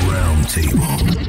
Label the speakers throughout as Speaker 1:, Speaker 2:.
Speaker 1: table.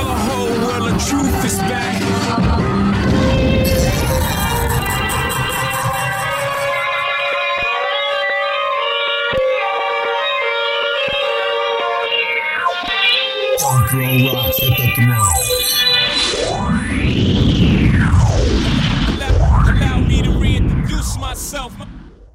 Speaker 2: the whole world the truth is back.
Speaker 1: Punk Roll Rocks at the throne.
Speaker 2: Allow- Allow me to reintroduce myself.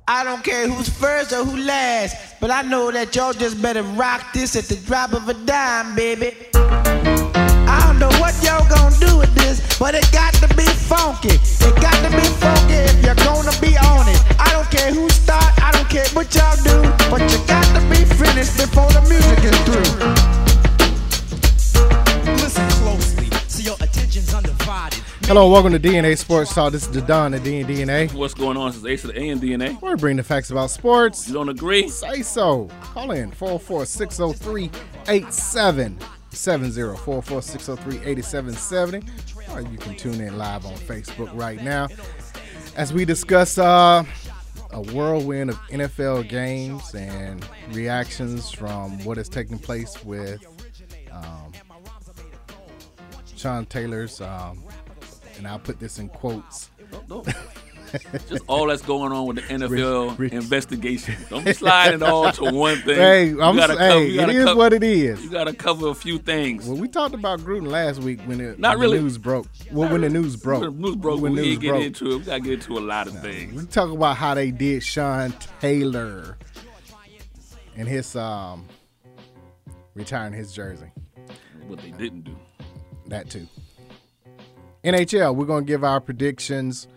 Speaker 3: I don't care who's first or who last, but I know that y'all just better rock this at the drop of a dime, baby. I don't know what y'all gonna do with this, but it got to be funky. It got to be funky if you're gonna be on it. I don't care who start, I don't care what y'all do, but you got to be finished before the music is through.
Speaker 4: Listen closely, so your attention's undivided.
Speaker 5: Hello, welcome to DNA Sports Talk. This is the Don the D and DNA,
Speaker 6: what's going on? This is Ace of the A and DNA. If
Speaker 5: where we bring the facts about sports.
Speaker 6: you don't agree,
Speaker 5: Say so. Call in 446038770. 446038770. Or you can tune in live on Facebook right now as we discuss uh, a whirlwind of NFL games and reactions from what is taking place with um, Sean Taylor's, um, and I'll put this in quotes.
Speaker 6: just all that's going on with the NFL
Speaker 5: Rich- rich.
Speaker 6: investigation. Don't be sliding it all to one thing.
Speaker 5: Hey,
Speaker 6: You
Speaker 5: I'm,
Speaker 6: gotta cover-
Speaker 5: hey
Speaker 6: you
Speaker 5: it
Speaker 6: gotta
Speaker 5: is
Speaker 6: cover-
Speaker 5: what it is.
Speaker 6: You gotta cover a few things.
Speaker 5: Well, we talked about Gruden last week when it,
Speaker 6: Not
Speaker 5: when
Speaker 6: really.
Speaker 5: the news broke. Well, when the news broke.
Speaker 6: The news broke.
Speaker 5: When
Speaker 6: we
Speaker 5: news
Speaker 6: didn't get
Speaker 5: broke.
Speaker 6: into it. We gotta get into a lot of things.
Speaker 5: We talk about how they did Sean Taylor and his um retiring his jersey.
Speaker 6: What they didn't do.
Speaker 5: That too. NHL, we're gonna give our predictions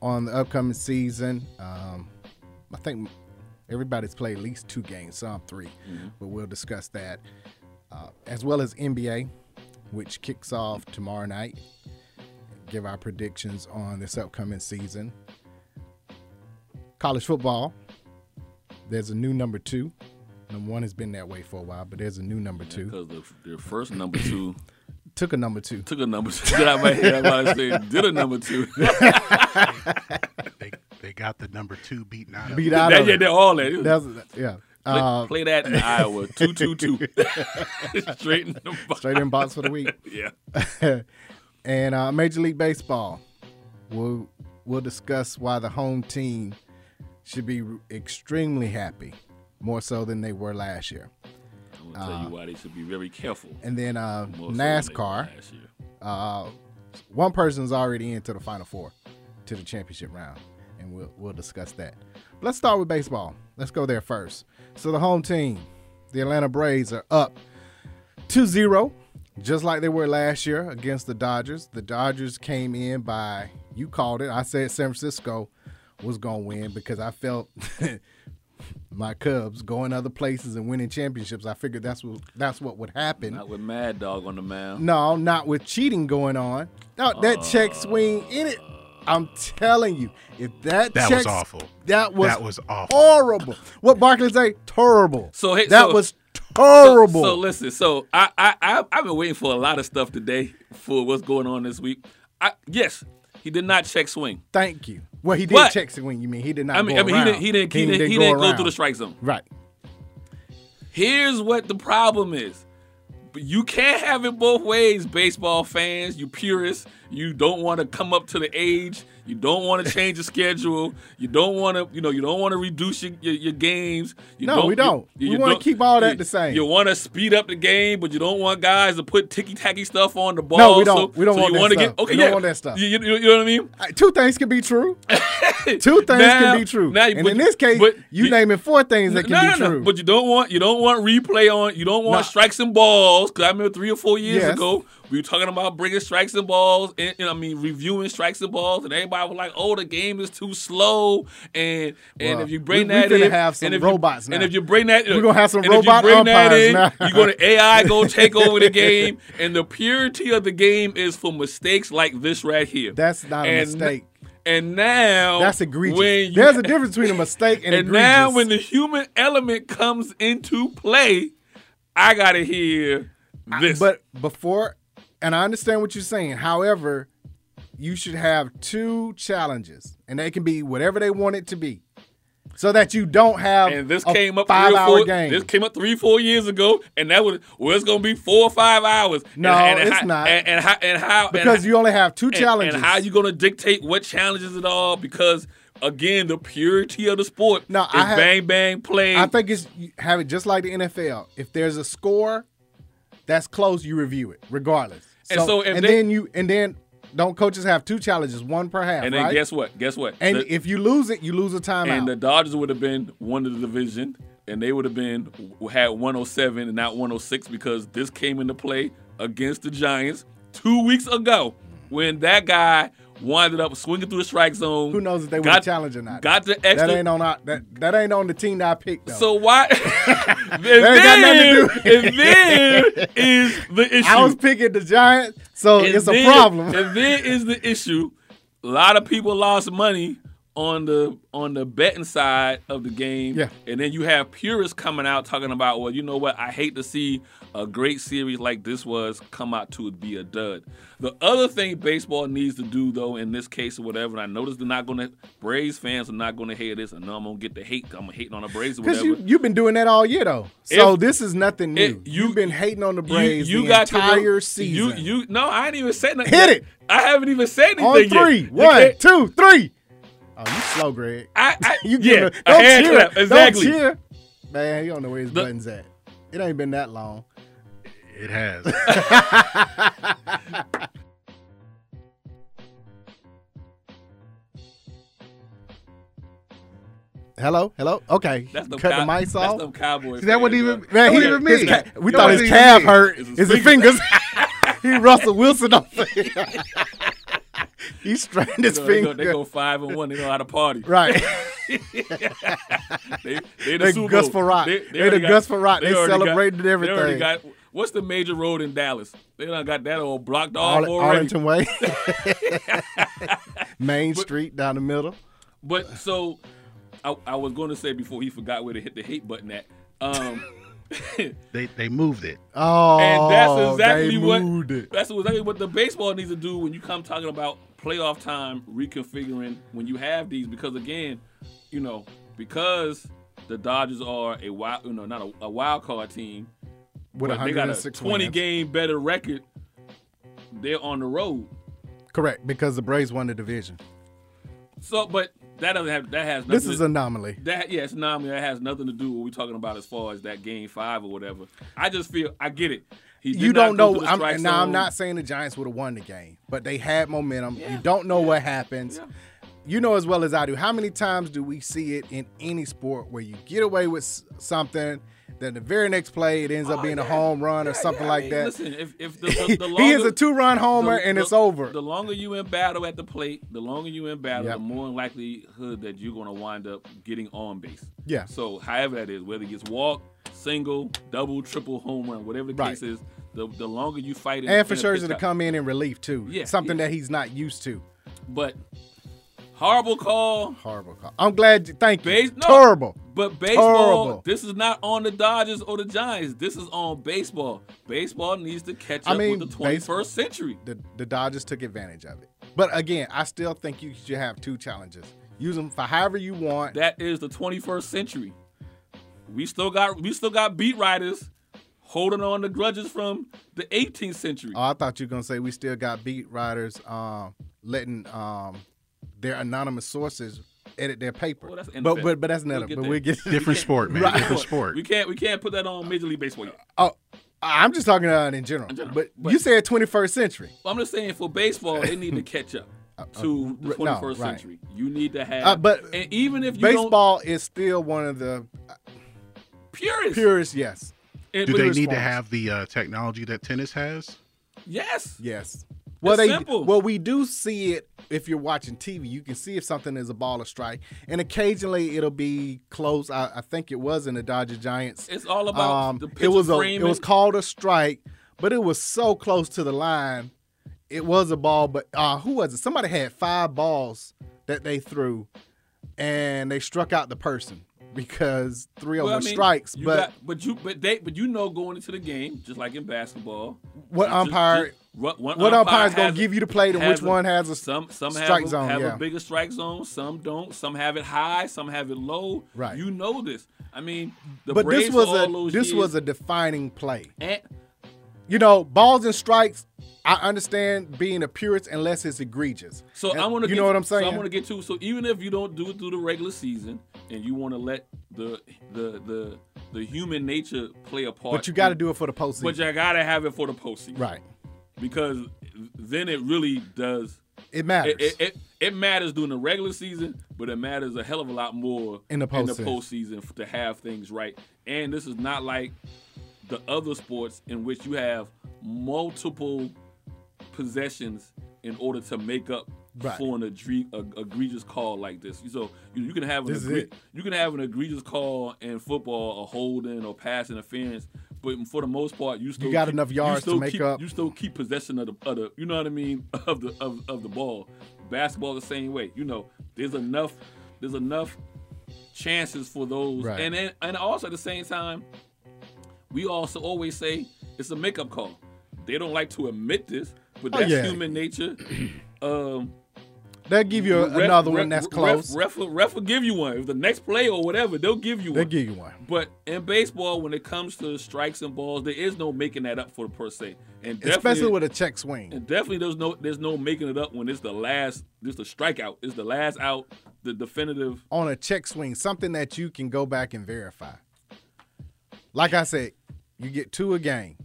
Speaker 5: on the upcoming season. Um, I think everybody's played at least two games, some 3
Speaker 6: Mm-hmm.
Speaker 5: but we'll discuss that uh, as well as NBA, which kicks off tomorrow night. Give our predictions on this upcoming season. College football, there's a new number two. Number one has been that way for a while, but there's a new number two.
Speaker 6: Because the, their first number two
Speaker 5: Took a number two.
Speaker 6: took a number two. Get out my head. I'm about to say did a number two.
Speaker 7: they they got the number two beaten out.
Speaker 5: Beat
Speaker 7: of
Speaker 5: out
Speaker 6: That,
Speaker 5: of
Speaker 6: yeah,
Speaker 5: it.
Speaker 6: they're all that. Play,
Speaker 5: That's yeah. Uh,
Speaker 6: play that in Iowa. Two two two. Straight in the box.
Speaker 5: straight in box for the week.
Speaker 6: Yeah.
Speaker 5: And uh, Major League Baseball. We'll we'll discuss why the home team should be extremely happy, more so than they were last year.
Speaker 6: I'm gonna tell you why they should be very careful.
Speaker 5: And then uh,
Speaker 6: More so than they
Speaker 5: NASCAR.
Speaker 6: were last year.
Speaker 5: One person's already into the Final Four, to the championship round, and we'll we'll discuss that. Let's start with baseball. Let's go there first. So the home team, the Atlanta Braves, are up 2-0, just like they were last year against the Dodgers. The Dodgers came in by you called it. I said San Francisco was gonna win because I felt my Cubs going other places and winning championships. I figured that's what that's what would happen.
Speaker 6: Not with Mad Dog on the mound.
Speaker 5: No, not with cheating going on. No, that check swing in it. I'm telling you, if that
Speaker 7: That
Speaker 5: check
Speaker 7: was awful.
Speaker 5: That was
Speaker 7: That was awful.
Speaker 5: Horrible. What Barkley say? Terrible.
Speaker 6: So, hey,
Speaker 5: that
Speaker 6: so-
Speaker 5: was
Speaker 6: So-
Speaker 5: terrible.
Speaker 6: So, listen, so I, I I I've been waiting for a lot of stuff today for what's going on this week. I yes, he did not check swing.
Speaker 5: Thank you. Well, he did
Speaker 6: What?
Speaker 5: check swing. You mean he did not?
Speaker 6: I mean,
Speaker 5: go
Speaker 6: I mean he
Speaker 5: around.
Speaker 6: didn't he didn't he, didn't, he
Speaker 5: go
Speaker 6: didn't go
Speaker 5: around.
Speaker 6: through the strike zone.
Speaker 5: Right.
Speaker 6: Here's what the problem is. You can't have it both ways, baseball fans. You purists, you don't want to come up to the age. You don't want to change the schedule. You don't want to, you know, you don't want to reduce your, your, your games. You
Speaker 5: No, we don't. We wanna keep all that
Speaker 6: you-
Speaker 5: the same.
Speaker 6: You want to speed up the game, but you don't want guys to put ticky tacky stuff on the ball.
Speaker 5: No, we
Speaker 6: so-
Speaker 5: don't. We don't
Speaker 6: so
Speaker 5: want
Speaker 6: you
Speaker 5: that
Speaker 6: wanna
Speaker 5: stuff.
Speaker 6: Get, okay,
Speaker 5: We don't
Speaker 6: yeah.
Speaker 5: want that stuff.
Speaker 6: You, you- you know what I mean?
Speaker 5: Uh, Two things can be true. Two things
Speaker 6: Now-
Speaker 5: can be true.
Speaker 6: now you-
Speaker 5: and
Speaker 6: but
Speaker 5: in
Speaker 6: you-
Speaker 5: this case,
Speaker 6: but
Speaker 5: you,
Speaker 6: you-
Speaker 5: naming four things that can
Speaker 6: no,
Speaker 5: be
Speaker 6: no, no.
Speaker 5: true.
Speaker 6: But you don't want you don't want replay on. You don't want
Speaker 5: No.
Speaker 6: strikes and balls. Because I remember three or four years
Speaker 5: Yes.
Speaker 6: ago, we were talking about bringing strikes and balls, and, and I mean reviewing strikes and balls, and everybody was like, "Oh, the game is too slow." And and
Speaker 5: Well,
Speaker 6: if you bring
Speaker 5: we- we
Speaker 6: that
Speaker 5: finna
Speaker 6: in,
Speaker 5: have some
Speaker 6: and if
Speaker 5: robots
Speaker 6: you,
Speaker 5: now.
Speaker 6: and if you bring that,
Speaker 5: We gonna have some
Speaker 6: and if you
Speaker 5: robot
Speaker 6: bring that
Speaker 5: umpires
Speaker 6: in,
Speaker 5: now.
Speaker 6: You're gonna AI go take over the game, and the purity of the game is for mistakes like this right here.
Speaker 5: That's not a
Speaker 6: And-
Speaker 5: mistake.
Speaker 6: And now
Speaker 5: That's egregious.
Speaker 6: When you-
Speaker 5: There's a difference between a mistake and,
Speaker 6: and
Speaker 5: egregious.
Speaker 6: now when the human element comes into play, I gotta hear this.
Speaker 5: But before, and I understand what you're saying. However, you should have two challenges, and they can be whatever they want it to be, so that you don't have
Speaker 6: and this
Speaker 5: a
Speaker 6: came up three or
Speaker 5: five-hour
Speaker 6: four,
Speaker 5: game.
Speaker 6: This came up three, four years ago, and that was well, it's gonna be four or five hours. And-
Speaker 5: No,
Speaker 6: and,
Speaker 5: it's
Speaker 6: how,
Speaker 5: not.
Speaker 6: And, and how and how and
Speaker 5: because
Speaker 6: how-
Speaker 5: you only have two
Speaker 6: and-
Speaker 5: challenges.
Speaker 6: And how you gonna dictate what challenges it all? Because again, the purity of the sport
Speaker 5: No,
Speaker 6: is
Speaker 5: I have-
Speaker 6: bang bang playing.
Speaker 5: I think it's you have it just like the NFL. If there's a score that's close, you review it regardless.
Speaker 6: And so if
Speaker 5: and
Speaker 6: they-
Speaker 5: then you and then don't coaches have two challenges, one per half,
Speaker 6: and then
Speaker 5: right?
Speaker 6: guess what? Guess what?
Speaker 5: and
Speaker 6: The-
Speaker 5: if you lose it, you lose a timeout.
Speaker 6: and the Dodgers would have been one of the division, and they would have been had 107 and not 106 because this came into play against the Giants two weeks ago when that guy winded up swinging through the strike zone.
Speaker 5: Who knows if they win
Speaker 6: got-
Speaker 5: a challenge or not?
Speaker 6: Got the extra.
Speaker 5: That ain't on our, that, that ain't on the team that I picked though.
Speaker 6: so why? and,
Speaker 5: ain't got
Speaker 6: then,
Speaker 5: nothing to do.
Speaker 6: and then is the issue.
Speaker 5: I was picking the Giants, so
Speaker 6: And
Speaker 5: it's a
Speaker 6: then-
Speaker 5: problem.
Speaker 6: And then is the issue. A lot of people lost money on the on the betting side of the game.
Speaker 5: Yeah.
Speaker 6: And then you have purists coming out talking about, well, you know what? I hate to see a great series like this was come out to be a dud. The other thing baseball needs to do though, in this case or whatever, and I notice they're not gonna Braves fans are not gonna hear this, and now I'm gonna get the hate. I'm hating on the Braves or
Speaker 5: Because
Speaker 6: whatever.
Speaker 5: you you've been doing that all year though, so
Speaker 6: If-
Speaker 5: this is nothing new.
Speaker 6: it- you-
Speaker 5: you, have been hating on the
Speaker 6: You-
Speaker 5: Braves
Speaker 6: you
Speaker 5: the
Speaker 6: got to
Speaker 5: entire
Speaker 6: rem-
Speaker 5: season.
Speaker 6: You you no, I ain't even said nothing.
Speaker 5: Hit it.
Speaker 6: I haven't even said anything
Speaker 5: on
Speaker 6: yet.
Speaker 5: three,
Speaker 6: You
Speaker 5: one,
Speaker 6: can't-
Speaker 5: two, three. Oh, you slow, Greg.
Speaker 6: I, I
Speaker 5: You give
Speaker 6: yeah,
Speaker 5: a,
Speaker 6: a
Speaker 5: don't
Speaker 6: hand
Speaker 5: cheer.
Speaker 6: clap. Exactly.
Speaker 5: Don't cheer. Man, you don't know where his buttons at. It ain't been that long.
Speaker 7: It has.
Speaker 5: Hello, hello. Okay,
Speaker 6: That's the
Speaker 5: cut
Speaker 6: cow-
Speaker 5: the mics
Speaker 6: That's
Speaker 5: off.
Speaker 6: them cowboy.
Speaker 7: See, that
Speaker 6: fans,
Speaker 7: wasn't
Speaker 6: bro.
Speaker 7: even that
Speaker 5: Man, he,
Speaker 7: wasn't even
Speaker 5: his
Speaker 7: me.
Speaker 5: ca- we
Speaker 7: That
Speaker 5: thought
Speaker 7: wasn't
Speaker 5: his
Speaker 7: even
Speaker 5: calf
Speaker 7: me.
Speaker 5: hurt.
Speaker 6: It's
Speaker 5: It's
Speaker 6: his
Speaker 5: his fingers. he Russell Wilson off. he strained his
Speaker 6: You know, they, go,
Speaker 5: finger.
Speaker 6: they go five and one. They know how to party.
Speaker 5: Right.
Speaker 6: They, they the
Speaker 5: They
Speaker 6: Super
Speaker 5: Gus
Speaker 6: Bowl.
Speaker 5: Farratt. They the
Speaker 6: already
Speaker 5: Gus Farratt. They
Speaker 6: already
Speaker 5: celebrated
Speaker 6: got,
Speaker 5: everything.
Speaker 6: They already got what's the major road in Dallas? They done got that all blocked off
Speaker 5: Arl-
Speaker 6: already.
Speaker 5: Arlington Way. Main Street down the middle.
Speaker 6: But so I, I was going to say before he forgot where to hit the hate button at. Um,
Speaker 7: They they moved it.
Speaker 5: Oh,
Speaker 6: and that's
Speaker 5: they
Speaker 6: exactly what
Speaker 5: moved it.
Speaker 6: that's exactly what the baseball needs to do when you come talking about playoff time reconfiguring when you have these because again, you know because the Dodgers are a wild you know not a, a wild card team
Speaker 5: With
Speaker 6: but they got a
Speaker 5: 106
Speaker 6: twenty
Speaker 5: wins.
Speaker 6: game better record. They're on the road,
Speaker 5: Correct, because the Braves won the division.
Speaker 6: so but that doesn't have that has nothing
Speaker 5: This
Speaker 6: to-
Speaker 5: is anomaly.
Speaker 6: That yeah, it's nominee. That has nothing to do with what we're talking about as far as that game five or whatever. I just feel I get it. He did
Speaker 5: you don't
Speaker 6: not go
Speaker 5: know.
Speaker 6: through the
Speaker 5: I'm,
Speaker 6: strike
Speaker 5: now, I'm
Speaker 6: zone.
Speaker 5: not saying the Giants would have won the game, but they had momentum. You don't know what happens. You know as well as I do. How many times do we see it in any sport where you get away with s- something, then the very next play it ends
Speaker 6: Ah,
Speaker 5: up being a home run or something
Speaker 6: I
Speaker 5: like
Speaker 6: mean,
Speaker 5: that?
Speaker 6: Listen, if, if the, the, the longer,
Speaker 5: he is a two-run
Speaker 6: the-
Speaker 5: homer, and
Speaker 6: the-
Speaker 5: it's over.
Speaker 6: The longer you in battle at the plate, the longer you in battle,
Speaker 5: Yep.
Speaker 6: the more likelihood that you're going to wind up getting on base.
Speaker 5: Yeah.
Speaker 6: So however that is, whether it gets walk, single, double, triple, home run, whatever the
Speaker 5: Right.
Speaker 6: case is, the, the longer you fight. in-
Speaker 5: and for
Speaker 6: in a
Speaker 5: Scherzer to
Speaker 6: pitch-
Speaker 5: come in in relief too,
Speaker 6: Yeah,
Speaker 5: something
Speaker 6: yeah.
Speaker 5: that he's not used to.
Speaker 6: but horrible call.
Speaker 5: Horrible call. I'm glad. You, thank you.
Speaker 6: Base, no,
Speaker 5: Terrible.
Speaker 6: But baseball,
Speaker 5: Terrible.
Speaker 6: this is not on the Dodgers or the Giants. This is on baseball. Baseball needs to catch
Speaker 5: I
Speaker 6: up
Speaker 5: mean,
Speaker 6: with the 21st
Speaker 5: baseball-
Speaker 6: century.
Speaker 5: the, the Dodgers took advantage of it. But again, I still think you should have two challenges. Use them for however you want.
Speaker 6: That is the 21st century. We still got we still got beat writers holding on to grudges from the 18th century.
Speaker 5: oh, I thought you were gonna say we still got beat writers um, letting um, their anonymous sources edit their paper.
Speaker 6: Well, that's
Speaker 5: but
Speaker 6: NFL.
Speaker 5: but but that's
Speaker 6: We'll
Speaker 5: another.
Speaker 6: get
Speaker 5: but
Speaker 6: there.
Speaker 5: we get.
Speaker 7: Different sport, man.
Speaker 5: Right.
Speaker 7: Different sport.
Speaker 6: We can't we can't put that on Major League Baseball yet.
Speaker 5: Oh, I'm just talking about it in general.
Speaker 6: general,
Speaker 5: But,
Speaker 6: but-
Speaker 5: you said 21st century.
Speaker 6: I'm just saying for baseball, they need to catch up to the
Speaker 5: no,
Speaker 6: 21st
Speaker 5: Uh, right.
Speaker 6: century. You need to have
Speaker 5: Uh, but
Speaker 6: and even if you don't
Speaker 5: Baseball is still one of the
Speaker 6: purists,
Speaker 5: purest. Yes,
Speaker 6: and-
Speaker 7: Do they need to
Speaker 5: response.
Speaker 7: have the uh, technology that tennis has?
Speaker 6: yes.
Speaker 5: yes. Well,
Speaker 6: It's
Speaker 5: they
Speaker 6: simple.
Speaker 5: well we do see it if you're watching TV. You can see if something is a ball or strike, and occasionally it'll be close. I, I think it was in the Dodger Giants. Um,
Speaker 6: It's all about the
Speaker 5: it
Speaker 6: picture
Speaker 5: was a,
Speaker 6: framing.
Speaker 5: it was called a strike, but it was so close to the line. it was a ball, but uh, who was it? Somebody had five balls that they threw, and they struck out the person because three of
Speaker 6: Well,
Speaker 5: them were
Speaker 6: I mean,
Speaker 5: strikes.
Speaker 6: you
Speaker 5: But
Speaker 6: got- but you but they but you know going into the game just like in basketball,
Speaker 5: What
Speaker 6: you just-
Speaker 5: umpire-
Speaker 6: you- what, one
Speaker 5: what
Speaker 6: umpire
Speaker 5: umpire's gonna
Speaker 6: has a-
Speaker 5: give you the plate and
Speaker 6: has
Speaker 5: which one has a
Speaker 6: some some
Speaker 5: strike
Speaker 6: have, a,
Speaker 5: zone,
Speaker 6: have
Speaker 5: yeah.
Speaker 6: a bigger strike zone, some don't, some have it high, some have it low.
Speaker 5: Right.
Speaker 6: you know this. I mean, the
Speaker 5: but
Speaker 6: Braves
Speaker 5: this was
Speaker 6: for all
Speaker 5: a
Speaker 6: those
Speaker 5: this
Speaker 6: years,
Speaker 5: was a defining play.
Speaker 6: and-
Speaker 5: You know, balls and strikes. I understand being a purist unless it's egregious.
Speaker 6: So
Speaker 5: And
Speaker 6: I want to.
Speaker 5: you know what I'm saying.
Speaker 6: So I want to get to. So even if you don't do it through the regular season, and you want to let the the the the human nature play a part,
Speaker 5: but you got to do it for the postseason,
Speaker 6: But you gotta have it for the postseason,
Speaker 5: right?
Speaker 6: Because then it really does.
Speaker 5: It matters.
Speaker 6: It, it, it, it matters during the regular season, but it matters a hell of a lot more
Speaker 5: In the
Speaker 6: postseason f- to have things right. And this is not like the other sports in which you have multiple possessions in order to make up
Speaker 5: Right.
Speaker 6: for an egre- a- egregious call like this. So you, you can have an
Speaker 5: This is
Speaker 6: egre-
Speaker 5: it.
Speaker 6: you can have an egregious call in football, a holding or pass interference, but for the most part, you still
Speaker 5: got
Speaker 6: keep-
Speaker 5: enough yards to
Speaker 6: still
Speaker 5: make
Speaker 6: keep-
Speaker 5: up.
Speaker 6: You still keep possession of the, of the you know what I mean of the of, of the ball. Basketball the same way. You know, there's enough there's enough chances for those,
Speaker 5: Right.
Speaker 6: and then and also at the same time, we also always say it's a makeup call. They don't like to admit this, but
Speaker 5: Oh,
Speaker 6: that's
Speaker 5: yeah.
Speaker 6: human nature. Um,
Speaker 5: They'll give you a-
Speaker 6: ref-
Speaker 5: another
Speaker 6: ref-
Speaker 5: one that's
Speaker 6: ref-
Speaker 5: close.
Speaker 6: Ref, ref, ref will give you one. If the next play or whatever, they'll give you
Speaker 5: They'll
Speaker 6: one.
Speaker 5: give you one.
Speaker 6: But in baseball, when it comes to strikes and balls, there is no making that up for the per se, and definitely,
Speaker 5: especially with a check swing.
Speaker 6: and definitely there's no there's no making it up when it's the last, just the strikeout, it's the last out, the definitive.
Speaker 5: on a check swing, something that you can go back and verify. Like I said, you get two a game.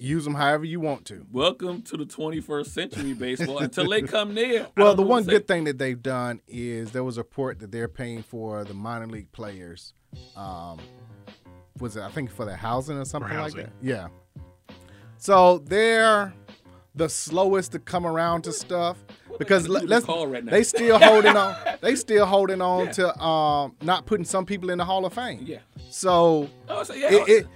Speaker 5: Use them however you want to.
Speaker 6: Welcome to the 21st century baseball. Until they come there. I
Speaker 5: Well,
Speaker 6: don't
Speaker 5: the
Speaker 6: know what
Speaker 5: one
Speaker 6: to say.
Speaker 5: good thing that they've done is there was a report that they're paying for the minor league players. Um, was it I think for their housing or something
Speaker 7: housing.
Speaker 5: like that? Yeah. So they're the slowest to come around to stuff because
Speaker 6: they gonna do
Speaker 5: let, let's
Speaker 6: to call right now?
Speaker 5: they still holding on. They still holding on to um, not putting some people in the Hall of Fame.
Speaker 6: Yeah.
Speaker 5: So
Speaker 6: Oh, so, yeah,
Speaker 5: it, it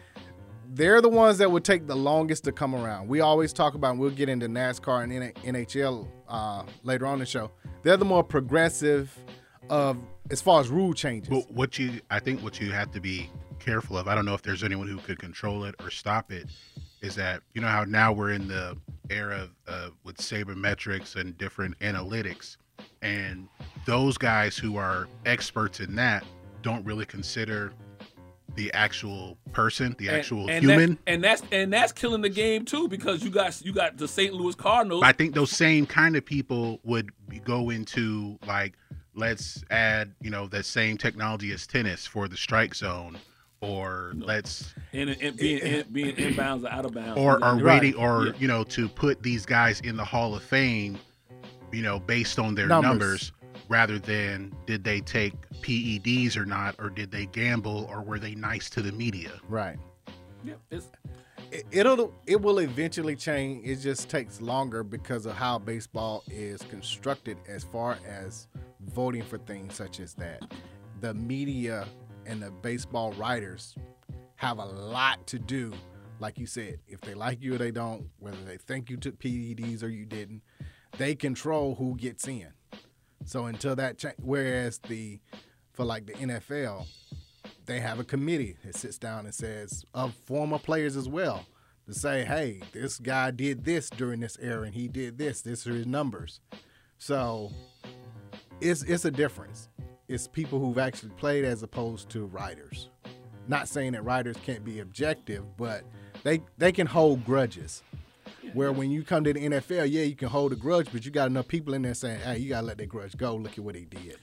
Speaker 5: they're the ones that would take the longest to come around. We always talk about, and we'll get into NASCAR and N- NHL uh, later on in the show. They're the more progressive of as far as rule changes.
Speaker 7: But what you, I think, what you have to be careful of. I don't know if there's anyone who could control it or stop it. Is that you know how now we're in the era of, uh, with sabermetrics and different analytics, and those guys who are experts in that don't really consider the actual person, the actual
Speaker 6: that-
Speaker 7: human.
Speaker 6: and that's and that's killing the game too because you got you got the St. Louis Cardinals.
Speaker 7: But I think those same kind of people would be- go into like, let's add, you know, that same technology as tennis for the strike zone, or let's,
Speaker 6: and, and being in, being inbounds or out of bounds.
Speaker 7: or are
Speaker 5: Right.
Speaker 7: waiting, or
Speaker 6: Yeah.
Speaker 7: you know, to put these guys in the Hall of Fame, you know, based on their
Speaker 5: Numbers.
Speaker 7: numbers. rather than did they take PEDs or not, or did they gamble, or were they nice to the media?
Speaker 5: right.
Speaker 6: Yeah, it's-
Speaker 5: It, it'll it will eventually change. It just takes longer because of how baseball is constructed as far as voting for things such as that. The media and the baseball writers have a lot to do. Like you said, if they like you or they don't, whether they think you took PEDs or you didn't, they control who gets in. So until that, cha- whereas the for like the NFL, they have a committee that sits down and says of former players as well to say, hey, this guy did this during this era and he did this. This are his numbers. So it's it's a difference. It's people who've actually played as opposed to writers. Not saying that writers can't be objective, but they they can hold grudges. Where when you come to the NFL, yeah, you can hold a grudge, but you got enough people in there saying, "Hey, you gotta let that grudge go. Look at what he did."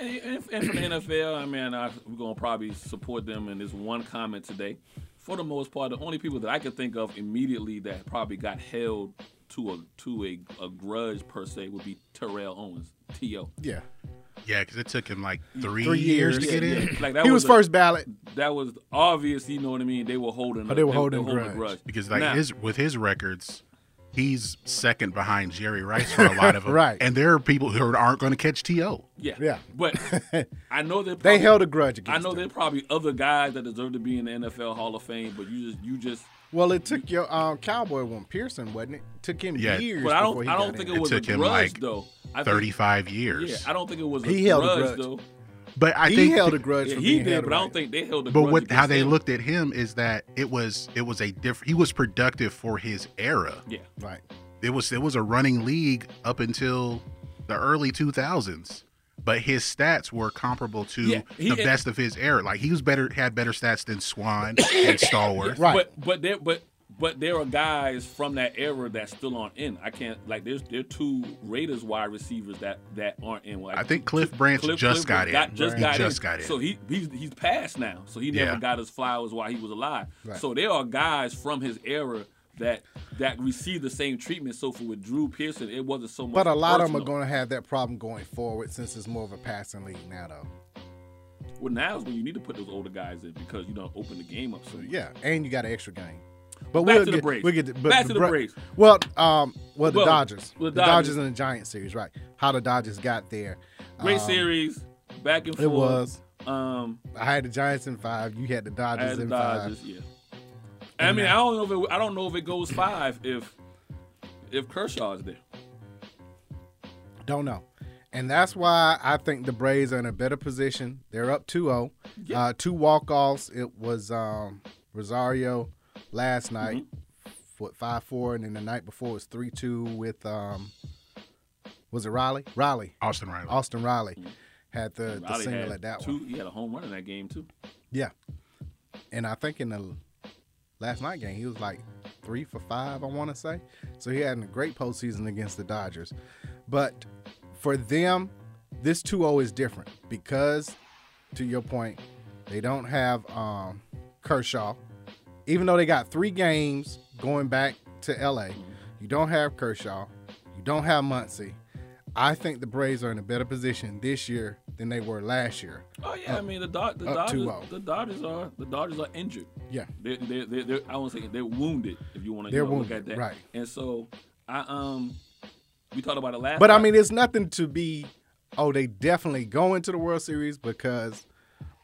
Speaker 6: And, and, and for the NFL, I mean, I, we're gonna probably support them in this one comment today. For the most part, the only people that I could think of immediately that probably got held to a to a, a grudge per se would be Terrell Owens, T.O.
Speaker 5: Yeah,
Speaker 7: Yeah, because it took him like Mm. three,
Speaker 5: Three years.
Speaker 7: years, to get
Speaker 6: Yeah,
Speaker 7: in.
Speaker 6: yeah. Like that
Speaker 5: he was,
Speaker 6: a-
Speaker 5: first ballot.
Speaker 6: That was obvious. You know what I mean? They were holding.
Speaker 5: Oh, they were holding grudge.
Speaker 7: because like
Speaker 6: Now-
Speaker 7: his with his records, he's second behind Jerry Rice for a lot of them.
Speaker 5: Right.
Speaker 7: and there are people who aren't going to catch To.
Speaker 6: Yeah.
Speaker 5: Yeah.
Speaker 6: But I know that
Speaker 5: They
Speaker 6: probably-
Speaker 5: held a grudge against.
Speaker 6: I know
Speaker 5: him.
Speaker 6: there's probably other guys that deserve to be in the NFL Hall of Fame, but you just you just
Speaker 5: Well, it took your um, cowboy one, Pearson, wasn't it? Took him
Speaker 7: Yeah.
Speaker 5: years.
Speaker 6: But I
Speaker 5: before
Speaker 6: don't.
Speaker 5: he
Speaker 6: I
Speaker 5: got
Speaker 6: don't think
Speaker 5: in.
Speaker 6: it was a
Speaker 7: took him,
Speaker 6: grudge
Speaker 7: like,
Speaker 6: though. I think-
Speaker 7: Thirty-five years.
Speaker 6: Yeah, I don't think it was a
Speaker 5: He held a
Speaker 6: grudge,
Speaker 5: grudge.
Speaker 6: though.
Speaker 7: but I
Speaker 5: he
Speaker 7: think
Speaker 5: held
Speaker 7: the-
Speaker 5: a grudge.
Speaker 6: Yeah,
Speaker 5: for
Speaker 6: he
Speaker 5: being
Speaker 6: did,
Speaker 5: held
Speaker 6: but I
Speaker 5: right.
Speaker 6: don't think they held a
Speaker 7: But
Speaker 6: grudge.
Speaker 7: what how
Speaker 6: against
Speaker 7: they
Speaker 6: him.
Speaker 7: looked at him is that it was it was a different. He was productive for his era.
Speaker 6: Yeah.
Speaker 5: Right.
Speaker 7: It was it was a running league up until the early two thousands. But his stats were comparable to
Speaker 6: Yeah, he-
Speaker 7: the best of his era. Like he was better, had better stats than Swan and Stallworth.
Speaker 5: Right.
Speaker 6: But but there but but there are guys from that era that's still on in. I can't like there's there are two Raiders wide receivers that that aren't in. Like,
Speaker 7: I think Cliff Branch just got in.
Speaker 6: just
Speaker 7: He
Speaker 6: got
Speaker 7: just
Speaker 6: in.
Speaker 7: got in.
Speaker 6: So he he's, he's passed now. So he never
Speaker 7: Yeah.
Speaker 6: got his flowers while he was alive.
Speaker 5: Right.
Speaker 6: So there are guys from his era that that received the same treatment. So for with Drew Pearson, it wasn't so much.
Speaker 5: But a lot of them
Speaker 6: personal.
Speaker 5: are going to have that problem going forward since it's more of a passing league now, though.
Speaker 6: Well, now is when you need to put those older guys in because you don't open the game up. So much.
Speaker 5: Yeah, and you got an extra game. But
Speaker 6: Back
Speaker 5: we'll
Speaker 6: to the
Speaker 5: get,
Speaker 6: Braves.
Speaker 5: We'll get but
Speaker 6: Back to the
Speaker 5: Bra-
Speaker 6: Braves.
Speaker 5: Well, um, well, the
Speaker 6: Well,
Speaker 5: Dodgers,
Speaker 6: the
Speaker 5: the,
Speaker 6: Dodgers.
Speaker 5: Dodgers and the Giants series, right? How the Dodgers got there.
Speaker 6: Great
Speaker 5: Um,
Speaker 6: series, back and forth.
Speaker 5: It was.
Speaker 6: Um,
Speaker 5: I had the Giants in five. You had the Dodgers
Speaker 6: As
Speaker 5: in
Speaker 6: Dodgers, yeah. I mean, I don't know if it, I don't know if it goes five if if Kershaw is there.
Speaker 5: five. Don't know. And that's why I think the Braves are in a better position. They're up 2-0. Uh, two walk-offs. It was um, Rosario last
Speaker 6: Mm-hmm.
Speaker 5: night, for 5-4, and then the night before was 3-2 with, um, was it Riley? Riley.
Speaker 7: Austin Riley.
Speaker 5: Austin Riley had the, the
Speaker 6: Mm-hmm. Riley
Speaker 5: single
Speaker 6: had
Speaker 5: at that
Speaker 6: two.
Speaker 5: one.
Speaker 6: He had a home run in that game too.
Speaker 5: Yeah. And I think in the last night game, he was like three for five, I want to say. So he had a great postseason against the Dodgers. But for them, this 2 0 is different because, to your point, they don't have um, Kershaw. Even though they got three games going back to LA, you don't have Kershaw, you don't have Muncie. I think the Braves are in a better position this year than they were last year.
Speaker 6: Oh yeah, I mean the, Do- the
Speaker 5: up
Speaker 6: Dodgers.
Speaker 5: 2-0.
Speaker 6: The Dodgers are the Dodgers are injured.
Speaker 5: Yeah.
Speaker 6: They're, they're, they're, they're, I won't say they're wounded if you want to
Speaker 5: They're
Speaker 6: look at
Speaker 5: wounded,
Speaker 6: that.
Speaker 5: right.
Speaker 6: And so I um we talked about it last.
Speaker 5: But I
Speaker 6: time.
Speaker 5: mean, it's nothing to be. Oh, they definitely go into the World Series because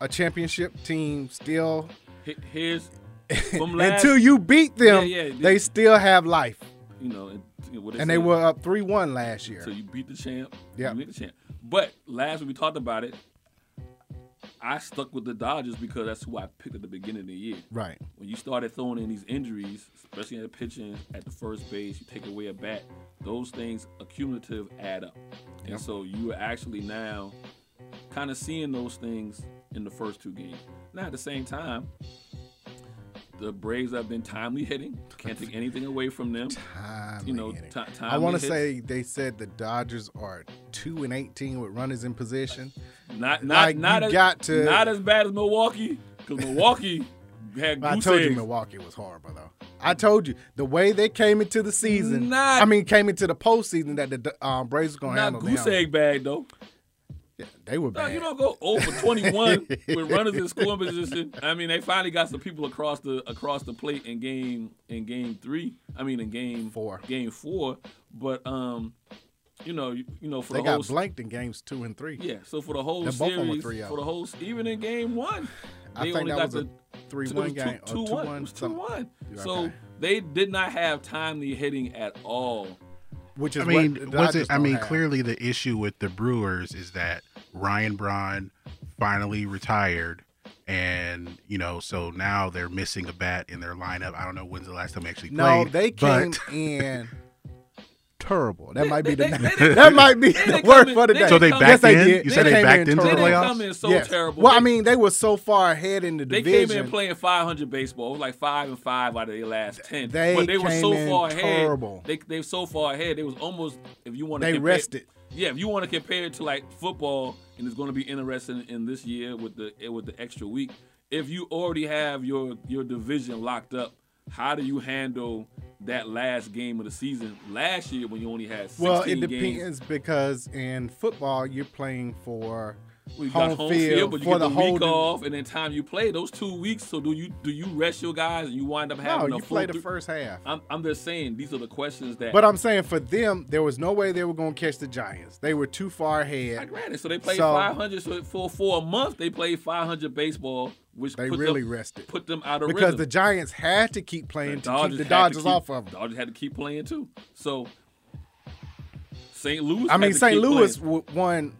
Speaker 5: a championship team still.
Speaker 6: He- here's from last.
Speaker 5: Until you beat them,
Speaker 6: Yeah, yeah.
Speaker 5: they still have life,
Speaker 6: you know, and, what
Speaker 5: and they
Speaker 6: said.
Speaker 5: were up three one last year.
Speaker 6: So you beat the champ.
Speaker 5: Yeah.
Speaker 6: You beat the champ. But last week we talked about it. I stuck with the Dodgers because that's who I picked at the beginning of the year.
Speaker 5: Right,
Speaker 6: When you started throwing in these injuries, especially at the pitching, at the first base, you take away a bat, those things accumulative add up. And so you are actually now kind of seeing those things in the first two games. Now at the same time, the Braves have been timely hitting. Can't take anything away from them.
Speaker 5: timely
Speaker 6: You know,
Speaker 5: hitting.
Speaker 6: ti-
Speaker 5: I want to
Speaker 6: timely hits.
Speaker 5: say they said the Dodgers are two and eighteen with runners in position.
Speaker 6: Not not
Speaker 5: Like,
Speaker 6: not
Speaker 5: you
Speaker 6: as
Speaker 5: got to-
Speaker 6: not as bad as Milwaukee because Milwaukee had
Speaker 5: I
Speaker 6: goose
Speaker 5: told you
Speaker 6: eggs.
Speaker 5: Milwaukee was horrible though. I told you the way they came into the season.
Speaker 6: Not-
Speaker 5: I mean, came into the postseason that the um, Braves going to
Speaker 6: Not
Speaker 5: handle
Speaker 6: goose
Speaker 5: them.
Speaker 6: egg bag though.
Speaker 5: They were
Speaker 6: No,
Speaker 5: bad.
Speaker 6: you don't go over twenty one with runners in scoring position. I mean, they finally got some people across the across the plate in game in game three. I mean, in game
Speaker 5: Four.
Speaker 6: game four. But um, you know, you, you know, for
Speaker 5: they
Speaker 6: the whole
Speaker 5: got blanked in games two and three.
Speaker 6: yeah. So for the whole
Speaker 5: Then both of 'em were
Speaker 6: series,
Speaker 5: three out.
Speaker 6: for the whole even in game one,
Speaker 5: I
Speaker 6: they
Speaker 5: think
Speaker 6: only
Speaker 5: that
Speaker 6: got
Speaker 5: was a
Speaker 6: the It was
Speaker 5: 3-1 game.
Speaker 6: Two, two,
Speaker 5: or
Speaker 6: one. It was
Speaker 5: 2-1.
Speaker 6: two, one.
Speaker 5: You're
Speaker 6: So
Speaker 5: okay.
Speaker 6: they did not have timely hitting at all.
Speaker 5: Which is
Speaker 7: I mean,
Speaker 5: what the
Speaker 7: was
Speaker 5: Dodgers
Speaker 7: it? I
Speaker 5: don't
Speaker 7: mean,
Speaker 5: have.
Speaker 7: clearly the issue with the Brewers is that Ryan Braun finally retired, and you know, so now they're missing a bat in their lineup. I don't know when's the last time they actually
Speaker 5: No,
Speaker 7: played.
Speaker 5: they came
Speaker 7: but-
Speaker 5: in terrible. That might be
Speaker 6: they-
Speaker 5: the
Speaker 6: they- they-
Speaker 5: that might be
Speaker 6: they
Speaker 5: the
Speaker 6: didn't come
Speaker 5: word
Speaker 6: in-
Speaker 5: for the
Speaker 6: they
Speaker 5: day.
Speaker 6: didn't So they come- backed
Speaker 5: yes, they
Speaker 7: in?
Speaker 5: Did.
Speaker 7: You said they
Speaker 5: came
Speaker 7: backed into the
Speaker 6: They
Speaker 5: terrible.
Speaker 6: didn't
Speaker 7: playoffs?
Speaker 6: come in so
Speaker 5: Yes.
Speaker 6: terrible.
Speaker 5: Well, I
Speaker 6: They-
Speaker 5: mean, they were so far ahead in the
Speaker 6: They
Speaker 5: division.
Speaker 6: came in playing 500 baseball. It was like five and five out of their last ten.
Speaker 5: They
Speaker 6: but they were
Speaker 5: came
Speaker 6: so
Speaker 5: in
Speaker 6: far ahead.
Speaker 5: terrible.
Speaker 6: They they were so far ahead. They was almost if you want to.
Speaker 5: They
Speaker 6: compare,
Speaker 5: rested.
Speaker 6: Yeah, if you want to compare it to like football, and it's going to be interesting in this year with the eh, with the extra week. If you already have your your division locked up, how do you handle that last game of the season last year when you only had 16
Speaker 5: well, it
Speaker 6: games?
Speaker 5: depends because in football you're playing for
Speaker 6: We got
Speaker 5: Home
Speaker 6: home
Speaker 5: field
Speaker 6: field, but you
Speaker 5: for
Speaker 6: get
Speaker 5: the
Speaker 6: the,
Speaker 5: whole
Speaker 6: week
Speaker 5: new-
Speaker 6: off, and then time you play those two weeks. So do you do you rest your guys, and you wind up
Speaker 5: No,
Speaker 6: having
Speaker 5: you
Speaker 6: a full?
Speaker 5: play the
Speaker 6: three-
Speaker 5: first half.
Speaker 6: I'm, I'm just saying these are the questions that.
Speaker 5: But uh, I'm saying for them, there was no way they were going to catch the Giants. They were too far
Speaker 6: I
Speaker 5: ahead.
Speaker 6: granted, so they played
Speaker 5: So-
Speaker 6: 500 so for for a month. They played 500 baseball, which
Speaker 5: They
Speaker 6: put
Speaker 5: really
Speaker 6: them,
Speaker 5: rested.
Speaker 6: put them out of
Speaker 5: Because
Speaker 6: rhythm.
Speaker 5: the Giants had to keep playing to keep the
Speaker 6: had
Speaker 5: Dodgers
Speaker 6: keep-
Speaker 5: off of them.
Speaker 6: Dodgers had to keep playing too. So St. Louis.
Speaker 5: I
Speaker 6: had
Speaker 5: mean,
Speaker 6: to
Speaker 5: St.
Speaker 6: keep
Speaker 5: Louis
Speaker 6: playing
Speaker 5: w- won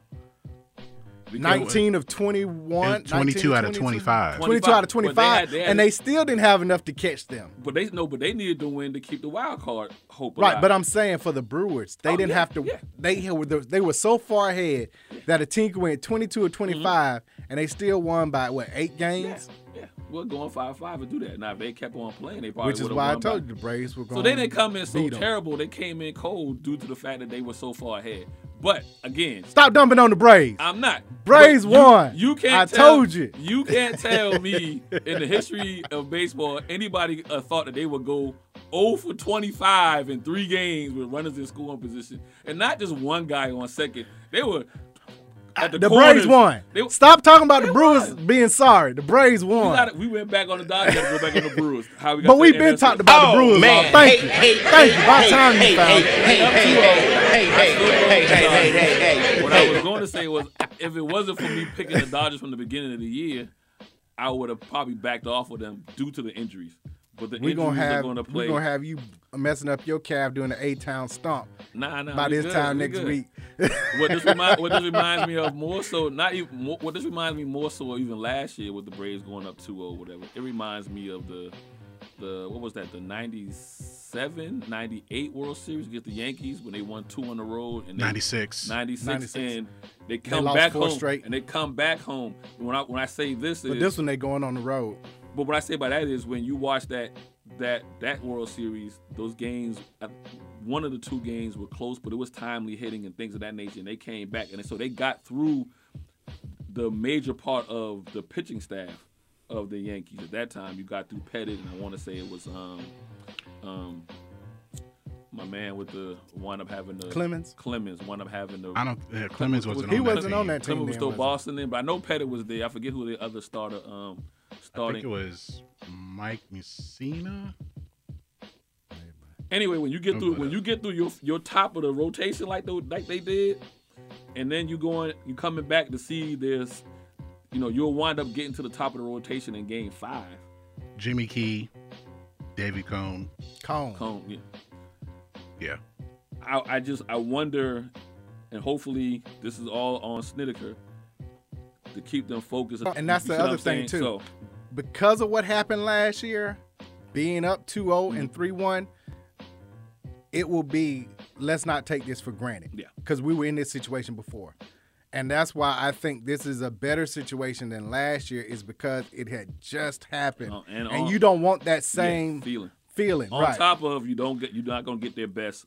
Speaker 6: because-
Speaker 5: 19 of
Speaker 7: It was
Speaker 5: 21.
Speaker 7: 22 out of 25.
Speaker 5: 22 out of 25.
Speaker 6: 25. But they had- they had-
Speaker 5: and they still didn't have enough to catch them.
Speaker 6: But they no, but they needed to win to keep the wild card hope.
Speaker 5: Right,
Speaker 6: alive.
Speaker 5: but I'm saying for the Brewers, they
Speaker 6: Oh,
Speaker 5: didn't
Speaker 6: yeah,
Speaker 5: have to.
Speaker 6: yeah.
Speaker 5: They were they were so far ahead that a team could win 22 or 25, and they still won by what eight
Speaker 6: Mm-hmm. yeah,
Speaker 5: games,
Speaker 6: yeah, we're going five five and do that. Now if they kept on playing, they probably
Speaker 5: which is
Speaker 6: would've
Speaker 5: why I
Speaker 6: won by-
Speaker 5: told you the Braves were going.
Speaker 6: So they didn't come in so
Speaker 5: beat 'em.
Speaker 6: terrible. They came in cold due to the fact that they were so far ahead. But again,
Speaker 5: Stop dumping on the Braves.
Speaker 6: I'm not.
Speaker 5: Braves
Speaker 6: But
Speaker 5: won.
Speaker 6: You can't.
Speaker 5: I
Speaker 6: tell,
Speaker 5: told you.
Speaker 6: You can't tell me in the history of baseball anybody uh, thought that they would go 0 for 25 in three games with runners in scoring position, and not just one guy on second. They were at the,
Speaker 5: the
Speaker 6: corners.
Speaker 5: Braves won.
Speaker 6: They,
Speaker 5: Stop talking about the
Speaker 6: They
Speaker 5: Brewers
Speaker 6: won.
Speaker 5: being sorry. The Braves
Speaker 6: We,
Speaker 5: won.
Speaker 6: gotta- we went back on the Dodgers. we go back on the Brewers. How we got
Speaker 5: but
Speaker 6: to
Speaker 5: we've
Speaker 6: the
Speaker 5: been
Speaker 6: NLCS.
Speaker 5: talked about the Brewers. all. Thank you. Thank you. By the time you found it.
Speaker 6: What I was going to say was, if it wasn't for me picking the Dodgers from the beginning of the year, I would have probably backed off of them due to the injuries. But the
Speaker 5: We're
Speaker 6: injuries
Speaker 5: gonna
Speaker 6: are
Speaker 5: have
Speaker 6: going to
Speaker 5: we're
Speaker 6: play.
Speaker 5: gonna have you messing up your calf doing the eight town stomp
Speaker 6: nah, nah,
Speaker 5: by
Speaker 6: we
Speaker 5: this
Speaker 6: good,
Speaker 5: time
Speaker 6: we
Speaker 5: next
Speaker 6: good.
Speaker 5: week.
Speaker 6: what this remind, what this reminds me of more so not even more, what this reminds me more so of even last year with the Braves going up 2-0 or whatever. It reminds me of the the what was that the 97 98 World Series against the Yankees when they won two on the road and they
Speaker 7: 96.
Speaker 6: 96,
Speaker 5: 96.
Speaker 6: and they come
Speaker 5: lost
Speaker 6: back
Speaker 5: four
Speaker 6: home
Speaker 5: straight.
Speaker 6: and they come back home. And when I when I say this is
Speaker 5: But this one they going on the road.
Speaker 6: but what I say by that is when you watch that that that World Series, those games, uh, one of the two games were close, but it was timely hitting and things of that nature. And they came back, and so they got through the major part of the pitching staff of the Yankees at that time. You got through Pettit, and I want to say it was um um my man with the wound up having the
Speaker 5: Clemens?
Speaker 6: Clemens wound up having the
Speaker 7: I don't. Uh, Clemens wasn't.
Speaker 5: He
Speaker 7: on
Speaker 5: wasn't
Speaker 7: that
Speaker 5: on
Speaker 7: team.
Speaker 5: that team.
Speaker 6: Clemens was
Speaker 5: then,
Speaker 6: still
Speaker 5: was he?
Speaker 6: Boston then, but I know Pettit was there. I forget who the other starter um
Speaker 7: I
Speaker 6: starting.
Speaker 7: think it was Mike Messina.
Speaker 6: Anyway, when you get through when you get through your your top of the rotation like the, like they did, and then you going you coming back to see this, you know, you'll wind up getting to the top of the rotation in game five.
Speaker 7: Jimmy Key, David Cone.
Speaker 5: Cone.
Speaker 6: Come, yeah.
Speaker 7: Yeah.
Speaker 6: I, I just I wonder, and hopefully this is all on Snittaker to keep them focused.
Speaker 5: And that's
Speaker 6: You
Speaker 5: the
Speaker 6: see what
Speaker 5: other
Speaker 6: I'm
Speaker 5: thing,
Speaker 6: saying?
Speaker 5: too. Because of what happened last year, being up 2-0
Speaker 6: Mm.
Speaker 5: and 3-1, it will be let's not take this for granted.
Speaker 6: Yeah.
Speaker 5: Because we were in this situation before. And that's why I think this is a better situation than last year is because it had just happened.
Speaker 6: Uh,
Speaker 5: and
Speaker 6: and on-
Speaker 5: you don't want that same
Speaker 6: feeling.
Speaker 5: feeling.
Speaker 6: on
Speaker 5: right.
Speaker 6: top of you don't get you're not gonna get their best,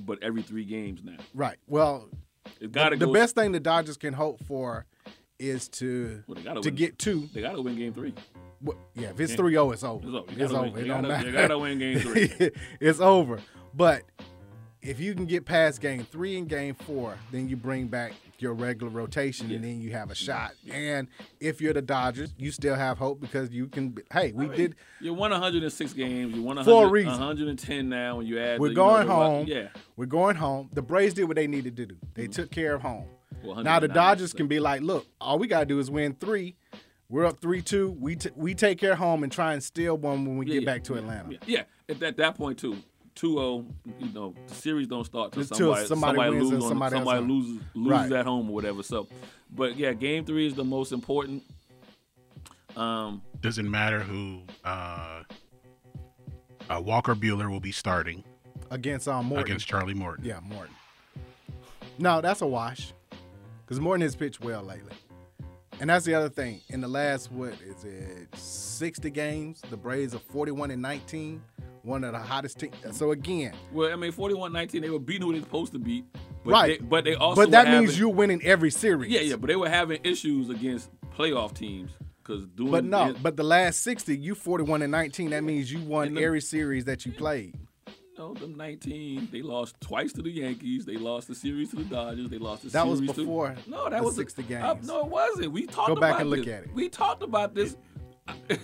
Speaker 6: but every three games now
Speaker 5: Right. Well,
Speaker 6: it gotta
Speaker 5: the
Speaker 6: go.
Speaker 5: best thing the Dodgers can hope for is to
Speaker 6: Well, they gotta
Speaker 5: to
Speaker 6: win.
Speaker 5: get two.
Speaker 6: They gotta win game three.
Speaker 5: Well, yeah, if it's 3 0, it's over.
Speaker 6: It's over. You
Speaker 5: It's
Speaker 6: gotta
Speaker 5: over.
Speaker 6: win.
Speaker 5: It
Speaker 6: You
Speaker 5: don't
Speaker 6: gotta- you
Speaker 5: matter.
Speaker 6: gotta win game three.
Speaker 5: it's over. But if you can get past game three and game four, then you bring back your regular rotation and then you have a shot. And if you're the Dodgers, you still have hope because you can. be- Hey, we did.
Speaker 6: You won 106 games. You won 100,
Speaker 5: For a reason.
Speaker 6: 110 now, and you add.
Speaker 5: We're
Speaker 6: the, you know,
Speaker 5: going
Speaker 6: the-
Speaker 5: home.
Speaker 6: Yeah. Mm-hmm.
Speaker 5: We're going home. The Braves did what they needed to do. They took care of home.
Speaker 6: Well,
Speaker 5: now the
Speaker 6: 109,
Speaker 5: Dodgers
Speaker 6: so-
Speaker 5: can be like, look, all we gotta do is win three. We're up three two. We t- we take care of home and try and steal one when we
Speaker 6: Yeah,
Speaker 5: get
Speaker 6: yeah,
Speaker 5: back to Atlanta.
Speaker 6: Yeah. yeah. At that, that point too, 2-0. You know, the series don't start till
Speaker 5: Until
Speaker 6: somebody
Speaker 5: somebody
Speaker 6: somebody,
Speaker 5: wins
Speaker 6: loses
Speaker 5: and
Speaker 6: on-
Speaker 5: somebody
Speaker 6: somebody,
Speaker 5: else wins.
Speaker 6: loses loses
Speaker 5: Right.
Speaker 6: at home or whatever. So, but yeah, game three is the most important. Um,
Speaker 7: Doesn't matter who. Uh, uh, Walker Bueller will be starting
Speaker 5: Against um, Morton.
Speaker 7: against Charlie Morton.
Speaker 5: yeah, Morton. No, that's a wash. Because Morton has pitched well lately. And that's the other thing. In the last what is it, sixty games, the Braves are forty one and nineteen, one of the hottest teams. So again,
Speaker 6: well, I mean, 41-19, they were beating who they supposed to beat. But
Speaker 5: Right.
Speaker 6: They, but they also.
Speaker 5: but
Speaker 6: were
Speaker 5: that
Speaker 6: having-
Speaker 5: means you're winning every series.
Speaker 6: Yeah, yeah. But they were having issues against playoff teams because doing.
Speaker 5: But no,
Speaker 6: it-
Speaker 5: but the last sixty, you forty-one and nineteen. That means you won
Speaker 6: And the-
Speaker 5: every series that you played.
Speaker 6: know, them 19, they lost twice to the Yankees. They lost the series to the Dodgers. They lost the
Speaker 5: That was
Speaker 6: series to-
Speaker 5: before
Speaker 6: no, that
Speaker 5: the
Speaker 6: was
Speaker 5: 60 games.
Speaker 6: uh, no, it wasn't. We talked
Speaker 5: Go
Speaker 6: about
Speaker 5: back and look
Speaker 6: this.
Speaker 5: at it.
Speaker 6: We talked about this.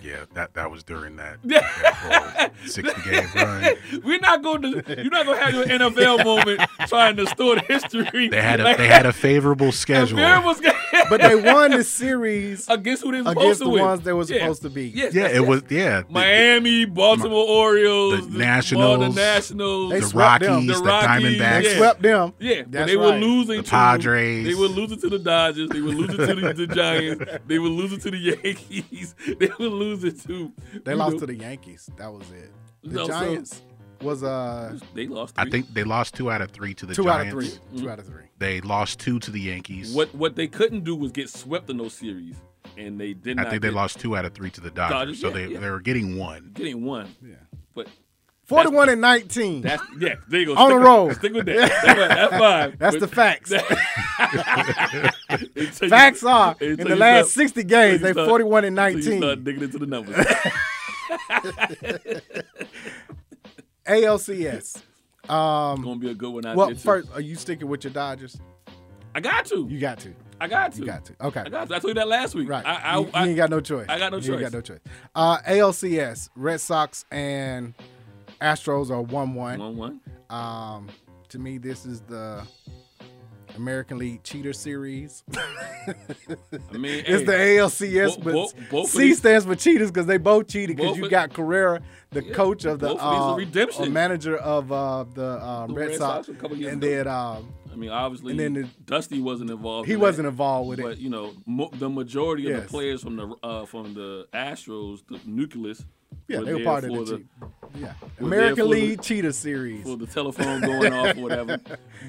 Speaker 7: Yeah, that that was during that, that whole sixty game run.
Speaker 6: We're not going to. You're not going to have your NFL moment trying to store the history.
Speaker 7: They had a they had a favorable schedule.
Speaker 6: There was
Speaker 5: But they won the series
Speaker 6: against who they supposed
Speaker 5: against
Speaker 6: to
Speaker 5: the
Speaker 6: win.
Speaker 5: ones they were
Speaker 6: Yeah.
Speaker 5: supposed to beat.
Speaker 6: Yes,
Speaker 7: Yeah,
Speaker 6: that's
Speaker 7: it was. Yeah, the-
Speaker 6: Miami, Baltimore Orioles,
Speaker 7: the
Speaker 6: Bal-
Speaker 7: Nationals.
Speaker 6: the Nationals.
Speaker 5: They
Speaker 7: the
Speaker 5: swept them.
Speaker 7: Rockies, the,
Speaker 6: The Rockies,
Speaker 7: Diamondbacks.
Speaker 6: yeah.
Speaker 5: Swept them.
Speaker 6: yeah, but
Speaker 5: That's
Speaker 6: they were
Speaker 5: right.
Speaker 6: losing
Speaker 7: The
Speaker 6: to
Speaker 7: Padres.
Speaker 6: They were losing to the Dodgers. They were losing to the, the Giants. They were losing to the Yankees. They were losing to.
Speaker 5: They
Speaker 6: you
Speaker 5: lost
Speaker 6: know,
Speaker 5: to the Yankees. That was it. The
Speaker 6: No, so-
Speaker 5: Giants was uh
Speaker 6: They lost.
Speaker 7: I
Speaker 6: three.
Speaker 7: think they lost two out of three to the
Speaker 5: two out
Speaker 7: Giants.
Speaker 5: of 3 Two out of three.
Speaker 7: They lost two to the Yankees.
Speaker 6: what what they couldn't do was get swept in those series, and they did
Speaker 7: I
Speaker 6: not.
Speaker 7: think they
Speaker 6: get-
Speaker 7: lost two out of three to the
Speaker 6: Dodgers,
Speaker 7: Dodgers. so
Speaker 6: yeah,
Speaker 7: they
Speaker 6: yeah.
Speaker 7: they were getting one.
Speaker 6: Getting one,
Speaker 5: Yeah.
Speaker 6: but
Speaker 5: Forty one and nineteen.
Speaker 6: that's yeah. There you go.
Speaker 5: On
Speaker 6: Stick
Speaker 5: the
Speaker 6: with-
Speaker 5: road.
Speaker 6: Stick with that. That's fine.
Speaker 5: That's
Speaker 6: That's fine. But-
Speaker 5: the facts.
Speaker 6: They tell you-
Speaker 5: Facts are
Speaker 6: they
Speaker 5: in
Speaker 6: tell
Speaker 5: the
Speaker 6: you
Speaker 5: last
Speaker 6: something.
Speaker 5: sixty games
Speaker 6: So you
Speaker 5: they
Speaker 6: start-
Speaker 5: forty one and
Speaker 6: so you start
Speaker 5: nineteen. Um,
Speaker 6: digging into the numbers.
Speaker 5: ALCS.
Speaker 6: gonna be a good one out
Speaker 5: Well,
Speaker 6: there, too.
Speaker 5: first, are you sticking with your Dodgers?
Speaker 6: I got to.
Speaker 5: You got to.
Speaker 6: I got to.
Speaker 5: You got to. Okay.
Speaker 6: I got to. I told you that last week.
Speaker 5: Right.
Speaker 6: I, I,
Speaker 5: you, you
Speaker 6: I,
Speaker 5: ain't got no choice.
Speaker 6: I got no
Speaker 5: You ain't
Speaker 6: choice.
Speaker 5: got no choice. Uh, ALCS, Red Sox and Astros are 1 1.
Speaker 6: one one.
Speaker 5: Um, to me, this is the American League Cheater Series.
Speaker 6: I mean,
Speaker 5: It's
Speaker 6: hey,
Speaker 5: the ALCS,
Speaker 6: bo-
Speaker 5: but
Speaker 6: bo- both of
Speaker 5: C
Speaker 6: these-
Speaker 5: stands for cheaters because they both cheated. Because
Speaker 6: Both
Speaker 5: you
Speaker 6: of-
Speaker 5: got Carrera, the coach of the
Speaker 6: both of these are
Speaker 5: uh,
Speaker 6: redemption.
Speaker 5: or manager of uh, the, uh, Red, Sox,
Speaker 6: a couple years
Speaker 5: and
Speaker 6: ago.
Speaker 5: then um,
Speaker 6: I mean, obviously,
Speaker 5: and then the-
Speaker 6: Dusty wasn't involved.
Speaker 5: he
Speaker 6: in
Speaker 5: wasn't
Speaker 6: that,
Speaker 5: involved with
Speaker 6: But
Speaker 5: it.
Speaker 6: you know, mo- the majority of the
Speaker 5: Yes.
Speaker 6: players from the uh, from the Astros, the nucleus,
Speaker 5: Yeah,
Speaker 6: were
Speaker 5: they were
Speaker 6: there
Speaker 5: part of
Speaker 6: for
Speaker 5: the, cheat. Yeah,
Speaker 6: were there
Speaker 5: American
Speaker 6: for the-
Speaker 5: League Cheater Series.
Speaker 6: for the telephone going off or whatever.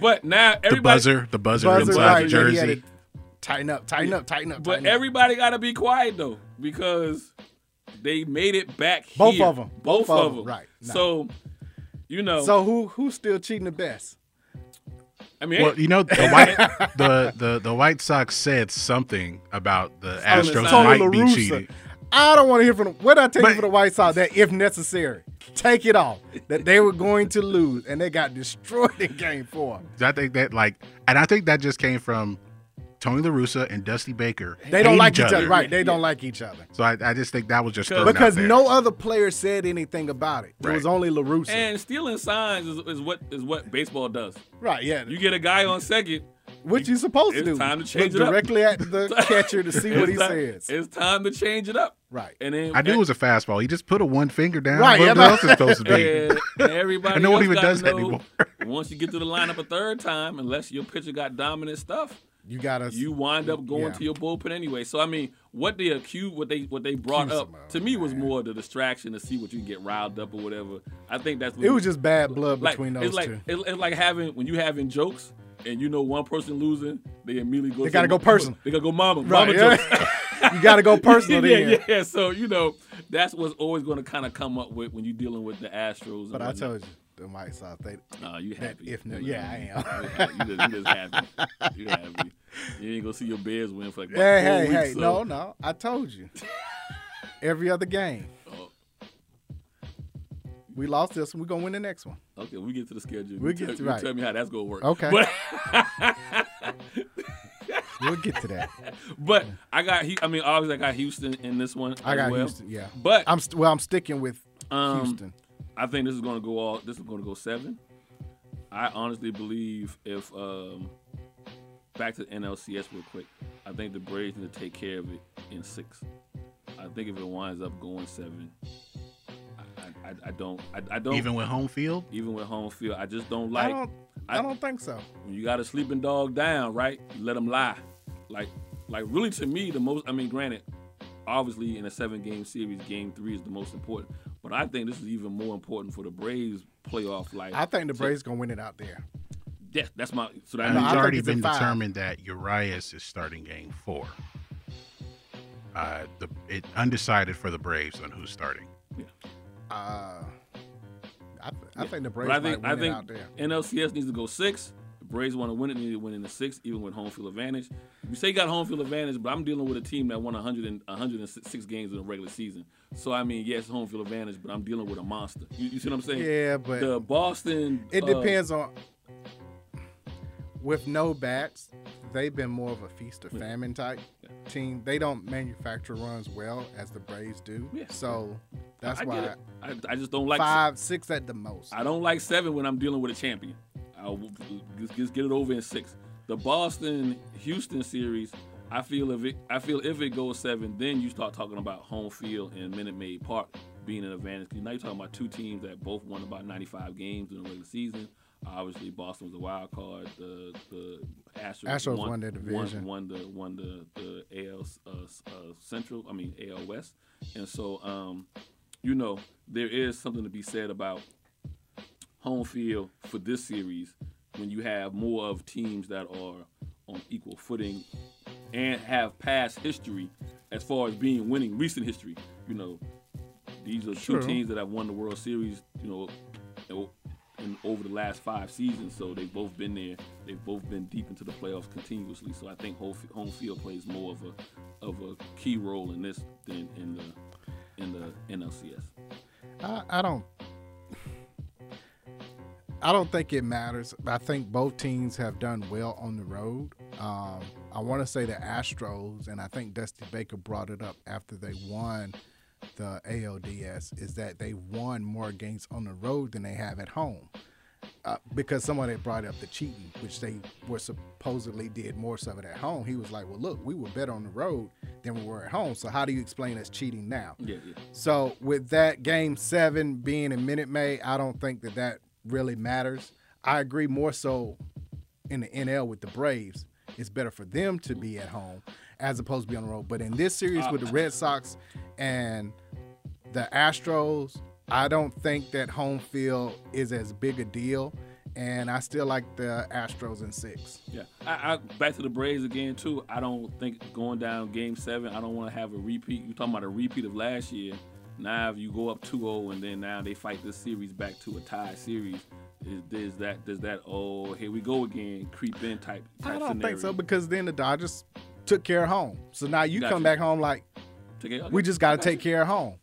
Speaker 6: But now everybody,
Speaker 7: The buzzer, the buzzer,
Speaker 5: Buzzer,
Speaker 7: inside
Speaker 5: right,
Speaker 7: the
Speaker 5: yeah, he had
Speaker 7: jersey.
Speaker 5: it Tighten up, tighten up, tighten up.
Speaker 6: but
Speaker 5: tighten up.
Speaker 6: everybody got to be quiet though because they made it back.
Speaker 5: Both
Speaker 6: here.
Speaker 5: of 'em.
Speaker 6: Both,
Speaker 5: Both of
Speaker 6: of
Speaker 5: 'em,
Speaker 6: them.
Speaker 5: right. No.
Speaker 6: So, you know,
Speaker 5: So who who's still cheating the best?
Speaker 6: I mean,
Speaker 7: Well, you know the white the, the the White Sox said something about the
Speaker 5: Tony
Speaker 7: Astros
Speaker 5: La
Speaker 7: might be
Speaker 5: Russa.
Speaker 7: cheating.
Speaker 5: I don't want to hear from what I take
Speaker 7: But-
Speaker 5: for the White Sox that if necessary, take it off that they were going to lose and they got destroyed in Game Four.
Speaker 7: I think that like, and I think that just came from Tony La Russa and Dusty Baker.
Speaker 5: They don't
Speaker 7: hating
Speaker 5: like each other, right? They don't like each other
Speaker 7: So I, I just think that was just thrown out
Speaker 5: because
Speaker 7: there.
Speaker 5: no other player said anything about it. It was
Speaker 7: Right.
Speaker 5: only Larusa,
Speaker 6: and stealing signs is, is what is what baseball does.
Speaker 5: right? Yeah,
Speaker 6: You get a guy on second.
Speaker 5: what you supposed to
Speaker 6: it's
Speaker 5: do?
Speaker 6: time to change
Speaker 5: Look
Speaker 6: it up.
Speaker 5: directly at the catcher to see what
Speaker 6: it's
Speaker 5: he
Speaker 6: time,
Speaker 5: says.
Speaker 6: It's time to change it up.
Speaker 5: Right.
Speaker 6: And then
Speaker 7: I knew it was a fastball. He just put a one finger down.
Speaker 5: Right,
Speaker 7: Right, what
Speaker 5: yeah,
Speaker 7: else is supposed to be?
Speaker 6: and, and everybody
Speaker 7: And no one
Speaker 6: else
Speaker 7: even
Speaker 6: gotta
Speaker 7: does that
Speaker 6: know,
Speaker 7: anymore.
Speaker 6: once you get to the lineup a third time, unless your pitcher got dominant stuff,
Speaker 5: you gotta
Speaker 6: you wind up going
Speaker 5: Yeah.
Speaker 6: to your bullpen anyway. So I mean, what they accused, what they what they brought
Speaker 5: Accuse
Speaker 6: up
Speaker 5: him of,
Speaker 6: to me was more the distraction to see what you get riled up or whatever. I think that's what
Speaker 5: It was just bad blood
Speaker 6: like,
Speaker 5: between those
Speaker 6: it's like,
Speaker 5: two.
Speaker 6: It's, it's like having when you having jokes and you know one person losing, they immediately go.
Speaker 5: They
Speaker 6: to
Speaker 5: gotta go
Speaker 6: mo-
Speaker 5: personal.
Speaker 6: They gotta go mama.
Speaker 5: Right,
Speaker 6: mama
Speaker 5: yeah.
Speaker 6: jokes.
Speaker 5: you got to go personal.
Speaker 6: yeah,
Speaker 5: then.
Speaker 6: yeah, yeah. So you know that's what's always going to kind of come up with when you're dealing with the Astros.
Speaker 5: But I told you, the White Sox, they
Speaker 6: no, you
Speaker 5: that
Speaker 6: happy?
Speaker 5: if no,
Speaker 6: You
Speaker 5: yeah,
Speaker 6: know,
Speaker 5: I am.
Speaker 6: you happy. You just, you just happy. You happy. You ain't gonna see your Bears win for like what,
Speaker 5: Hey,
Speaker 6: four
Speaker 5: hey,
Speaker 6: weeks.
Speaker 5: hey!
Speaker 6: so.
Speaker 5: No, no, I told you. Every other game,
Speaker 6: Oh.
Speaker 5: we lost this one. We're gonna win the next one.
Speaker 6: Okay, we get to the schedule.
Speaker 5: We'll
Speaker 6: You
Speaker 5: get
Speaker 6: tell,
Speaker 5: to-
Speaker 6: you
Speaker 5: right.
Speaker 6: Tell me how that's gonna work.
Speaker 5: Okay.
Speaker 6: But,
Speaker 5: We'll get to that.
Speaker 6: but I got. He, I mean, obviously, I got Houston in this one.
Speaker 5: I
Speaker 6: as
Speaker 5: got
Speaker 6: well.
Speaker 5: Houston. Yeah,
Speaker 6: But
Speaker 5: I'm st- well. I'm sticking with
Speaker 6: Um,
Speaker 5: Houston.
Speaker 6: I think this is going to go all. This is going to go seven. I honestly believe if um, back to the NLCS real quick, I think the Braves need to take care of it in six. I think if it winds up going seven, I, I, I- I don't. I, I don't.
Speaker 7: Even with home field,
Speaker 6: even with home field, I just don't
Speaker 5: I
Speaker 6: like
Speaker 5: don't. I,
Speaker 6: I-
Speaker 5: don't think so.
Speaker 6: when you got a sleeping dog down, right? You let them lie. Like, like really to me, the most. I mean, granted, obviously in a seven-game series, game three is the most important. But I think this is even more important for the Braves playoff life.
Speaker 5: I think the
Speaker 6: So-
Speaker 5: Braves gonna win it out there.
Speaker 6: Yeah, that's my. So that
Speaker 7: and
Speaker 5: No,
Speaker 7: it's
Speaker 5: I think
Speaker 7: already
Speaker 5: it's
Speaker 7: been
Speaker 5: in five.
Speaker 7: determined that Urias is starting game four. Uh, the it undecided for the Braves on who's starting.
Speaker 5: Uh, I, I think the Braves
Speaker 6: but I
Speaker 5: might
Speaker 6: think
Speaker 5: win
Speaker 6: I
Speaker 5: it out
Speaker 6: think
Speaker 5: there.
Speaker 6: NLCS needs to go six. Braves want to win it, they need to win in the sixth, even with home field advantage. You say you got home field advantage, but I'm dealing with a team that won 100 and, 106 games in the regular season. So I mean, yes, home field advantage, but I'm dealing with a monster. You, you see what I'm saying?
Speaker 5: Yeah, but-
Speaker 6: the Boston.
Speaker 5: It
Speaker 6: uh,
Speaker 5: depends on. With no bats, they've been more of a feast or famine type team. They don't manufacture runs well as the Braves do.
Speaker 6: Yeah.
Speaker 5: So that's
Speaker 6: uh, I
Speaker 5: why
Speaker 6: get it. I, I just don't like
Speaker 5: five, six at the most.
Speaker 6: I don't like seven when I'm dealing with a champion. I'll just, just get it over in six. The Boston Houston series, I feel if it I feel if it goes seven, then you start talking about home field and Minute Maid Park being an advantage. 'Cause now you're talking about two teams that both won about 95 games in the regular season. Obviously, Boston was a wild card. The the Astros,
Speaker 5: Astros won their division.
Speaker 6: Won, won the won the the AL uh, uh, Central. I mean AL West. And so, um, you know, there is something to be said about home field for this series when you have more of teams that are on equal footing and have past history as far as being winning recent history. You know, these are
Speaker 5: Sure.
Speaker 6: two teams that have won the World Series. You know, o- in, over the last five seasons, so they've both been there. They've both been deep into the playoffs continuously. So I think home, f- home field plays more of a of a key role in this than in the in the NLCS.
Speaker 5: I, I don't. I don't think it matters. I think both teams have done well on the road. Um, I want to say the Astros, and I think Dusty Baker brought it up after they won the ALDS, is that they won more games on the road than they have at home. Uh, because somebody had brought up the cheating, which they were supposedly did more so of it at home. He was like, "Well, look, we were better on the road than we were at home. So how do you explain us cheating now?"
Speaker 6: Yeah, yeah.
Speaker 5: So with that game seven being in Minute Maid, I don't think that that really matters. I agree more so in the NL with the Braves. It's better for them to be at home as opposed to be on the road. But in this
Speaker 6: Uh,
Speaker 5: series with the Red Sox and the Astros, I don't think that home field is as big a deal. And I still like the Astros in six.
Speaker 6: Yeah, I, I back to the Braves again too. I don't think going down Game Seven. I don't want to have a repeat. You talking about a repeat of last year? Now if you go up 2-0 and then now they fight this series back to a tie series, is there's that there's that oh here we go again creep in type. type
Speaker 5: I don't
Speaker 6: scenario.
Speaker 5: think so because then the Dodgers took care of home. So now you
Speaker 6: Gotcha.
Speaker 5: come back home like
Speaker 6: Take it- okay,
Speaker 5: we just got to
Speaker 6: gotcha,
Speaker 5: take care of home.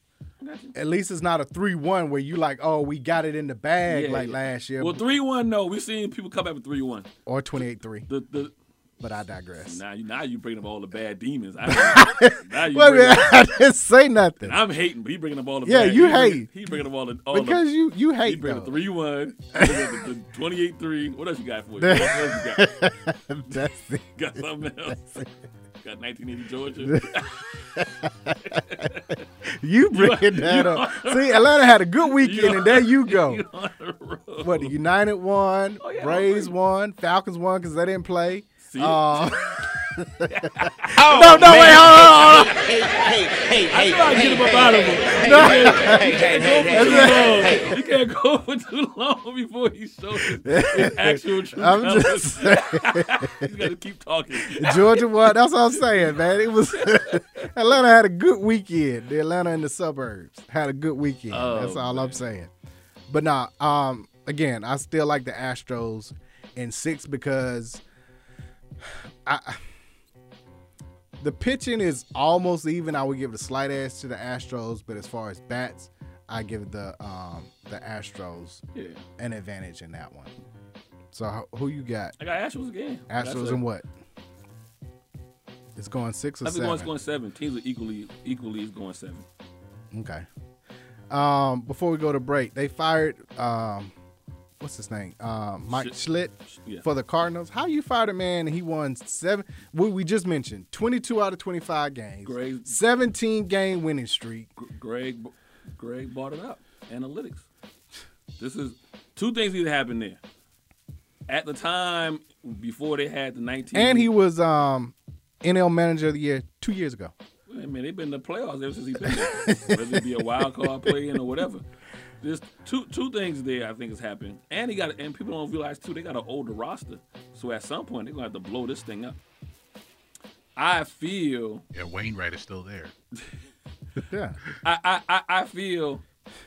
Speaker 6: gotcha.
Speaker 5: at least it's not a three one where you like, oh, we got it in the bag
Speaker 6: Yeah,
Speaker 5: like
Speaker 6: yeah.
Speaker 5: last year
Speaker 6: Well, three one. No, we've seen people come back with three one.
Speaker 5: or twenty eight three.
Speaker 6: The the
Speaker 5: But I digress.
Speaker 6: now you now you bringing up all the bad demons. I, now you
Speaker 5: Well,
Speaker 6: bringing
Speaker 5: man,
Speaker 6: up-
Speaker 5: I didn't say nothing
Speaker 6: I'm hating, but he bringing up all the
Speaker 5: Yeah,
Speaker 6: bad-
Speaker 5: you
Speaker 6: he bringing-
Speaker 5: hate.
Speaker 6: He bringing up all the all the,
Speaker 5: because you you
Speaker 6: He
Speaker 5: hate
Speaker 6: bring
Speaker 5: though.
Speaker 6: a three one, the twenty eight three. What else you got for you? What else you got?
Speaker 5: That's it.
Speaker 6: Got something else? Got nineteen eighty Georgia.
Speaker 5: You bringing that up. See, Atlanta had a good weekend, and there you go.
Speaker 6: You on the road.
Speaker 5: What the United won,
Speaker 6: Oh, yeah,
Speaker 5: Braves
Speaker 6: Braves.
Speaker 5: won, Falcons won because they didn't play.
Speaker 6: See? Oh,
Speaker 5: Uh, no, no, wait, hold on, hold on.
Speaker 6: I try to get him up out of him. You can't- you can't go for too long. You can't go for too long before he shows his his actual true
Speaker 5: I'm
Speaker 6: colors.
Speaker 5: just saying.
Speaker 6: He's got to keep talking.
Speaker 5: Georgia won. That's what I'm saying, man. It was Atlanta had a good weekend. The Atlanta and the suburbs had a good weekend.
Speaker 6: Oh,
Speaker 5: That's all I'm saying. But nah, um, again, I still like the Astros in six because I the pitching is almost even. I would give the slight edge to the Astros, but as far as bats, I give the um the Astros
Speaker 6: Yeah.
Speaker 5: an advantage in that one. So who you got?
Speaker 6: I got Astros again. Like I
Speaker 5: Astros
Speaker 6: said,
Speaker 5: and what? It's going six or
Speaker 6: I think one's
Speaker 5: seven.
Speaker 6: going seven. Teams are equally equally is going seven.
Speaker 5: okay. Um, before we go to break, they fired um, what's his name? Um, Mike Schlitt
Speaker 6: yeah.
Speaker 5: for the Cardinals. How you fired a man and he won seven? We, we just mentioned twenty-two out of twenty-five games,
Speaker 6: Great.
Speaker 5: seventeen game winning streak.
Speaker 6: Greg, Greg brought it up. Analytics. This is two things need to happen there. At the time before they had the 19,
Speaker 5: And he was um, NL Manager of the Year two years ago.
Speaker 6: I mean, they've been in the playoffs ever since he been there. Whether it be a wild card play-in or whatever. There's two two things there I think has happened, and he got and people don't realize too they got an older roster, so at some point they're gonna have to blow this thing up. I feel
Speaker 7: Yeah, Wainwright is still there.
Speaker 5: Yeah,
Speaker 6: I, I, I- I feel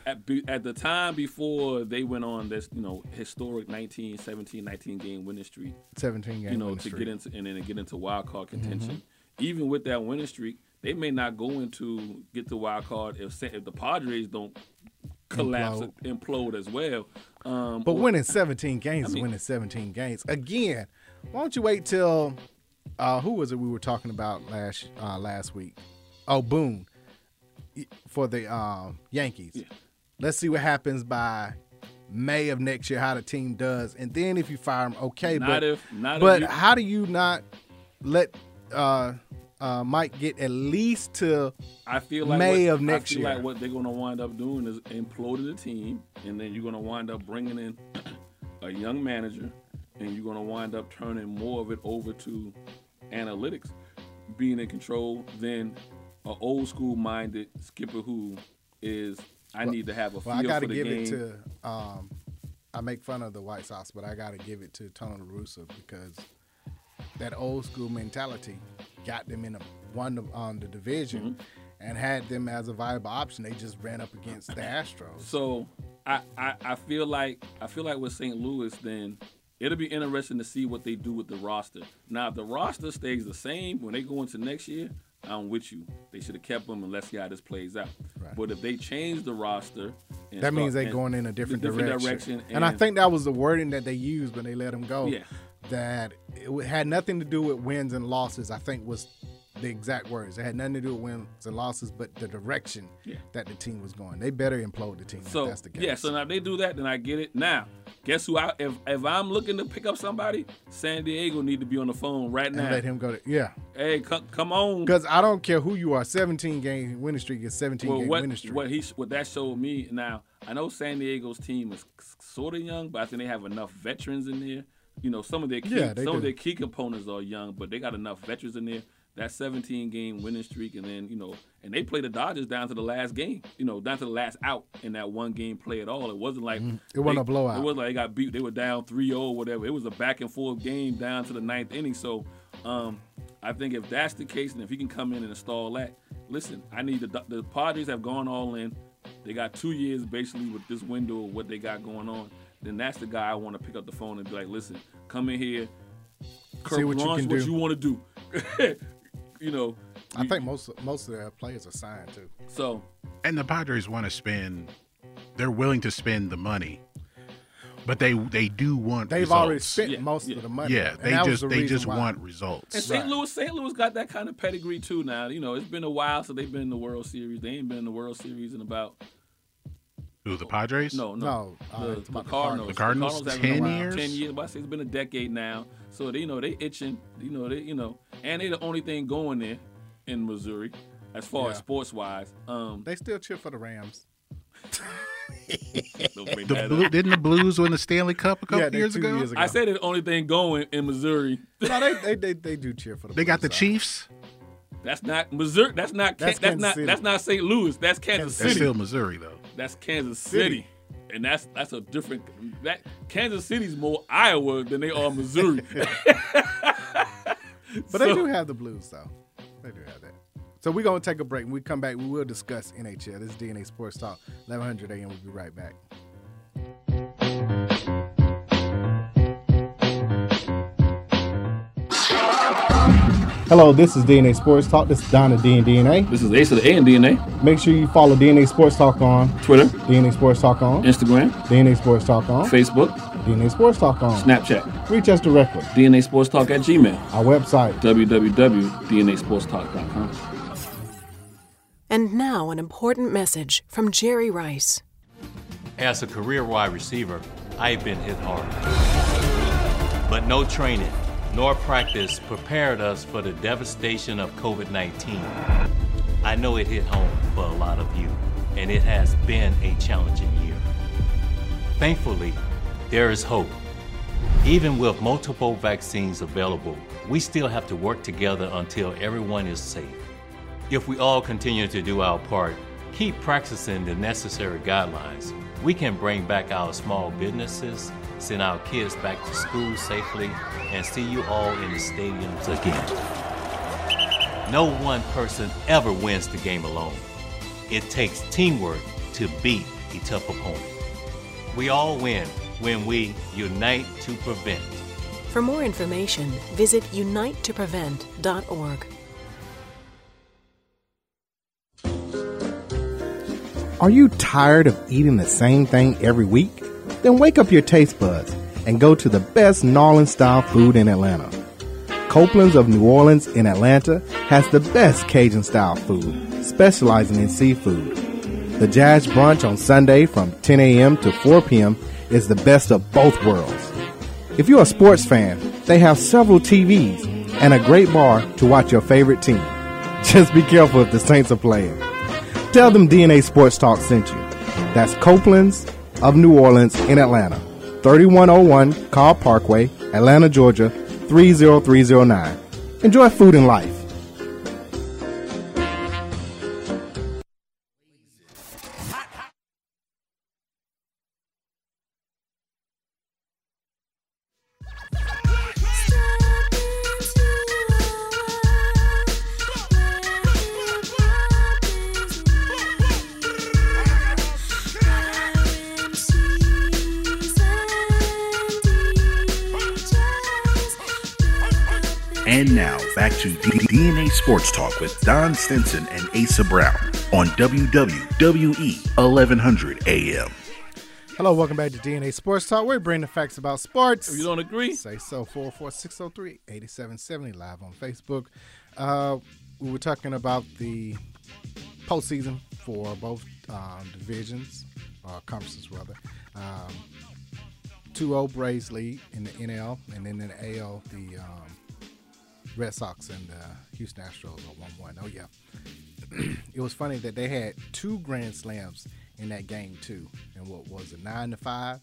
Speaker 6: at, be, at the time before they went on this, you know, historic 19, 17, 19 game winning streak,
Speaker 5: 17 game
Speaker 6: you know,
Speaker 5: winning
Speaker 6: to
Speaker 5: streak. Mm-hmm.
Speaker 6: get into and then to get into wild card contention. Even with that winning streak, they may not go into get the wild card if Sa- if the Padres don't collapse
Speaker 5: Implode.
Speaker 6: and implode as well. Um,
Speaker 5: But
Speaker 6: or-
Speaker 5: winning 17 games is
Speaker 6: mean-
Speaker 5: winning 17 games. Again, why don't you wait till uh, who was it we were talking about last uh, last week? Oh, Boone Y- for the um, Yankees. Let's see what happens by May of next year how the team does, and then if you fire him, okay.
Speaker 6: Not
Speaker 5: but
Speaker 6: if- not if
Speaker 5: but
Speaker 6: you-
Speaker 5: how do you not let uh, uh, Mike get at least to
Speaker 6: I feel like
Speaker 5: May
Speaker 6: what,
Speaker 5: of next
Speaker 6: I feel
Speaker 5: year.
Speaker 6: Like what they're gonna wind up doing is imploding the team, and then you're gonna wind up bringing in a young manager, and you're gonna wind up turning more of it over to analytics, being in control than an old school minded skipper who is I need to have a
Speaker 5: Well,
Speaker 6: feel
Speaker 5: I got to
Speaker 6: for the
Speaker 5: give
Speaker 6: game.
Speaker 5: it to. Um, I make fun of the White Sox, but I got to give it to Tony La Russa because that old school mentality got them in a one of- on the division
Speaker 6: Mm-hmm.
Speaker 5: and had them as a viable option. They just ran up against the Astros.
Speaker 6: So I, I I feel like I feel like with St. Louis, then it'll be interesting to see what they do with the roster. Now, if the roster stays the same when they go into next year, I'm with you. They should have kept them, and let's see how this plays out.
Speaker 5: Right.
Speaker 6: But if they change the roster, and
Speaker 5: That means
Speaker 6: start-
Speaker 5: they're
Speaker 6: and-
Speaker 5: going in a different, direction. And, I
Speaker 6: and-
Speaker 5: think that was the wording that they used when they let him go.
Speaker 6: Yeah.
Speaker 5: That it w- had nothing to do with wins and losses, I think was the exact words. It had nothing to do with wins and losses, but the direction
Speaker 6: Yeah.
Speaker 5: that the team was going. They better implode the team
Speaker 6: So
Speaker 5: if that's the case.
Speaker 6: yeah, so now if they do that, then I get it. Now, guess who? I if if I'm looking to pick up somebody, San Diego need to be on the phone right
Speaker 5: and
Speaker 6: now.
Speaker 5: let him go to yeah.
Speaker 6: Hey, come, come on.
Speaker 5: Because I don't care who you are, 17 game winning streak is 17
Speaker 6: well,
Speaker 5: game
Speaker 6: what,
Speaker 5: winning streak.
Speaker 6: what he what that showed me now i know san diego's team is sort of young but i think they have enough veterans in there you know some of their key,
Speaker 5: Yeah, they
Speaker 6: some of
Speaker 5: do.
Speaker 6: their key components are young but they got enough veterans in there that 17 game winning streak and then you know and they played the dodgers down to the last game you know down to the last out in that one game play at all it wasn't like
Speaker 5: It wasn't
Speaker 6: they-
Speaker 5: a blowout.
Speaker 6: it wasn't like they got beat they were down 3-0 or whatever it was a back and forth game down to the ninth inning so um I think if that's the case, and if he can come in and install that, listen, I need the the Padres have gone all in. They got two years basically with this window of what they got going on. Then that's the guy I want to pick up the phone and be like, listen, come in here,
Speaker 5: See what you
Speaker 6: launch
Speaker 5: can
Speaker 6: what
Speaker 5: do.
Speaker 6: you want to do. you know,
Speaker 5: I
Speaker 6: you-
Speaker 5: think most most of their players are signed too.
Speaker 6: so.
Speaker 7: And the Padres want to spend. They're willing to spend the money, but they they do want.
Speaker 5: They've
Speaker 7: results.
Speaker 5: already spent
Speaker 6: Yeah,
Speaker 5: most
Speaker 6: yeah.
Speaker 5: of the money.
Speaker 7: Yeah,
Speaker 5: and
Speaker 7: they
Speaker 5: that was
Speaker 7: just
Speaker 5: the
Speaker 7: they
Speaker 5: reason
Speaker 7: just
Speaker 5: why.
Speaker 7: want
Speaker 6: And
Speaker 7: results.
Speaker 6: St.
Speaker 5: Right.
Speaker 6: Louis, St. Louis got that kind of pedigree too. Now you know it's been a while since they've been in the World Series. They ain't been in the World Series in about
Speaker 7: Who the Padres?
Speaker 6: No, no,
Speaker 5: No, uh,
Speaker 6: the,
Speaker 5: it's about
Speaker 6: the
Speaker 5: the
Speaker 6: Cardinals.
Speaker 5: Cardinals.
Speaker 7: The Cardinals,
Speaker 6: haven't been
Speaker 7: 10
Speaker 6: around
Speaker 7: years?
Speaker 6: Ten years. But I say it's been a decade now. So they, you know, they itching. You know, they, you know, and they the only thing going there in Missouri, as far as
Speaker 5: Yeah.
Speaker 6: sports wise. Um,
Speaker 5: They still cheer for the Rams.
Speaker 6: don't bring
Speaker 7: The
Speaker 6: that
Speaker 7: blue,
Speaker 6: up.
Speaker 7: didn't the Blues win the Stanley Cup a couple
Speaker 5: yeah, they
Speaker 7: years,
Speaker 5: two
Speaker 7: ago?
Speaker 5: years ago.
Speaker 6: I said the only thing going in Missouri.
Speaker 5: no, they, they, they, they do cheer for the.
Speaker 7: They got the
Speaker 5: Blues, though.
Speaker 7: Chiefs.
Speaker 6: That's not Missouri. That's not.
Speaker 5: That's
Speaker 6: That's, that's
Speaker 5: Kansas
Speaker 6: not.
Speaker 5: City.
Speaker 6: That's not St. Louis. That's Kansas,
Speaker 7: That's
Speaker 6: City.
Speaker 7: still Missouri though.
Speaker 6: that's Kansas City. And that's that's a different. That Kansas City's more Iowa than they are Missouri.
Speaker 5: But they do have the Blues though. They do have that. So we're gonna take a break. When we come back, we will discuss NHL. This is DNA Sports Talk, 1100 AM. We'll be right back. Hello, this is DNA Sports Talk. This is Donna D and DNA.
Speaker 6: This is Ace of the A and DNA.
Speaker 5: Make sure you follow DNA Sports Talk on
Speaker 6: Twitter,
Speaker 5: DNA Sports Talk on
Speaker 6: Instagram,
Speaker 5: DNA Sports Talk on
Speaker 6: Facebook,
Speaker 5: DNA Sports Talk on.
Speaker 6: Snapchat.
Speaker 5: Reach us directly.
Speaker 6: DNA Sports Talk at Gmail.
Speaker 5: Our website
Speaker 6: www.dnasportstalk.com.
Speaker 8: And now, an important message from Jerry Rice.
Speaker 9: As a career wide receiver, I've been hit hard. But no training nor practice prepared us for the devastation of COVID 19. I know it hit home for a lot of you, and it has been a challenging year. Thankfully, there is hope. Even with multiple vaccines available, we still have to work together until everyone is safe. If we all continue to do our part, keep practicing the necessary guidelines, we can bring back our small businesses, send our kids back to school safely, and see you all in the stadiums again. No one person ever wins the game alone. It takes teamwork to beat a tough opponent. We all win when we unite to prevent.
Speaker 8: For more information, visit unitetoprevent.org.
Speaker 5: Are you tired of eating the same thing every week? Then wake up your taste buds and go to the best gnarling style food in Atlanta. Copeland's of New Orleans in Atlanta has the best Cajun style food, specializing in seafood. The Jazz Brunch on Sunday from 10 a.m. to 4 p.m. is the best of both worlds. If you're a sports fan, they have several TVs and a great bar to watch your favorite team. Just be careful if the Saints are playing. Tell them DNA Sports Talk sent you. That's Copeland's of New Orleans in Atlanta. 3101 Carl Parkway, Atlanta, Georgia 30309. Enjoy food and life.
Speaker 10: And now back to D- DNA Sports Talk with Don Stinson and Asa Brown on E WWE 1100 AM.
Speaker 5: Hello, welcome back to DNA Sports Talk. We bring the facts about sports.
Speaker 6: If you don't agree,
Speaker 5: say so. 44603-8770 live on Facebook. Uh, we were talking about the postseason for both um, divisions, uh, conferences rather. Um, 2-0 Braves lead in the NL, and then in the AL, the um, Red Sox and the Houston Astros are 1-1. Oh, yeah. it was funny that they had two grand slams in that game too. And what was it, nine to five?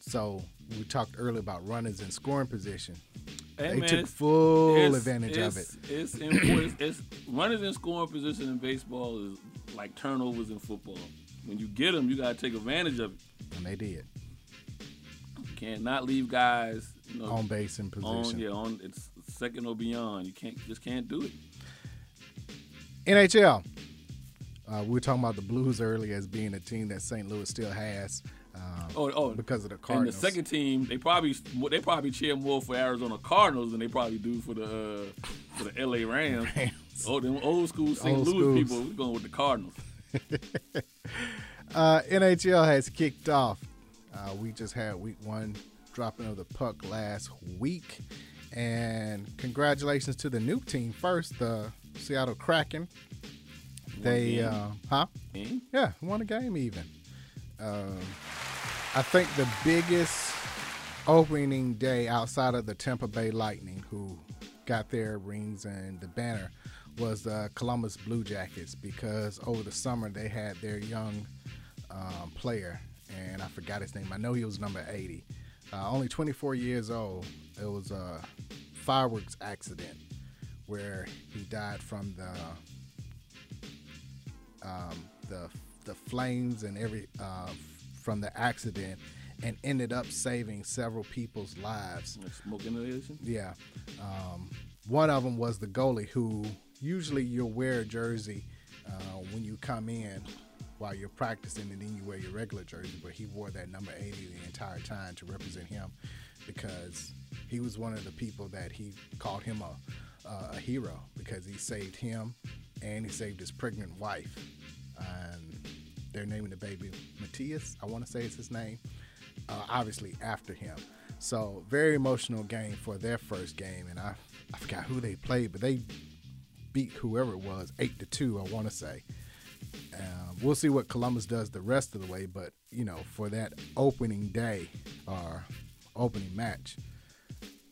Speaker 5: So we talked earlier about runners in scoring position.
Speaker 6: Hey,
Speaker 5: they
Speaker 6: man,
Speaker 5: took
Speaker 6: it's-
Speaker 5: full
Speaker 6: it's-
Speaker 5: advantage of it.
Speaker 6: it's- It's important. it's runners in scoring position in baseball is like turnovers in football. When you get them, you gotta take advantage of it.
Speaker 5: And they did.
Speaker 6: You can't not leave guys you know,
Speaker 5: On base and position.
Speaker 6: Oh. On, yeah, on it's second or beyond. You can't just can't do it.
Speaker 5: NHL. Uh, we were talking about the Blues earlier as being a team that St. Louis still has. Um,
Speaker 6: Oh, oh,
Speaker 5: because of the
Speaker 6: And the
Speaker 5: Cardinals.
Speaker 6: second team, they probably they probably cheer more for Arizona Cardinals than they probably do for the uh, for the LA Rams. Oh, them old school St.
Speaker 5: Old
Speaker 6: Louis
Speaker 5: schools.
Speaker 6: people, we going with the Cardinals.
Speaker 5: uh, NHL has kicked off. Uh, we just had week one dropping of the puck last week. And congratulations to the new team first, the Seattle Kraken. They,
Speaker 6: game.
Speaker 5: uh, huh?
Speaker 6: Game?
Speaker 5: Yeah, won a game even. Um, I think the biggest opening day outside of the Tampa Bay Lightning, who got their rings and the banner, was the Columbus Blue Jackets because over the summer they had their young um, player, and I forgot his name. I know he was number 80, uh, only 24 years old. It was a fireworks accident where he died from the um, the the flames and every uh, from the accident, and ended up saving several people's lives.
Speaker 6: Smoke inhalation.
Speaker 5: Yeah, um, one of them was the goalie who usually you'll wear a jersey uh, when you come in while you're practicing, and then you wear your regular jersey. But he wore that number eighty the entire time to represent him because he was one of the people that he called him a a hero because he saved him and he saved his pregnant wife. And they're naming the baby Matthias. I want to say it's his name. Uh, obviously after him. So very emotional game for their first game, and I I forgot who they played, but they beat whoever it was eight to two. I want to say. Um, we'll see what Columbus does the rest of the way, but you know, for that opening day or opening match,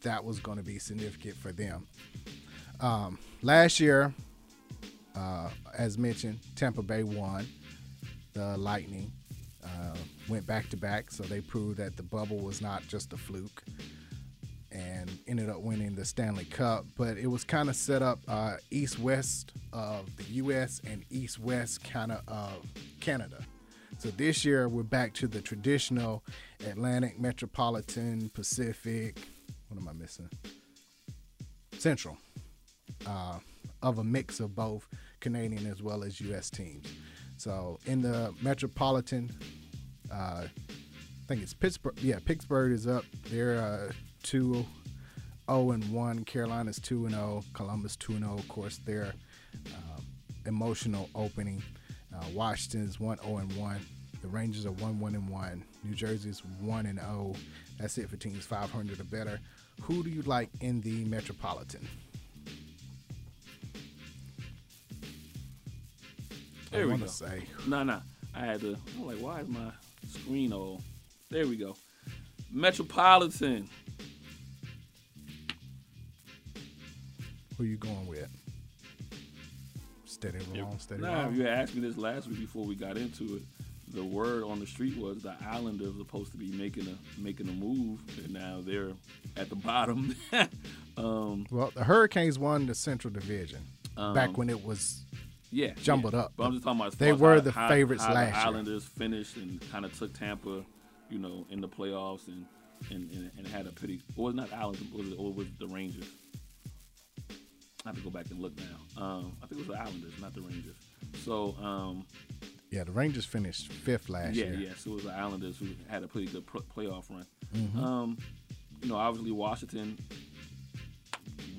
Speaker 5: that was going to be significant for them. Um, last year, uh, as mentioned, Tampa Bay won. The Lightning uh, went back to back, so they proved that the bubble was not just a fluke and ended up winning the Stanley Cup. But it was kind of set up uh, east west of the U.S. and east west kind of of Canada. So this year we're back to the traditional Atlantic, Metropolitan, Pacific. What am I missing? Central uh, of a mix of both Canadian as well as U.S. teams. So in the metropolitan, uh, I think it's Pittsburgh. Yeah, Pittsburgh is up. They're uh, two. 0 and 1. Carolina's 2 and 0. Columbus 2 and 0. Of course, their um, emotional opening. Uh, Washington's 1 0 oh, and 1. The Rangers are 1 1 and 1. New Jersey's 1 and 0. That's it for teams 500 or better. Who do you like in the Metropolitan?
Speaker 6: There
Speaker 5: I
Speaker 6: we
Speaker 5: wanna
Speaker 6: go.
Speaker 5: say.
Speaker 6: No, no. I had to. I'm like, why is my screen old? There we go. Metropolitan.
Speaker 5: Who you going with? Steady wrong, steady
Speaker 6: Now,
Speaker 5: wrong.
Speaker 6: if you had asked me this last week before we got into it, the word on the street was the Islanders were supposed to be making a making a move, and now they're at the bottom. um,
Speaker 5: Well, the Hurricanes won the Central Division
Speaker 6: Um,
Speaker 5: back when it was
Speaker 6: yeah,
Speaker 5: jumbled
Speaker 6: yeah.
Speaker 5: up.
Speaker 6: But I'm just talking about as
Speaker 5: they
Speaker 6: far as
Speaker 5: were
Speaker 6: how-
Speaker 5: the
Speaker 6: how-
Speaker 5: favorites
Speaker 6: how the
Speaker 5: last year.
Speaker 6: Islanders finished and kind of took Tampa, you know, in the playoffs and and, and, and had a pretty. Or was not Islanders, was it, or was it the Rangers? I have to go back and look now. Um, I think it was the Islanders, not the Rangers. So. Um,
Speaker 5: Yeah, the Rangers finished fifth last
Speaker 6: yeah,
Speaker 5: year.
Speaker 6: Yeah, so it was the Islanders who had a pretty good pl- playoff run.
Speaker 5: Mhm.
Speaker 6: Um, you know, obviously Washington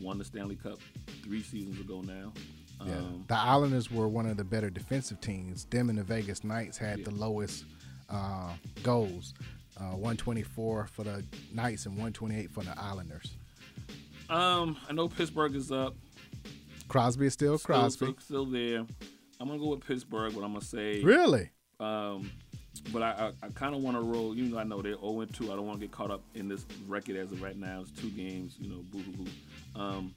Speaker 6: won the Stanley Cup three seasons ago now.
Speaker 5: Yeah.
Speaker 6: Um,
Speaker 5: the Islanders were one of the better defensive teams. Them and the Vegas Knights had
Speaker 6: Yeah.
Speaker 5: the lowest uh, goals uh, 124 for the Knights and 128 for the Islanders.
Speaker 6: um, I know Pittsburgh is up.
Speaker 5: Crosby is still Crosby.
Speaker 6: Still, still there. I'm gonna go with Pittsburgh, but I'm gonna say
Speaker 5: Really?
Speaker 6: Um, but I I, I kind of want to roll. You know, I know they're 0 and 2. I don't want to get caught up in this record as of right now. It's two games. You know, boo hoo hoo. Um,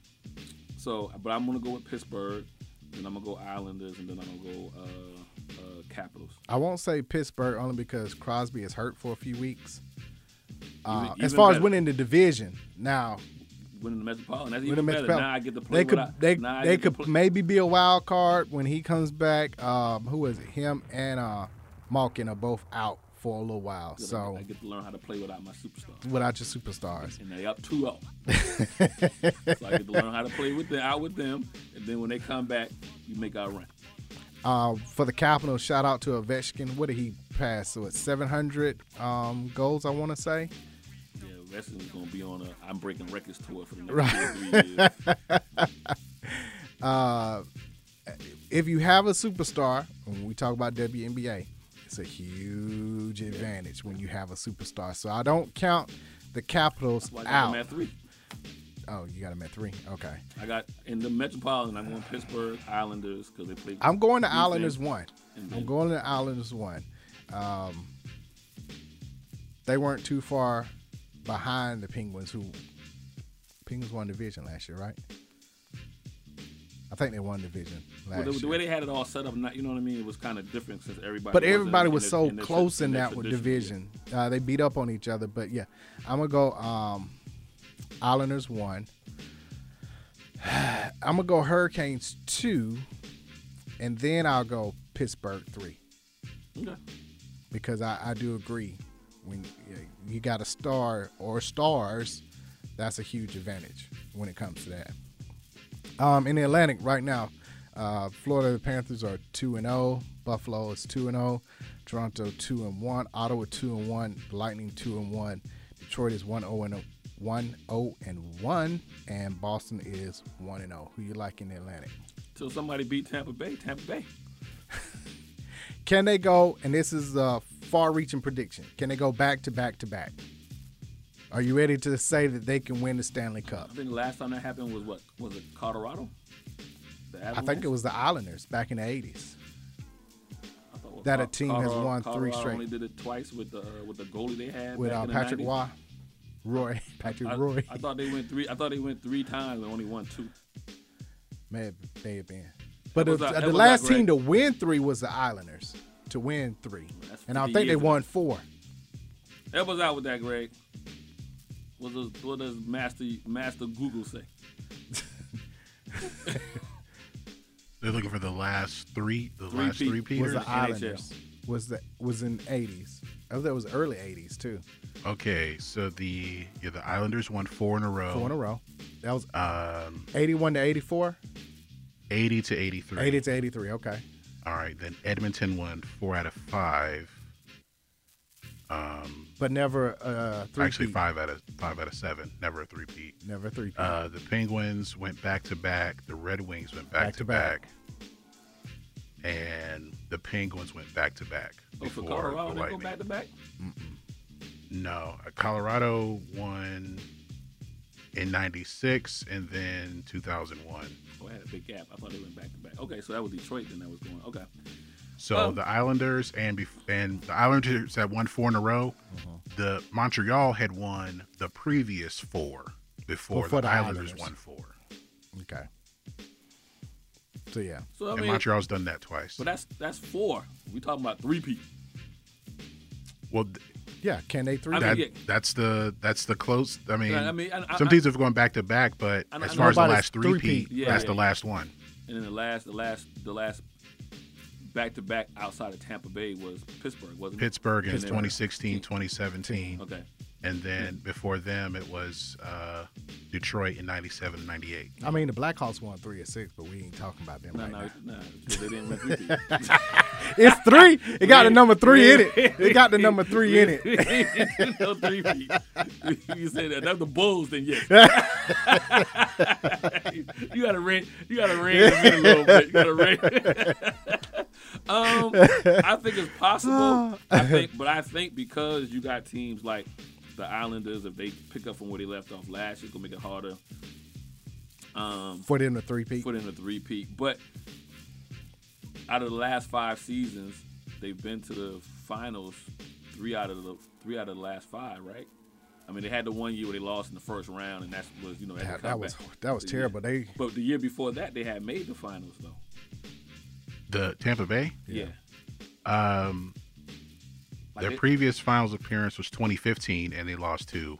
Speaker 6: so, but I'm gonna go with Pittsburgh. Then I'm gonna go Islanders, and then I'm gonna go uh, uh, Capitals.
Speaker 5: I won't say Pittsburgh only because Crosby is hurt for a few weeks. Uh,
Speaker 6: Even-
Speaker 5: as
Speaker 6: even
Speaker 5: far as
Speaker 6: better.
Speaker 5: winning the division, now
Speaker 6: Winning the Metropolitan. That's
Speaker 5: With
Speaker 6: even
Speaker 5: the
Speaker 6: better.
Speaker 5: Metropolitan.
Speaker 6: Now I get to play.
Speaker 5: They could,
Speaker 6: what I-
Speaker 5: they,
Speaker 6: now I
Speaker 5: they
Speaker 6: get to
Speaker 5: could
Speaker 6: play-
Speaker 5: maybe be a wild card when he comes back. Um, who is it? Him and uh, Malkin are both out for a little while.
Speaker 6: Good. I
Speaker 5: So
Speaker 6: get- I get to learn how to play without my superstar.
Speaker 5: without your superstars,
Speaker 6: And they up 2-0. so I get to learn how to play with them, out with them, and then when they come back, you make our run.
Speaker 5: uh, for the Capitals, shout out to Ovechkin. What did he pass? So it's 700 um, goals, I want to say.
Speaker 6: Yeah, wrestling is gonna be on a I'm breaking records tour for the next two or three years.
Speaker 5: Right. uh, if you have a superstar, when we talk about WNBA, it's a huge advantage when you have a superstar. So I don't count the Capitals
Speaker 6: That's why I got them
Speaker 5: out.
Speaker 6: at three.
Speaker 5: Oh, you got them at three. Okay.
Speaker 6: I got in the Metropolitan. I'm going Pittsburgh Islanders because they play.
Speaker 5: I'm going to
Speaker 6: defense.
Speaker 5: Islanders one.
Speaker 6: And
Speaker 5: I'm
Speaker 6: then-
Speaker 5: going to Islanders one. Um, they weren't too far behind the Penguins, who Penguins won division last year, right? I think they won division last
Speaker 6: Well, the,
Speaker 5: year.
Speaker 6: the way they had it all set up, not, you know what I mean. It was kind of different since everybody.
Speaker 5: But
Speaker 6: wasn't
Speaker 5: everybody
Speaker 6: in
Speaker 5: was
Speaker 6: their-
Speaker 5: so
Speaker 6: their-
Speaker 5: close in
Speaker 6: their
Speaker 5: that one
Speaker 6: traditional-
Speaker 5: division. Uh, they beat up on each other. But yeah, I'm gonna go um, Islanders one. I'm gonna go Hurricanes two, and then I'll go Pittsburgh three
Speaker 6: Okay.
Speaker 5: because I, I do agree when you, you got a star or stars, that's a huge advantage when it comes to that. Um, in the Atlantic right now, uh, Florida Panthers are two and zero. Buffalo is two and zero. Toronto two and one. Ottawa two and one. Lightning two and one. Detroit is one zero and one zero and one. And Boston is one and zero. Who you like in the Atlantic?
Speaker 6: Till somebody beat Tampa Bay. Tampa Bay.
Speaker 5: Can they go? And this is a far-reaching prediction. Can they go back to back to back? Are you ready to say that they can win the Stanley Cup?
Speaker 6: I think the last time that happened was what? Was it Colorado? The
Speaker 5: I think
Speaker 6: Avalanche?
Speaker 5: it was the Islanders back in the '80s.
Speaker 6: I thought it was
Speaker 5: that a
Speaker 6: Col-
Speaker 5: team has
Speaker 6: Colorado-
Speaker 5: won three
Speaker 6: Colorado
Speaker 5: straight.
Speaker 6: Only did it twice with the with the goalie they had
Speaker 5: with
Speaker 6: back
Speaker 5: uh,
Speaker 6: in the
Speaker 5: Patrick
Speaker 6: 90s.
Speaker 5: Waugh, Roy, Patrick
Speaker 6: I,
Speaker 5: Roy.
Speaker 6: I thought they went three. I thought they went three times and only won two.
Speaker 5: May have, may have been. But
Speaker 6: was
Speaker 5: the,
Speaker 6: not-
Speaker 5: uh, the
Speaker 6: that was not
Speaker 5: last team
Speaker 6: great.
Speaker 5: to win three was the Islanders to win three,
Speaker 6: That's
Speaker 5: and I
Speaker 6: 50
Speaker 5: think they
Speaker 6: years
Speaker 5: won four.
Speaker 6: Help us out with that, Greg. What does what does Master Master Google say?
Speaker 7: They're looking for the last three, the last
Speaker 6: Three-peat.
Speaker 7: three
Speaker 5: Was
Speaker 7: Peters.
Speaker 5: the Islanders? Was the was in '80s? I think it was early '80s too.
Speaker 7: Okay, so the yeah, the Islanders won four in a row.
Speaker 5: Four in a row. That was
Speaker 7: Um,
Speaker 5: '81 to '84,
Speaker 7: eighty to eighty three.
Speaker 5: '80 to '83. Okay,
Speaker 7: All right, then Edmonton won four out of five. Um,
Speaker 5: but never uh, three.
Speaker 7: actually five out of five out of seven. Never a three peat.
Speaker 5: Never three.
Speaker 7: Uh, the Penguins went back to back. The Red Wings went back, to back. And the Penguins went back to back.
Speaker 6: Oh, for Colorado, they go back to back.
Speaker 7: No, Uh, Colorado won in '96 and then 2001.
Speaker 6: Oh, I had a big gap. I thought they went back to back. Okay, so that was Detroit. Then that was going. Okay.
Speaker 7: So
Speaker 6: Oh.
Speaker 7: the Islanders and bef- and the Islanders had won four in a row. The Montreal had won the previous four before,
Speaker 5: Before
Speaker 7: the,
Speaker 5: the
Speaker 7: Islanders,
Speaker 5: Islanders.
Speaker 7: won four.
Speaker 5: Okay. So yeah.
Speaker 6: So I
Speaker 7: and
Speaker 6: mean,
Speaker 7: Montreal's done that twice.
Speaker 6: but that's that's four. We talking about three peat.
Speaker 7: Well, th-
Speaker 5: Yeah, can they three?
Speaker 6: I mean,
Speaker 7: that,
Speaker 6: yeah.
Speaker 7: that's the that's the close. I mean,
Speaker 6: I mean, I- I-
Speaker 7: some teams have gone back to back, but
Speaker 6: I- I
Speaker 7: as
Speaker 6: know
Speaker 7: far as the
Speaker 5: about
Speaker 7: last
Speaker 5: this
Speaker 7: three
Speaker 5: three-peat.
Speaker 7: peat,
Speaker 6: Yeah,
Speaker 7: that's
Speaker 6: yeah.
Speaker 7: the last one.
Speaker 6: And then the last, the last, the last back to back outside of Tampa Bay was Pittsburgh, wasn't it?
Speaker 7: Pittsburgh in
Speaker 6: And then-
Speaker 7: 2016, 2017,
Speaker 6: Okay.
Speaker 7: and then before them it was uh, Detroit in 97 and 98.
Speaker 5: I mean, the Blackhawks won three or six, but we ain't talking about them
Speaker 6: No,
Speaker 5: right
Speaker 6: no,
Speaker 5: now.
Speaker 6: no. 'cause They didn't win three peat.
Speaker 5: It's three. It got the number three in it. It got the number three in it.
Speaker 6: no three peat. You said that. That's the Bulls, then yes. you gotta rent. You gotta rent them in a little bit. You gotta rent. um, I think it's possible. I think, but I think because you got teams like the Islanders, if they pick up from where they left off last, it's gonna make it harder. Um,
Speaker 5: For them to three peat.
Speaker 6: put in a three peat. But out of the last five seasons, they've been to the finals three out of the three out of the last five, right? I mean, they had the one year where they lost in the first round, and that was you know as a
Speaker 5: That, that was
Speaker 6: comeback.
Speaker 5: that was
Speaker 6: Yeah.
Speaker 5: terrible. They
Speaker 6: But the year before that, they had made the finals though.
Speaker 7: The Tampa Bay.
Speaker 6: Yeah,
Speaker 7: Um,
Speaker 6: Like
Speaker 7: their
Speaker 6: it-
Speaker 7: previous finals appearance was 2015, and they lost to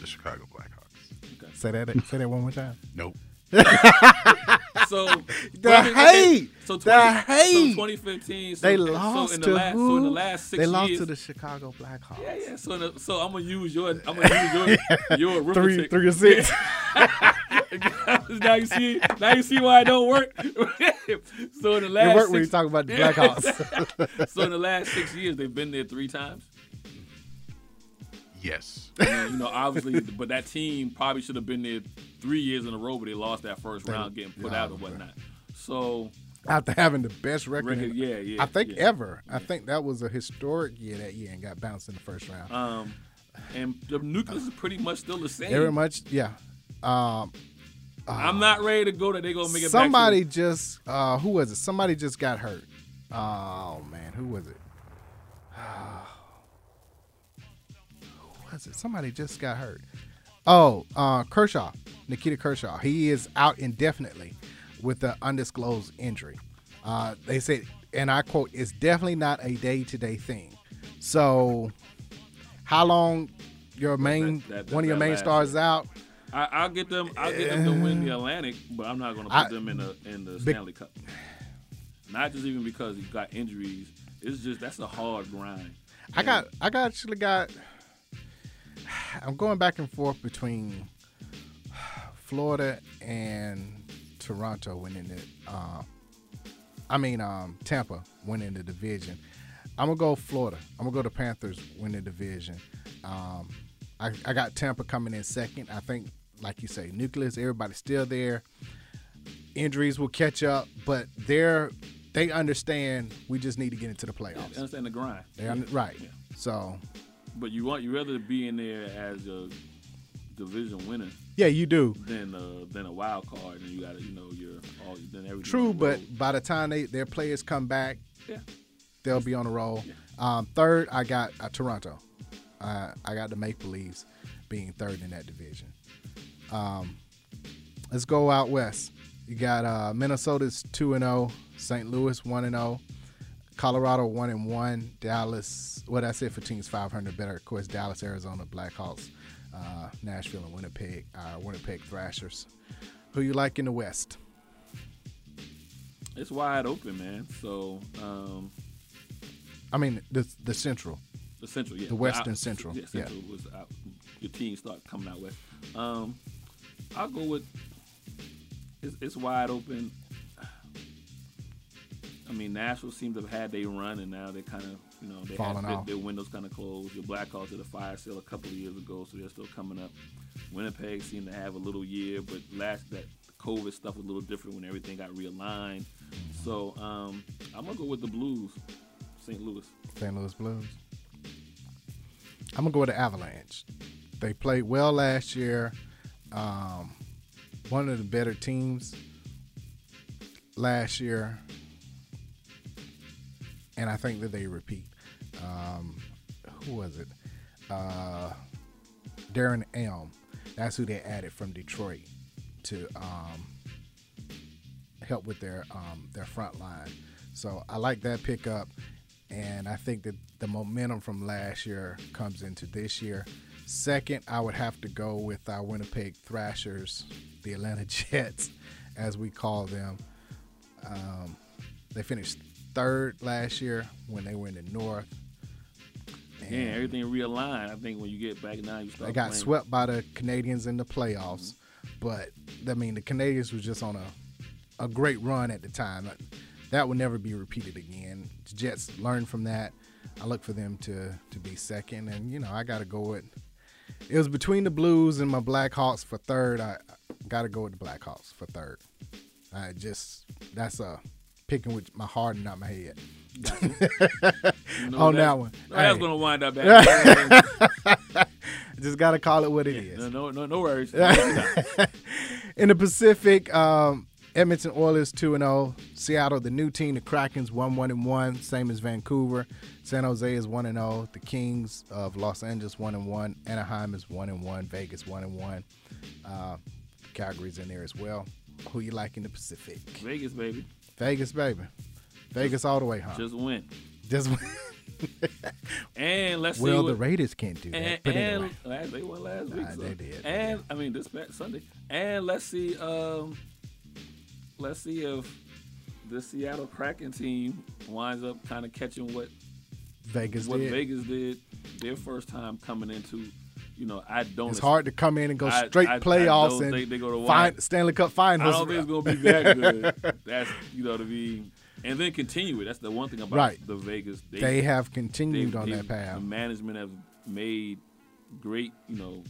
Speaker 7: the Chicago Blackhawks.
Speaker 5: say that say that one more time.
Speaker 7: Nope.
Speaker 6: so
Speaker 5: The
Speaker 6: but I mean, okay,
Speaker 5: hate!
Speaker 6: so
Speaker 5: The
Speaker 6: 20
Speaker 5: hate!
Speaker 6: So 2015. So,
Speaker 5: They
Speaker 6: so
Speaker 5: lost
Speaker 6: in the
Speaker 5: to
Speaker 6: last,
Speaker 5: who?
Speaker 6: So in the last six
Speaker 5: they lost
Speaker 6: years,
Speaker 5: to the Chicago Blackhawks.
Speaker 6: yeah, yeah. So, in the, so I'm gonna use your, I'm gonna use your, your
Speaker 5: Three
Speaker 6: arithmetic.
Speaker 5: three or six.
Speaker 6: now you see, now you see why it don't work. so in the last
Speaker 5: it worked when you
Speaker 6: six,
Speaker 5: talk about the
Speaker 6: Yeah.
Speaker 5: Blackhawks.
Speaker 6: so in the last six years, they've been there three times.
Speaker 7: Yes.
Speaker 6: And, uh, you know, obviously, but that team probably should have been there three years in a row, but they lost that first round, getting put out and whatnot. So
Speaker 5: After having the best record, in-
Speaker 6: record, yeah, yeah,
Speaker 5: I think
Speaker 6: yeah.
Speaker 5: ever. I think that was a historic year that year and got bounced in the first round.
Speaker 6: Um, and the nucleus is pretty much still the same.
Speaker 5: Very much, yeah. Um,
Speaker 6: I'm not ready to go that they gonna make it.
Speaker 5: somebody
Speaker 6: back
Speaker 5: just uh, who was it? Somebody just got hurt. Oh man, who was it? who was it? Somebody just got hurt. Oh, uh, Kershaw, Nikita Kershaw. He is out indefinitely with an undisclosed injury. Uh, they said, and I quote, "It's definitely not a day-to-day thing." So, how long your main
Speaker 6: that- that-
Speaker 5: one of your
Speaker 6: that
Speaker 5: main
Speaker 6: lasts.
Speaker 5: stars is out?
Speaker 6: to- I, I'll get them. I'll get them to win the Atlantic, but I'm not gonna put
Speaker 5: I-
Speaker 6: them in the in the Stanley Cup. Not just even because he got injuries. It's just that's a hard grind.
Speaker 5: I got I got actually got I'm going back and forth between Florida and Toronto winning it. Uh, I mean um, Tampa winning the division. I'm gonna go Florida. I'm gonna go the Panthers win the division. Um, I, I got Tampa coming in second. I think, like you say, nucleus. Everybody's still there injuries will catch up, but they're they understand we just need to get into the playoffs.
Speaker 6: Understand the grind.
Speaker 5: They un- right. So
Speaker 6: But you want you rather be in there as a division winner
Speaker 5: yeah, you do.
Speaker 6: than uh, than a wild card, and you got to you know your all then everything.
Speaker 5: True,
Speaker 6: on the road.
Speaker 5: but by the time they their players come back,
Speaker 6: yeah,
Speaker 5: they'll be on a roll. Um, third, I got uh, Toronto. Uh, I got the Maple Leafs being third in that division. Um, let's go out west. You got uh, Minnesota's two and zero, St. Louis one and zero, Colorado one and one, Dallas. What I said for teams five hundred better. Of course, Dallas, Arizona, Blackhawks, uh, Nashville, and Winnipeg. Uh, Winnipeg Thrashers. Who you like in the West?
Speaker 6: it's wide open, man. So um,
Speaker 5: I mean, the the Central.
Speaker 6: the central, yeah,
Speaker 5: The West
Speaker 6: Out-
Speaker 5: and Central,
Speaker 6: yeah,
Speaker 5: yeah.
Speaker 6: central was out. Your team start coming out west. Um, I'll go with it's, it's wide open. I mean, Nashville seems to have had their run, and now they're kind of, you know, they
Speaker 5: Falling
Speaker 6: have, their-
Speaker 5: off.
Speaker 6: Their, windows kind of closed. Your Blackhawks did a fire sale a couple of years ago, so they're still coming up. Winnipeg seemed to have a little year, but last that COVID stuff was a little different when everything got realigned. So um, I'm gonna go with the Blues, St. Louis.
Speaker 5: St. Louis Blues. I'm gonna go with the Avalanche. They played well last year. Um, one of the better teams last year, and I think that they repeat. Um, who was it? Uh, Darren Elm. That's who they added from Detroit to um, help with their um, their front line. So I like that pickup, and I think that the momentum from last year comes into this year. Second, I would have to go with our Winnipeg Thrashers, the Atlanta Jets, as we call them. Um, they finished third last year when they were in the North.
Speaker 6: Again, everything realigned. I think when you get back now, you start.
Speaker 5: They got
Speaker 6: playing.
Speaker 5: swept by the Canadians in the playoffs, but I mean the Canadians was just on a a great run at the time. That will never be repeated again. The Jets learned from that. I look for them to to be second, and you know I got to go with. It was between the Blues and my Blackhawks for third. I got to go with the Blackhawks for third. I just that's a picking with my heart and not my head.
Speaker 6: You know,
Speaker 5: on that one,
Speaker 6: no, that's
Speaker 5: Hey.
Speaker 6: gonna wind up back.
Speaker 5: just gotta call it what it is.
Speaker 6: No, no, no, no worries.
Speaker 5: In the Pacific, um, Edmonton Oilers 2 0. Seattle, the new team, the Krakens 1 1 1, same as Vancouver. San Jose is 1 0. The Kings of Los Angeles 1 1. Anaheim is 1 1. Vegas 1 1. Uh, Calgary's in there as well. Who you like in the Pacific?
Speaker 6: Vegas, baby,
Speaker 5: Vegas, baby. Vegas all the way, huh?
Speaker 6: just win.
Speaker 5: Just
Speaker 6: And let's see
Speaker 5: Well,
Speaker 6: what-
Speaker 5: the Raiders can't do that.
Speaker 6: And,
Speaker 5: but
Speaker 6: and-
Speaker 5: anyway.
Speaker 6: last- they won last week.
Speaker 5: Nah,
Speaker 6: so.
Speaker 5: they did, they
Speaker 6: And I mean this past Sunday. And let's see, um, let's see if the Seattle Kraken team winds up kind of catching what
Speaker 5: Vegas
Speaker 6: what
Speaker 5: did.
Speaker 6: Vegas did their first time coming into. You know, I don't.
Speaker 5: It's hard to come in and go
Speaker 6: I-
Speaker 5: straight
Speaker 6: I- I
Speaker 5: playoffs
Speaker 6: don't think they go to
Speaker 5: and
Speaker 6: one.
Speaker 5: find Stanley Cup Finals.
Speaker 6: I don't think it's gonna be that good. That's you know to be, and then continue it. That's the one thing about
Speaker 5: Right.
Speaker 6: the Vegas.
Speaker 5: They have continued on that path.
Speaker 6: The management have made great, you know,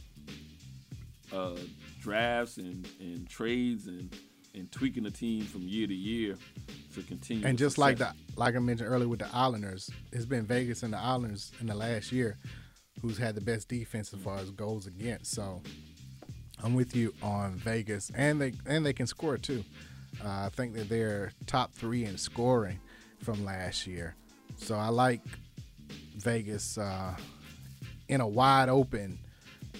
Speaker 6: uh, drafts and, and trades and and tweaking the team from year to year to continue.
Speaker 5: and
Speaker 6: the
Speaker 5: just like the
Speaker 6: success.
Speaker 5: like I mentioned earlier with the Islanders, it's been Vegas and the Islanders in the last year who's had the best defense as far as goals against. So I'm with you on Vegas, and they and they can score too. Uh, I think that they're top three in scoring from last year. So I like Vegas uh, in a wide open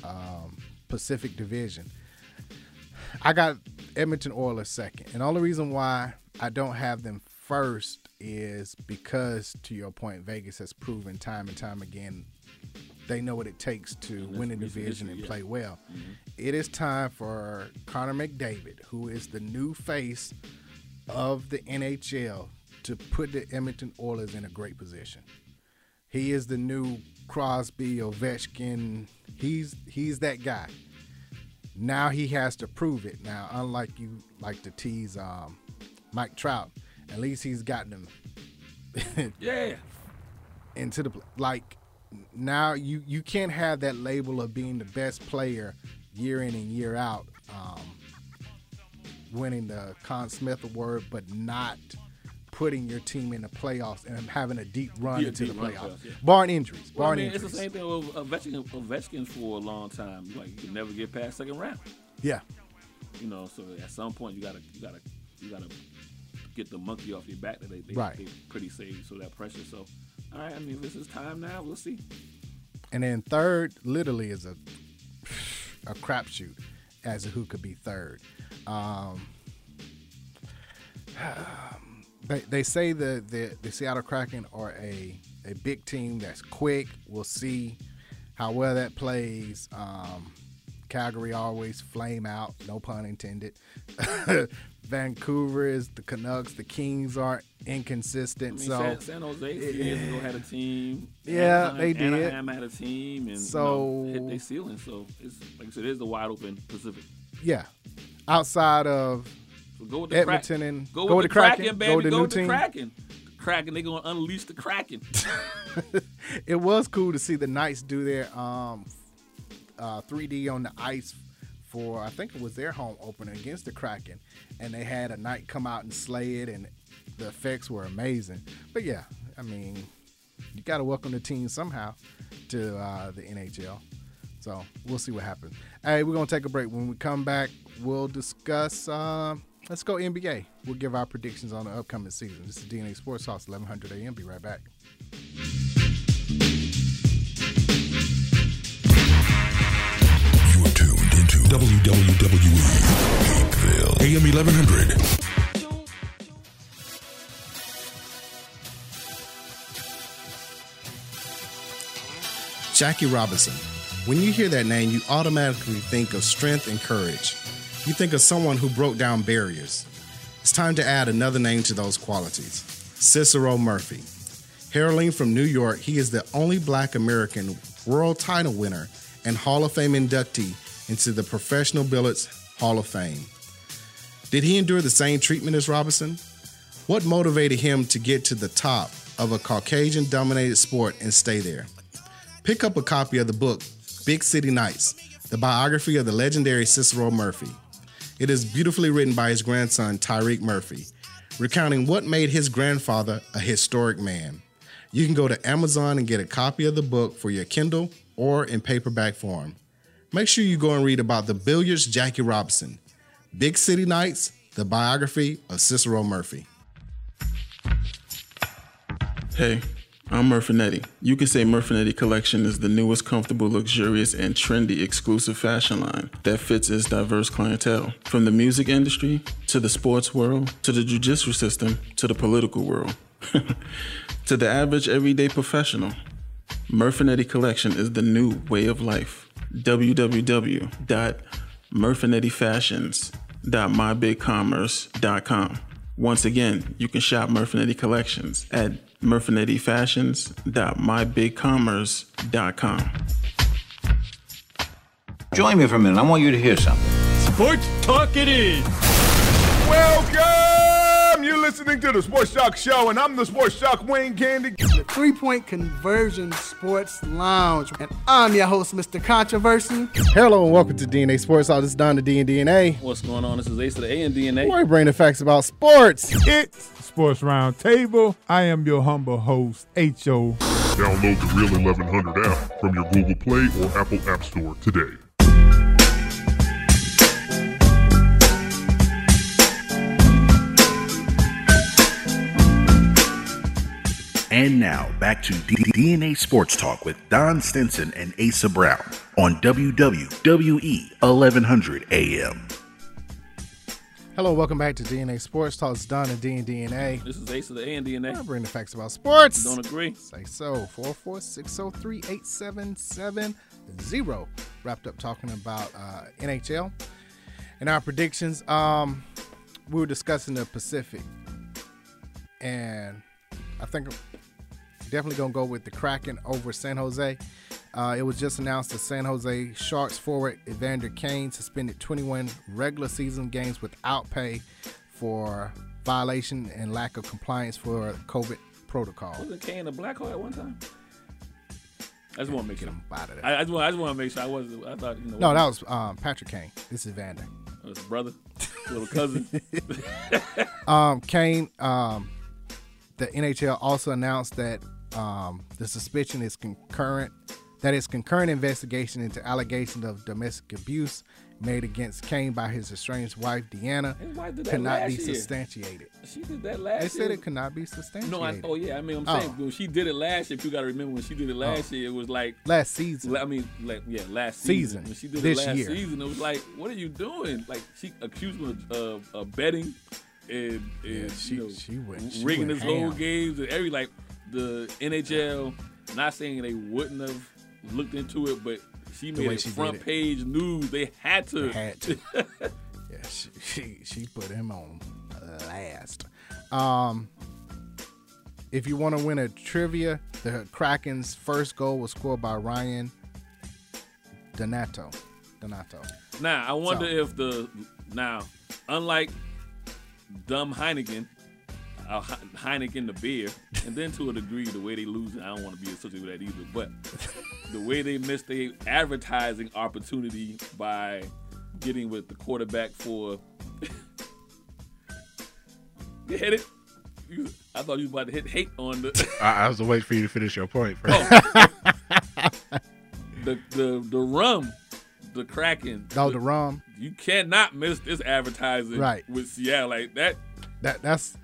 Speaker 5: um, Pacific Division. I got Edmonton Oilers second. And the only reason why I don't have them first is because, to your point, Vegas has proven time and time again they know what it takes to win a
Speaker 6: recent
Speaker 5: division
Speaker 6: history,
Speaker 5: and
Speaker 6: yeah.
Speaker 5: play well. It is time for Connor McDavid, who is the new face of the NHL, to put the Edmonton Oilers in a great position. He is the new Crosby, Ovechkin. He's he's that guy now he has to prove it. Now, unlike you like to tease um, Mike Trout, at least he's gotten him
Speaker 6: yeah
Speaker 5: into the pl- like. Now you you can't have that label of being the best player year in and year out, um, winning the Conn Smith Award, but not putting your team in the playoffs and having a deep run
Speaker 6: Yeah,
Speaker 5: into
Speaker 6: deep
Speaker 5: the
Speaker 6: run
Speaker 5: playoffs,
Speaker 6: playoffs, yeah.
Speaker 5: barring injuries,
Speaker 6: Well, I
Speaker 5: barring
Speaker 6: mean, it's
Speaker 5: injuries.
Speaker 6: the same thing with Ovechkin, Ovechkin for a long time. Like you can never get past second round.
Speaker 5: Yeah,
Speaker 6: you know so at some point you gotta you gotta you gotta get the monkey off your back that they, they,
Speaker 5: Right.
Speaker 6: they pretty save so that pressure so all right i mean this is time now we'll see
Speaker 5: And then third, literally, is a a crapshoot as to who could be third. Um, they, they say the, the the Seattle Kraken are a a big team that's quick. We'll see how well that plays. Um, Calgary always flame out, no pun intended. Vancouver is the Canucks. The Kings are
Speaker 6: i
Speaker 5: inconsistent.
Speaker 6: mean
Speaker 5: so
Speaker 6: san, san jose a few years ago had a team
Speaker 5: Yeah,
Speaker 6: Anaheim-
Speaker 5: they did.
Speaker 6: Anaheim had a team and so
Speaker 5: So-
Speaker 6: hit their ceiling so it's like i said it is a wide open pacific
Speaker 5: yeah, outside of
Speaker 6: So go with the crack-
Speaker 5: Edmonton and-
Speaker 6: go, with the Kraken, baby. Go with the,
Speaker 5: new team.
Speaker 6: Kraken. The Kraken, they gonna unleash the Kraken.
Speaker 5: it was cool to see the Knights do their um uh 3D on the ice for I think it was their home opener against the Kraken, and they had a Knight come out and slay it, and the effects were amazing. But yeah, I mean, you got to welcome the team somehow to uh, the NHL. So we'll see what happens. Hey, we're gonna take a break. When we come back, we'll discuss. Uh, let's go NBA. We'll give our predictions on the upcoming season. This is DNA Sports House, 1100 AM. Be right back.
Speaker 11: WWE Pinkville AM 1100.
Speaker 5: Jackie Robinson. When you hear that name, you automatically think of strength and courage. You think of someone who broke down barriers. It's time to add another name to those qualities Cicero Murphy. Heralding from New York, he is the only black American world title winner and Hall of Fame inductee into the Professional Billiards Hall of Fame. Did he endure the same treatment as Robinson? What motivated him to get to the top of a Caucasian dominated sport and stay there? Pick up a copy of the book Big City Nights, the biography of the legendary Cicero Murphy. It is beautifully written by his grandson, Tyreek Murphy, recounting what made his grandfather a historic man. You can go to Amazon and get a copy of the book for your Kindle or in paperback form. Make sure you go and read about the billiards Jackie Robinson, Big City Nights, the biography of Cicero Murphy.
Speaker 12: Hey, I'm Murfinetti. You could say Murfinetti Collection is the newest, comfortable, luxurious, and trendy exclusive fashion line that fits its diverse clientele. From the music industry, to the sports world, to the judicial system, to the political world, to the average everyday professional, Murfinetti Collection is the new way of life. www.murfinettifashions.mybigcommerce.com. Once again, you can shop Murfinetti Collections at murfinettifashions.mybigcommerce.com.
Speaker 13: Join me for a minute. I want you to hear something.
Speaker 14: Sports Talk it is. Welcome! You're listening to the Sports Talk Show, and I'm the Sports Talk Wayne Candy.
Speaker 15: The Three Point Conversion Sports Lounge. And I'm your host, Mr. Controversy.
Speaker 5: Hello and welcome to DNA Sports. All this is Don the D and DNA.
Speaker 6: What's going on? This is Ace of the A and DNA.
Speaker 5: Where we bring the facts about sports.
Speaker 16: It's Sports Roundtable. I am your humble host, H.O.
Speaker 11: Download the Real 1100 app from your Google Play or Apple App Store today.
Speaker 10: And now back to D- DNA Sports Talk with Don Stinson and Asa Brown on E WWE 1100 AM.
Speaker 5: Hello, welcome back to DNA Sports Talk. It's Don and D and DNA.
Speaker 6: This is Ace of the A and DNA.
Speaker 5: I bring the facts about sports.
Speaker 6: Don't agree.
Speaker 5: Say so. 446038770. Wrapped up talking about uh, NHL and our predictions. Um, we were discussing the Pacific, and I think I'm definitely gonna go with the Kraken over San Jose. Uh, it was just announced that San Jose Sharks forward Evander Kane suspended 21 regular season games without pay for violation and lack of compliance for COVID protocol.
Speaker 6: Wasn't Kane a black hole at one time? I just want to make sure.
Speaker 5: out of
Speaker 6: I, I just want. I just want to make sure I wasn't. I thought you know.
Speaker 5: No, that was um, Patrick Kane. This is Evander.
Speaker 6: it was brother, little cousin.
Speaker 5: um, Kane, um, the NHL also announced that um, the suspension is concurrent, that its concurrent investigation into allegations of domestic abuse made against Kane by his estranged wife, Deanna,
Speaker 6: His wife did that
Speaker 5: cannot be
Speaker 6: last year.
Speaker 5: substantiated.
Speaker 6: she did that
Speaker 5: They
Speaker 6: last year.
Speaker 5: said it could not be substantiated.
Speaker 6: No, I, oh yeah, I mean, I'm
Speaker 5: Oh.
Speaker 6: saying when she did it last year, if you got to remember when she did it last year, it was like
Speaker 5: Last season.
Speaker 6: la- I mean, like, yeah, last
Speaker 5: Season.
Speaker 6: season. When she did
Speaker 5: This
Speaker 6: it last
Speaker 5: year.
Speaker 6: season, it was like, what are you doing? Like she accused him of, of, of betting and, and
Speaker 5: she-
Speaker 6: you know,
Speaker 5: she went- she
Speaker 6: rigging
Speaker 5: went
Speaker 6: his whole
Speaker 5: ham.
Speaker 6: games and every like the NHL. Not saying they wouldn't have looked into it, but she
Speaker 5: The
Speaker 6: made
Speaker 5: way
Speaker 6: it
Speaker 5: she did
Speaker 6: front
Speaker 5: it.
Speaker 6: page news. They had to.
Speaker 5: They had to. yeah, she, she she put him on last. Um, if you want to win a trivia, the Kraken's first goal was scored by Ryan Donato. Donato.
Speaker 6: Now I wonder
Speaker 5: So-
Speaker 6: if the now, unlike dumb Heineken, uh, He- Heineken the beer, and then to a degree the way they lose, I don't want to be associated with that either. But the way they missed their advertising opportunity by getting with the quarterback for you hit it. You- I thought you was about to hit hate on the.
Speaker 7: I, I was waiting for you to finish your point. First.
Speaker 6: the the the rum, the Kraken.
Speaker 5: Oh, the rum.
Speaker 6: You cannot miss this advertising
Speaker 5: Right.
Speaker 6: with Seattle like that.
Speaker 5: That that's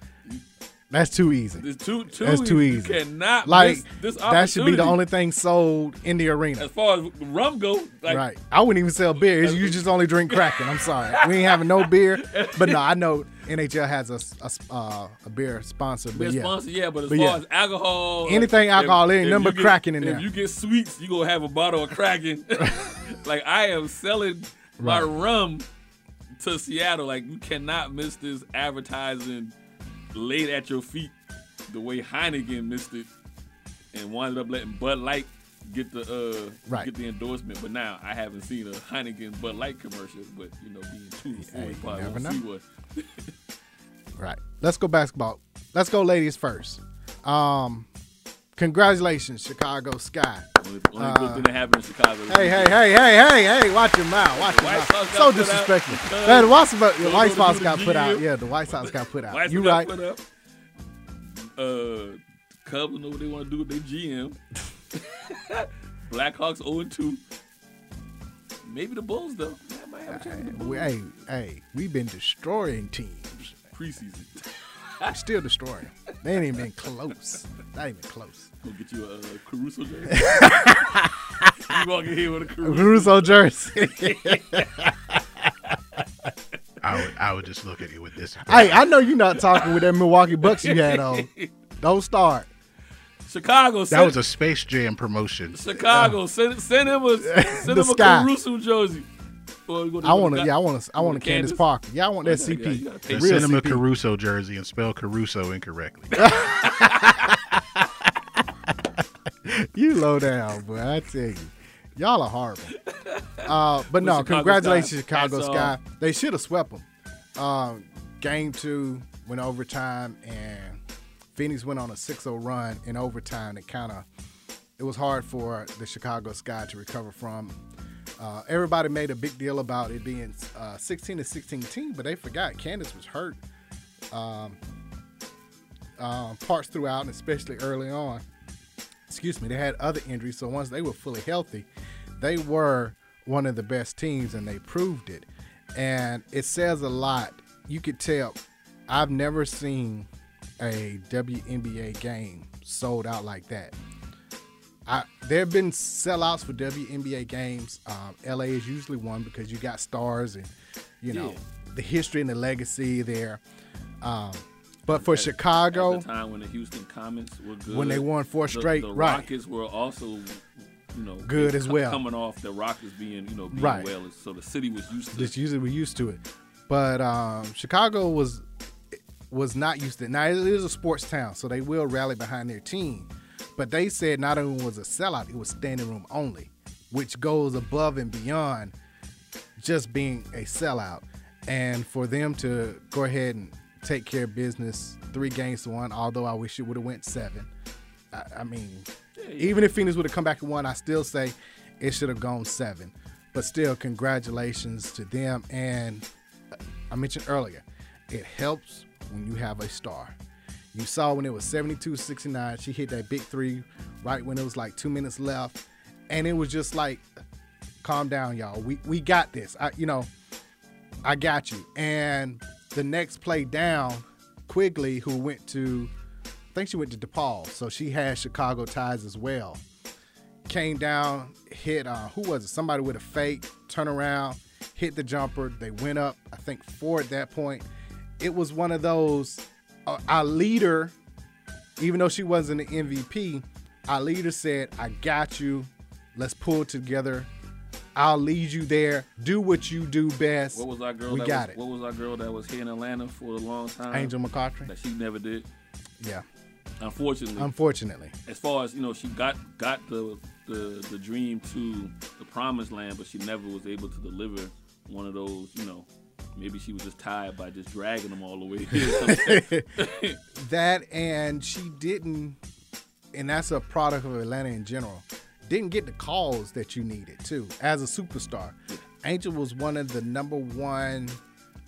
Speaker 5: that's too easy.
Speaker 6: It's too too.
Speaker 5: that's too
Speaker 6: easy.
Speaker 5: easy.
Speaker 6: You cannot
Speaker 5: like
Speaker 6: miss this opportunity.
Speaker 5: that should be the only thing sold in the arena.
Speaker 6: As far as rum go, like
Speaker 5: right. I wouldn't even sell beer. You just only drink Kraken. I'm sorry. We ain't having no beer. But no, I know NHL has a s- a s- uh, a beer sponsor. But
Speaker 6: beer
Speaker 5: yeah.
Speaker 6: sponsor, yeah. But as far as alcohol,
Speaker 5: Anything alcohol, there ain't nothing
Speaker 6: you
Speaker 5: but
Speaker 6: get-
Speaker 5: Kraken in
Speaker 6: if
Speaker 5: there.
Speaker 6: you get sweets, you gonna have a bottle of Kraken. like I am selling my
Speaker 5: Right.
Speaker 6: rum to Seattle. Like you cannot miss this advertising laid at your feet the way Heineken missed it and wound up letting Bud Light get the uh
Speaker 5: Right.
Speaker 6: get the endorsement. But now I haven't seen a Heineken Bud Light commercial. But you know, being two to four,
Speaker 5: Hey,
Speaker 6: you
Speaker 5: you
Speaker 6: probably
Speaker 5: never
Speaker 6: won't
Speaker 5: know.
Speaker 6: see what.
Speaker 5: Right. Let's go basketball. Let's go ladies first. Um, congratulations, Chicago Sky.
Speaker 6: Only, only good thing that happened in Chicago.
Speaker 5: Uh, Hey, hey, hey, hey, hey, hey, watch your mouth. Watch your
Speaker 6: White
Speaker 5: mouth.
Speaker 6: Sox got
Speaker 5: So
Speaker 6: put out
Speaker 5: disrespectful.
Speaker 6: because-
Speaker 5: That White Sox, the
Speaker 6: Those
Speaker 5: White
Speaker 6: who
Speaker 5: Sox
Speaker 6: do
Speaker 5: got
Speaker 6: the
Speaker 5: put out.
Speaker 6: GM.
Speaker 5: Yeah, the White Sox got put out.
Speaker 6: Last
Speaker 5: You
Speaker 6: thing I
Speaker 5: right.
Speaker 6: put up, uh, Cubs know what they want to do with their GM. Blackhawks 0 2. Maybe the Bulls, though. That might have a chance with the
Speaker 5: We-
Speaker 6: Bulls.
Speaker 5: Hey, hey, we've been destroying teams.
Speaker 6: Preseason.
Speaker 5: We're still destroying. them. They ain't even been close. Not even close.
Speaker 6: Gonna get you a uh, Caruso jersey. you walk in here with a
Speaker 5: Caruso
Speaker 6: Caruso,
Speaker 5: jersey.
Speaker 7: I would, I would just look at you with this.
Speaker 5: Hey, I know you're not talking with that Milwaukee Bucks you had on. Don't start.
Speaker 6: Chicago.
Speaker 7: That
Speaker 6: Send,
Speaker 7: was a Space Jam promotion.
Speaker 6: Chicago. Send, send him a send
Speaker 5: The
Speaker 6: him a
Speaker 5: sky.
Speaker 6: Caruso jersey. Or you gonna
Speaker 5: I
Speaker 6: do
Speaker 5: want to.
Speaker 6: the guy-
Speaker 5: Yeah, I want to. I
Speaker 6: you
Speaker 5: want to
Speaker 6: the
Speaker 5: Candace
Speaker 6: Candace?
Speaker 5: Parker. Yeah, I want that
Speaker 6: Yeah, yeah,
Speaker 5: CP.
Speaker 6: you gotta
Speaker 7: They
Speaker 6: take
Speaker 7: sent
Speaker 5: Real
Speaker 7: him a
Speaker 5: CP.
Speaker 7: Caruso jersey and spell Caruso incorrectly.
Speaker 5: you low down, boy. I tell you, y'all are horrible. Uh, but
Speaker 6: With
Speaker 5: no,
Speaker 6: Chicago
Speaker 5: congratulations,
Speaker 6: Sky.
Speaker 5: Chicago
Speaker 6: Hats
Speaker 5: Sky.
Speaker 6: off.
Speaker 5: They should have swept them. Um, game two went overtime, and Phoenix went on a 6-0 run in overtime. That kind of it was hard for the Chicago Sky to recover from. Uh, everybody made a big deal about it being uh, 16 to 16 team, but they forgot Candace was hurt. Um, um, parts throughout, and especially early on. Excuse me, they had other injuries, so once they were fully healthy, they were one of the best teams, and they proved it. And it says a lot. You could tell. I've never seen a WNBA game sold out like that. I, there have been sellouts for WNBA games. Um, LA is usually one because you got stars and you know the history and the legacy there. Um, but for Chicago,
Speaker 6: At the time when the Houston Comets were good.
Speaker 5: When they won four
Speaker 6: the-
Speaker 5: straight,
Speaker 6: the,
Speaker 5: right.
Speaker 6: Rockets were also, you know,
Speaker 5: Good as
Speaker 6: co-
Speaker 5: well.
Speaker 6: Coming off the Rockets being, you know, being
Speaker 5: Right.
Speaker 6: well, so the city was used to.
Speaker 5: just usually we're used to it. But um, Chicago was was not used to it. Now it is a sports town, so they will rally behind their team. But they said not only was it a sellout, it was standing room only, which goes above and beyond just being a sellout. And for them to go ahead and take care of business three games to one, although I wish it would have went seven. I, I mean, even if Phoenix would have come back and won, I still say it should have gone seven. But still, congratulations to them. And uh, I mentioned earlier, it helps when you have a star. You saw when it was 72 69, she hit that big three right when it was like two minutes left. And it was just like, calm down, y'all. We, we got this. I, you know, I got you. And the next play down, Quigley, who went to, I think she went to DePaul, so she had Chicago ties as well. Came down, hit, uh, who was it? Somebody with a fake turnaround, hit the jumper. They went up, I think, four at that point. It was one of those, uh, our leader, even though she wasn't an MVP, our leader said, I got you. Let's pull together. I'll lead you there. Do what you do best.
Speaker 6: What was our girl?
Speaker 5: We
Speaker 6: that
Speaker 5: got
Speaker 6: was,
Speaker 5: it.
Speaker 6: What was our girl that was here in Atlanta for a long time?
Speaker 5: Angel McCautry.
Speaker 6: Uh, That she never did.
Speaker 5: Yeah.
Speaker 6: Unfortunately.
Speaker 5: Um, Unfortunately.
Speaker 6: As far as you know, she got got the the the dream to the promised land, but she never was able to deliver one of those you know Maybe she was just tired by just dragging them all the way. here.
Speaker 5: that and she didn't, and that's a product of Atlanta in general. Didn't get the calls that you needed too as a superstar. Angel was one of the number one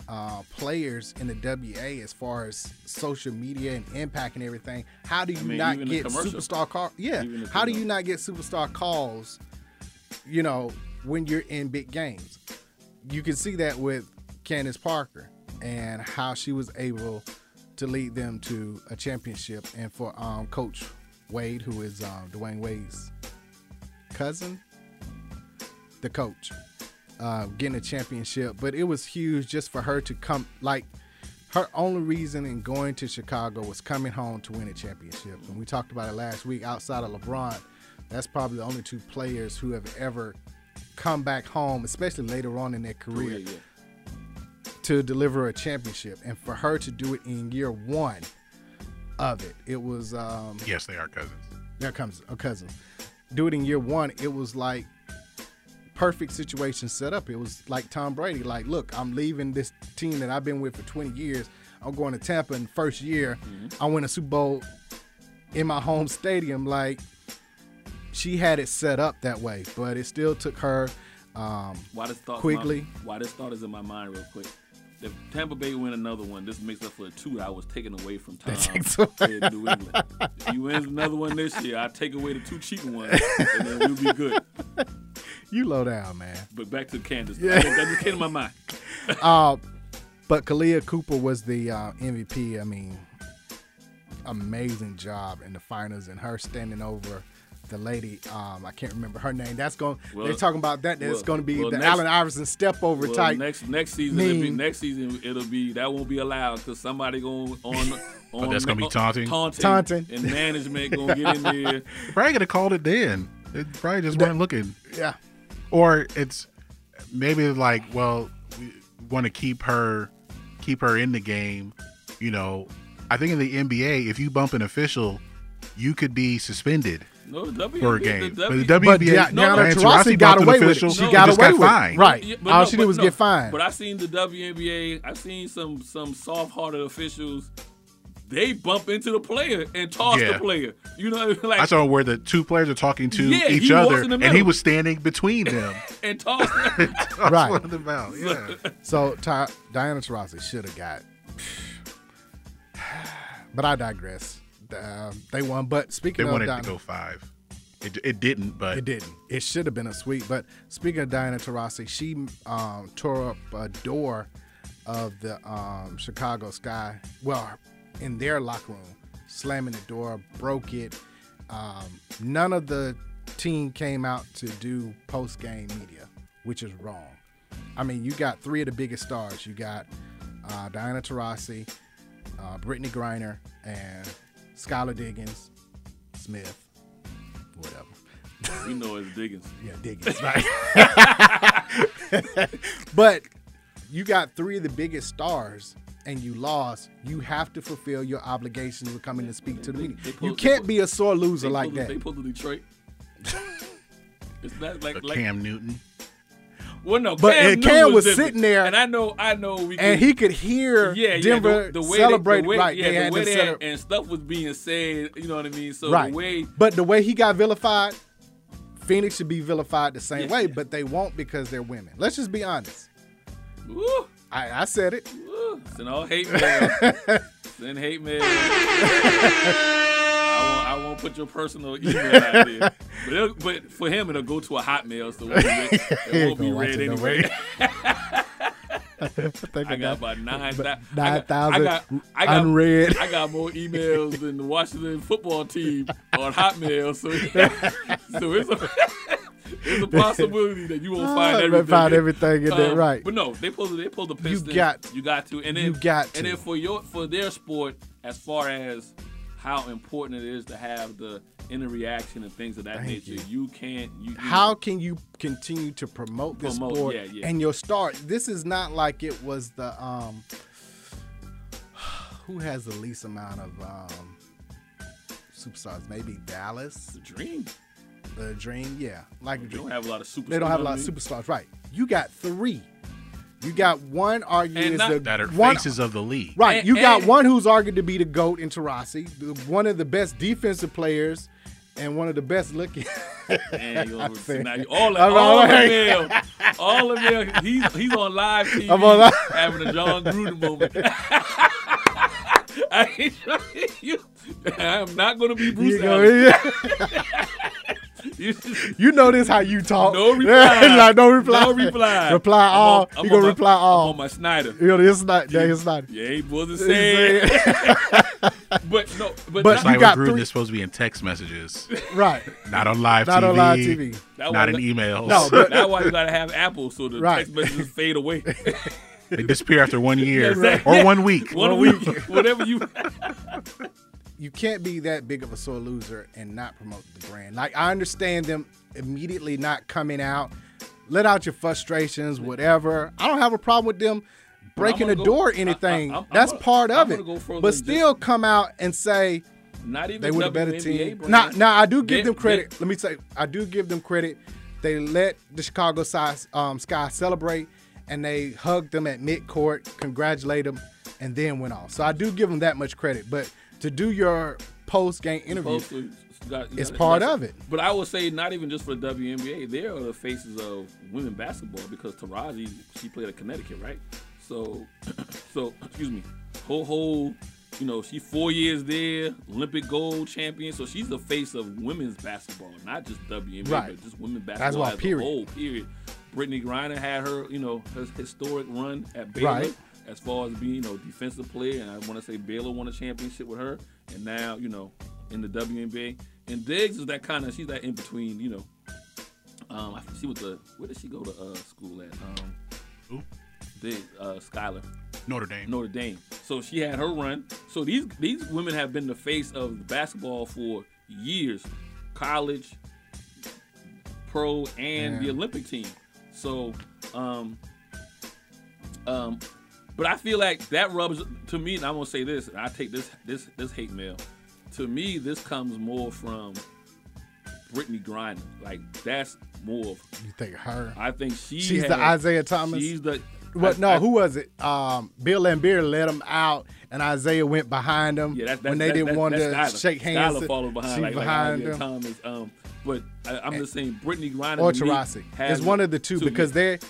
Speaker 5: uh, players in the WA as far as social media and impact and everything. How do you
Speaker 6: I mean,
Speaker 5: not
Speaker 6: even the
Speaker 5: get
Speaker 6: commercial.
Speaker 5: superstar calls? Yeah.
Speaker 6: Even the
Speaker 5: How do you not get superstar calls? You know, when you're in big games, you can see that with Candace Parker and how she was able to lead them to a championship, and for um, Coach Wade, who is um, Dwayne Wade's cousin, the coach uh, getting a championship, but it was huge just for her to come. Like her only reason in going to Chicago was coming home to win a championship, and we talked about it last week. Outside of LeBron, that's probably the only two players who have ever come back home, especially later on in their career,
Speaker 6: Career, yeah.
Speaker 5: to deliver a championship. And for her to do it in year one of it, it was um,
Speaker 7: Yes, they are cousins.
Speaker 5: there comes a cousin. Do it in year one. It was like perfect situation set up. It was like Tom Brady. Like, look, I'm leaving this team that I've been with for 20 years. I'm going to Tampa in the first year. I win a Super Bowl in my home stadium. Like, she had it set up that way, but it still took her um,
Speaker 6: Why this thought
Speaker 5: quickly.
Speaker 6: My, why this thought is in my mind real quick. If Tampa Bay win another one, this makes up for the two that I was taking away from Tom
Speaker 5: takes away-
Speaker 6: in New England. If he wins another one this year, I take away the two cheating ones, and then we'll be good.
Speaker 5: you low down, man.
Speaker 6: But back to Candace.
Speaker 5: Yeah.
Speaker 6: That just came to my mind.
Speaker 5: uh, but Kalia Cooper was the uh, MVP. I mean, amazing job in the finals, and her standing over the lady. Um, I can't remember her name. That's going.
Speaker 6: Well-
Speaker 5: they're talking about that. That's
Speaker 6: well-
Speaker 5: going to be
Speaker 6: well,
Speaker 5: the
Speaker 6: next-
Speaker 5: Allen Iverson step over
Speaker 6: Well,
Speaker 5: type.
Speaker 6: Next next season, it'll be,
Speaker 5: meme.
Speaker 6: next season it'll be that won't be allowed because somebody going on. on
Speaker 7: Oh, that's gonna be
Speaker 6: on- uh,
Speaker 7: taunting?
Speaker 6: taunting,
Speaker 5: Taunting.
Speaker 6: and management gonna get in there.
Speaker 7: Probably could have called it then. They probably just weren't looking.
Speaker 5: Yeah.
Speaker 7: Or it's maybe like, well, we want to keep her, keep her in the game. You know, I think in the NBA, if you bump an official, you could be suspended.
Speaker 6: No, the W.
Speaker 7: For a
Speaker 6: the
Speaker 7: game.
Speaker 6: W-
Speaker 7: But the WNBA
Speaker 5: But yeah,
Speaker 7: no,
Speaker 5: Diana
Speaker 7: Nancy
Speaker 5: Taurasi
Speaker 7: Rossi
Speaker 5: got
Speaker 7: bumped an
Speaker 5: away with it.
Speaker 7: official.
Speaker 5: She
Speaker 7: No,
Speaker 5: got
Speaker 7: just
Speaker 5: away
Speaker 7: got
Speaker 5: with it.
Speaker 7: fined.
Speaker 5: Right.
Speaker 6: Yeah, but
Speaker 5: All
Speaker 6: no,
Speaker 5: she
Speaker 6: but
Speaker 5: did was
Speaker 6: no.
Speaker 5: get fined.
Speaker 6: But I seen the WNBA. I seen some some soft hearted officials. They bump into the player and toss
Speaker 7: Yeah.
Speaker 6: the player. You know, like
Speaker 7: I saw where the two players are talking to
Speaker 6: Yeah,
Speaker 7: each
Speaker 6: he walks
Speaker 7: other,
Speaker 6: in the
Speaker 7: and he
Speaker 6: middle.
Speaker 7: was standing between them.
Speaker 6: and toss.
Speaker 5: Right.
Speaker 7: What about? Yeah.
Speaker 5: So Ty- Diana Taurasi should have got. but I digress. Um, they won, but
Speaker 7: They
Speaker 5: speaking of
Speaker 7: wanted
Speaker 5: Diana,
Speaker 7: to go five. It, it didn't, but
Speaker 5: It didn't. It should have been a sweep. But speaking of Diana Taurasi, she um, tore up a door of the um, Chicago Sky. Well, in their locker room, slamming the door, broke it. Um, none of the team came out to do post game media, which is wrong. I mean, you got three of the biggest stars. You got uh, Diana Taurasi, uh, Brittany Griner, and Skylar Diggins Smith. Whatever.
Speaker 6: we know it's Diggins.
Speaker 5: Yeah, Diggins. Right. but you got three of the biggest stars and you lost. You have to fulfill your obligations of coming to speak to the media. You
Speaker 6: pulled- they
Speaker 5: can't be a sore loser
Speaker 6: They
Speaker 5: like
Speaker 6: pulled- They
Speaker 5: that.
Speaker 6: pulled to Detroit. it's not like
Speaker 7: but
Speaker 6: like
Speaker 7: Cam Newton.
Speaker 6: Well, no,
Speaker 5: But
Speaker 6: Cam,
Speaker 5: and
Speaker 6: Newton
Speaker 5: Cam was
Speaker 6: different.
Speaker 5: sitting there,
Speaker 6: and I know, I know, we
Speaker 5: And
Speaker 6: could-
Speaker 5: he could hear
Speaker 6: yeah,
Speaker 5: Denver
Speaker 6: yeah, the, the way
Speaker 5: celebrate.
Speaker 6: they, the way,
Speaker 5: right,
Speaker 6: yeah,
Speaker 5: they
Speaker 6: the
Speaker 5: had
Speaker 6: way
Speaker 5: to
Speaker 6: they
Speaker 5: celebrate.
Speaker 6: had- and stuff was being said. You know what I mean? So
Speaker 5: right.
Speaker 6: the way
Speaker 5: but the way he got vilified, Phoenix should be vilified the same way, but they won't because they're women. Let's just be honest.
Speaker 6: Woo.
Speaker 5: I, I said it.
Speaker 6: Woo. Send all hate mail. Send hate mail. I won't, I won't put your personal email out there. But, it'll- but for him, it'll go to a hotmail, so it won't be read, it won't be
Speaker 5: Gonna watch
Speaker 6: read
Speaker 5: it no
Speaker 6: anyway.
Speaker 5: way. I think
Speaker 6: I got about nine thou- I
Speaker 5: nine
Speaker 6: got- I
Speaker 5: thousand
Speaker 6: got- I got-
Speaker 5: unread.
Speaker 6: I got more emails than the Washington football team on Hotmail, so so it's a, it's a possibility that you won't
Speaker 5: Ah,
Speaker 6: find
Speaker 5: they
Speaker 6: everything.
Speaker 5: find everything in there, right.
Speaker 6: But no, they pulled they pulled the
Speaker 5: You
Speaker 6: Pistons.
Speaker 5: got-
Speaker 6: you got to, and then
Speaker 5: you got to.
Speaker 6: and then for your for their sport, as far as how important it is to have the inner reaction and things of that
Speaker 5: Thank
Speaker 6: nature, you, can't you, you
Speaker 5: How can you continue to promote this
Speaker 6: Promote,
Speaker 5: sport
Speaker 6: yeah, yeah.
Speaker 5: and your star? This is not like it was the um who has the least amount of um superstars? Maybe Dallas,
Speaker 6: the dream.
Speaker 5: the Dream, yeah, like the
Speaker 6: They don't
Speaker 5: Dream.
Speaker 6: have a lot of superstars. Mm-hmm.
Speaker 5: They don't have a lot of
Speaker 6: you know what
Speaker 5: superstars, right? You got three. You got one arguing
Speaker 7: And
Speaker 5: is
Speaker 7: not-
Speaker 5: the
Speaker 7: That are
Speaker 5: one,
Speaker 7: faces of the league.
Speaker 5: Right.
Speaker 7: And-
Speaker 5: you got
Speaker 7: and-
Speaker 5: one who's argued to be the GOAT in Tarasi, the- one of the best defensive players and one of the best looking.
Speaker 6: Man, you over- see,
Speaker 5: I'm
Speaker 6: now you- all,
Speaker 5: I'm
Speaker 6: all, all of
Speaker 5: alright.
Speaker 6: them, all of them, he's, he's on live TV
Speaker 5: I'm on live.
Speaker 6: having a John Gruden moment. I, ain't trying- you, I am not going to be Bruce
Speaker 5: You go-
Speaker 6: Allen. You just-
Speaker 5: You know this how you talk.
Speaker 6: No reply.
Speaker 5: like no reply.
Speaker 6: No reply.
Speaker 5: Reply
Speaker 6: I'm
Speaker 5: all.
Speaker 6: on- I'm
Speaker 5: you gonna
Speaker 6: on my-
Speaker 5: reply
Speaker 6: I'm
Speaker 5: all.
Speaker 6: on my Snyder.
Speaker 5: You know, it's not. Yeah, it's not.
Speaker 6: Yeah, he wasn't
Speaker 5: It's
Speaker 6: saying.
Speaker 5: saying-
Speaker 6: but no, but,
Speaker 5: But
Speaker 7: It's
Speaker 5: you
Speaker 7: like
Speaker 5: got
Speaker 7: when Gruden
Speaker 5: three-
Speaker 7: is supposed to be in text messages.
Speaker 5: Right.
Speaker 7: Not on live
Speaker 5: Not
Speaker 7: TV.
Speaker 5: on live TV.
Speaker 6: That
Speaker 7: Not
Speaker 6: why-
Speaker 7: in emails.
Speaker 6: No, but that's why you gotta have Apple so the
Speaker 7: Right.
Speaker 6: text messages fade away.
Speaker 7: they disappear after one year
Speaker 6: Exactly.
Speaker 7: or one week.
Speaker 6: One week, whatever you.
Speaker 5: you can't be that big of a sore loser and not promote the brand. Like I understand them immediately not coming out. Let out your frustrations, whatever. I don't have a problem with them breaking
Speaker 6: I'm
Speaker 5: the
Speaker 6: gonna go-
Speaker 5: door or
Speaker 6: I- I-
Speaker 5: anything.
Speaker 6: I'm- I'm
Speaker 5: That's
Speaker 6: gonna-
Speaker 5: part
Speaker 6: I'm
Speaker 5: of
Speaker 6: gonna go
Speaker 5: it.
Speaker 6: further than
Speaker 5: but
Speaker 6: just-
Speaker 5: still come out and say
Speaker 6: Not even
Speaker 5: they were the better
Speaker 6: WNBA
Speaker 5: team.
Speaker 6: brand.
Speaker 5: Now, now I do give
Speaker 6: They-
Speaker 5: them credit.
Speaker 6: they-
Speaker 5: Let me say, I do give them credit. They let the Chicago Sky, um, Sky celebrate, and they hugged them at midcourt, congratulate them, and then went off. So I do give them that much credit. But to do your post game interview,
Speaker 6: Supposed to- you got- you
Speaker 5: it's
Speaker 6: gotta-
Speaker 5: part
Speaker 6: you gotta-
Speaker 5: of it.
Speaker 6: But I would say not even just for the WNBA. They are the faces of women basketball because Taraji she played at Connecticut, right? So, so excuse me, whole whole, you know, she four years there, Olympic gold champion. So she's the face of women's basketball, not just WNBA,
Speaker 5: Right.
Speaker 6: but just women's
Speaker 5: That's
Speaker 6: basketball
Speaker 5: why,
Speaker 6: as
Speaker 5: period.
Speaker 6: a whole. Period. Brittany Griner had her, you know, her historic run at Baylor
Speaker 5: Right.
Speaker 6: as far as being, you know, defensive player, and I want to say Baylor won a championship with her, and now you know in the WNBA. And Diggs is that kind of she's that in between, you know. Um, I think she was the where did she go to uh, school at? Um,
Speaker 7: Who?
Speaker 6: Diggs, uh, Skylar.
Speaker 7: Notre Dame.
Speaker 6: Notre Dame. So she had her run. So these these women have been the face of basketball for years, college, pro, and the
Speaker 5: Yeah.
Speaker 6: Olympic team. So, um, um, but I feel like that rubs to me, and I'm gonna say this, and I take this this this hate mail. To me, this comes more from Brittany Griner. Like that's more. Of,
Speaker 5: you think her?
Speaker 6: I think she.
Speaker 5: She's
Speaker 6: had-
Speaker 5: the Isaiah Thomas.
Speaker 6: She's the.
Speaker 5: What?
Speaker 6: I-
Speaker 5: No,
Speaker 6: I-
Speaker 5: who was it? Um, Bill Lambier let him out, and Isaiah went behind him
Speaker 6: Yeah, that's, that's
Speaker 5: when they
Speaker 6: that's-
Speaker 5: didn't
Speaker 6: that's-
Speaker 5: want
Speaker 6: that's
Speaker 5: to
Speaker 6: Skylar.
Speaker 5: shake hands.
Speaker 6: Skylar followed behind,
Speaker 5: she
Speaker 6: like,
Speaker 5: behind
Speaker 6: like Isaiah
Speaker 5: him.
Speaker 6: Thomas. Um, but I, I'm just saying, Brittany Griner
Speaker 5: or
Speaker 6: to me
Speaker 5: Tarasi.
Speaker 6: has-
Speaker 5: It's one of the two
Speaker 6: to me-
Speaker 5: because they're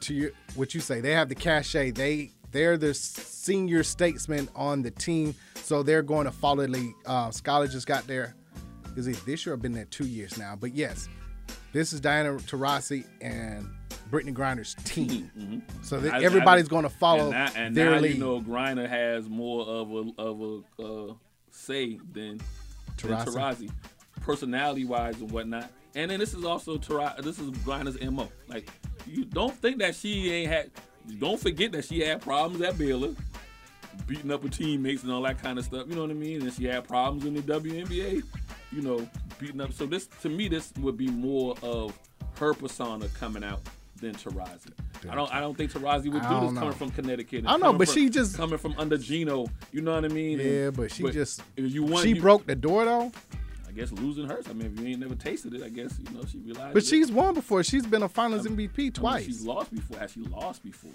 Speaker 5: to your what you say. They have the cachet. They they're the senior statesman on the team, so they're going to follow the league. Uh, Scholar just got there. Is it this year? I've been there two years now. But yes, this is Diana Taurasi and Brittany Griner's team. So that
Speaker 6: Mm-hmm. I- I-
Speaker 5: everybody's going to follow
Speaker 6: and now, and
Speaker 5: their
Speaker 6: now
Speaker 5: lead.
Speaker 6: you know Griner has more of a of a uh, say than
Speaker 5: Taurasi.
Speaker 6: Tarazi, personality wise and whatnot. And then this is also Tara. This is Griner's mo. Like you don't think that she ain't had. Don't forget that she had problems at Baylor, beating up her teammates and all that kind of stuff. You know what I mean? And she had problems in the WNBA. You know, beating up. So this to me, this would be more of her persona coming out than Tarazi. I don't. I don't think Tarazi would
Speaker 5: I
Speaker 6: do
Speaker 5: don't
Speaker 6: this
Speaker 5: know.
Speaker 6: coming from Connecticut. and
Speaker 5: I know,
Speaker 6: coming
Speaker 5: but
Speaker 6: from-
Speaker 5: she just-
Speaker 6: coming from under Gino. You know what I mean? And-
Speaker 5: yeah, but she just
Speaker 6: if you want,
Speaker 5: she
Speaker 6: you-
Speaker 5: broke the door though.
Speaker 6: I guess losing hurts. I mean, if you ain't never tasted it, I guess you know she realized.
Speaker 5: But
Speaker 6: it.
Speaker 5: she's won before. She's been a
Speaker 6: I
Speaker 5: Finals
Speaker 6: mean- I mean,
Speaker 5: MVP twice.
Speaker 6: she's lost before. Has she lost before?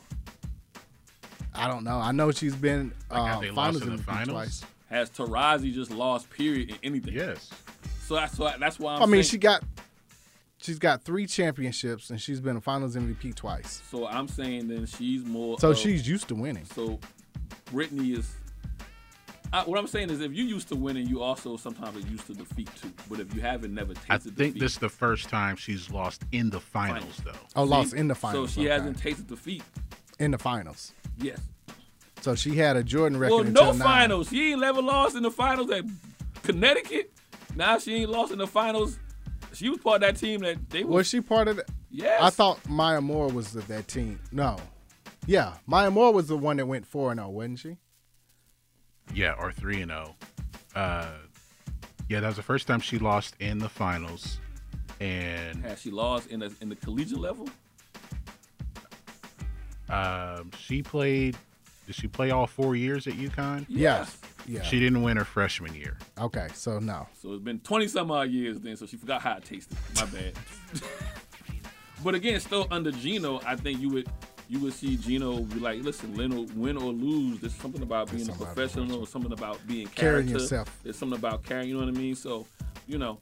Speaker 5: I don't know. I know she's been
Speaker 6: have
Speaker 5: um,
Speaker 6: they lost
Speaker 5: finals
Speaker 6: in the
Speaker 5: MVP
Speaker 6: finals?
Speaker 5: twice.
Speaker 6: Has Tarazi just lost? Period in anything?
Speaker 7: Yes.
Speaker 6: So that's why. That's why
Speaker 5: i
Speaker 6: I'm
Speaker 5: mean,
Speaker 6: saying-
Speaker 5: she got she's got three championships and she's been a finals MVP twice.
Speaker 6: So I'm saying then she's more.
Speaker 5: So
Speaker 6: of-
Speaker 5: she's used to winning.
Speaker 6: So Brittany is. I, what I'm saying is, if you used to winning, you also sometimes are used to defeat too. But if you haven't never tasted
Speaker 7: I think
Speaker 6: defeat,
Speaker 7: this is the first time she's lost in the finals, though.
Speaker 5: Oh, lost
Speaker 6: See?
Speaker 5: in the finals.
Speaker 6: So she
Speaker 5: okay.
Speaker 6: hasn't tasted defeat.
Speaker 5: in the finals.
Speaker 6: Yes.
Speaker 5: So she had a Jordan record
Speaker 6: Well,
Speaker 5: until
Speaker 6: no
Speaker 5: now.
Speaker 6: finals. She ain't never lost in the finals at Connecticut. Now she ain't lost in the finals. She was part of that team that they
Speaker 5: Was
Speaker 6: was.
Speaker 5: she part of the?
Speaker 6: Yes.
Speaker 5: I thought Maya Moore was of that team. No. Yeah, Maya Moore was the one that went 4 0, wasn't she?
Speaker 7: Yeah, or three and zero. Uh, yeah, that was the first time she lost in the finals, and
Speaker 6: Has she lost in the in the collegiate level?
Speaker 7: um, she played. Did she play all four years at UConn?
Speaker 5: Yes. Yeah.
Speaker 7: She didn't win her freshman year.
Speaker 5: Okay, so no.
Speaker 6: So it's been 20 some odd years then, so she forgot how it tasted. My bad. But again, still under Gino, I think you would you would see Gino be like, listen, Lin will- win or lose, there's something about being
Speaker 5: There's
Speaker 6: a
Speaker 5: something about
Speaker 6: professional, or something about being
Speaker 5: Carrying
Speaker 6: character.
Speaker 5: yourself.
Speaker 6: There's something about carrying. You know what I mean? So, you know,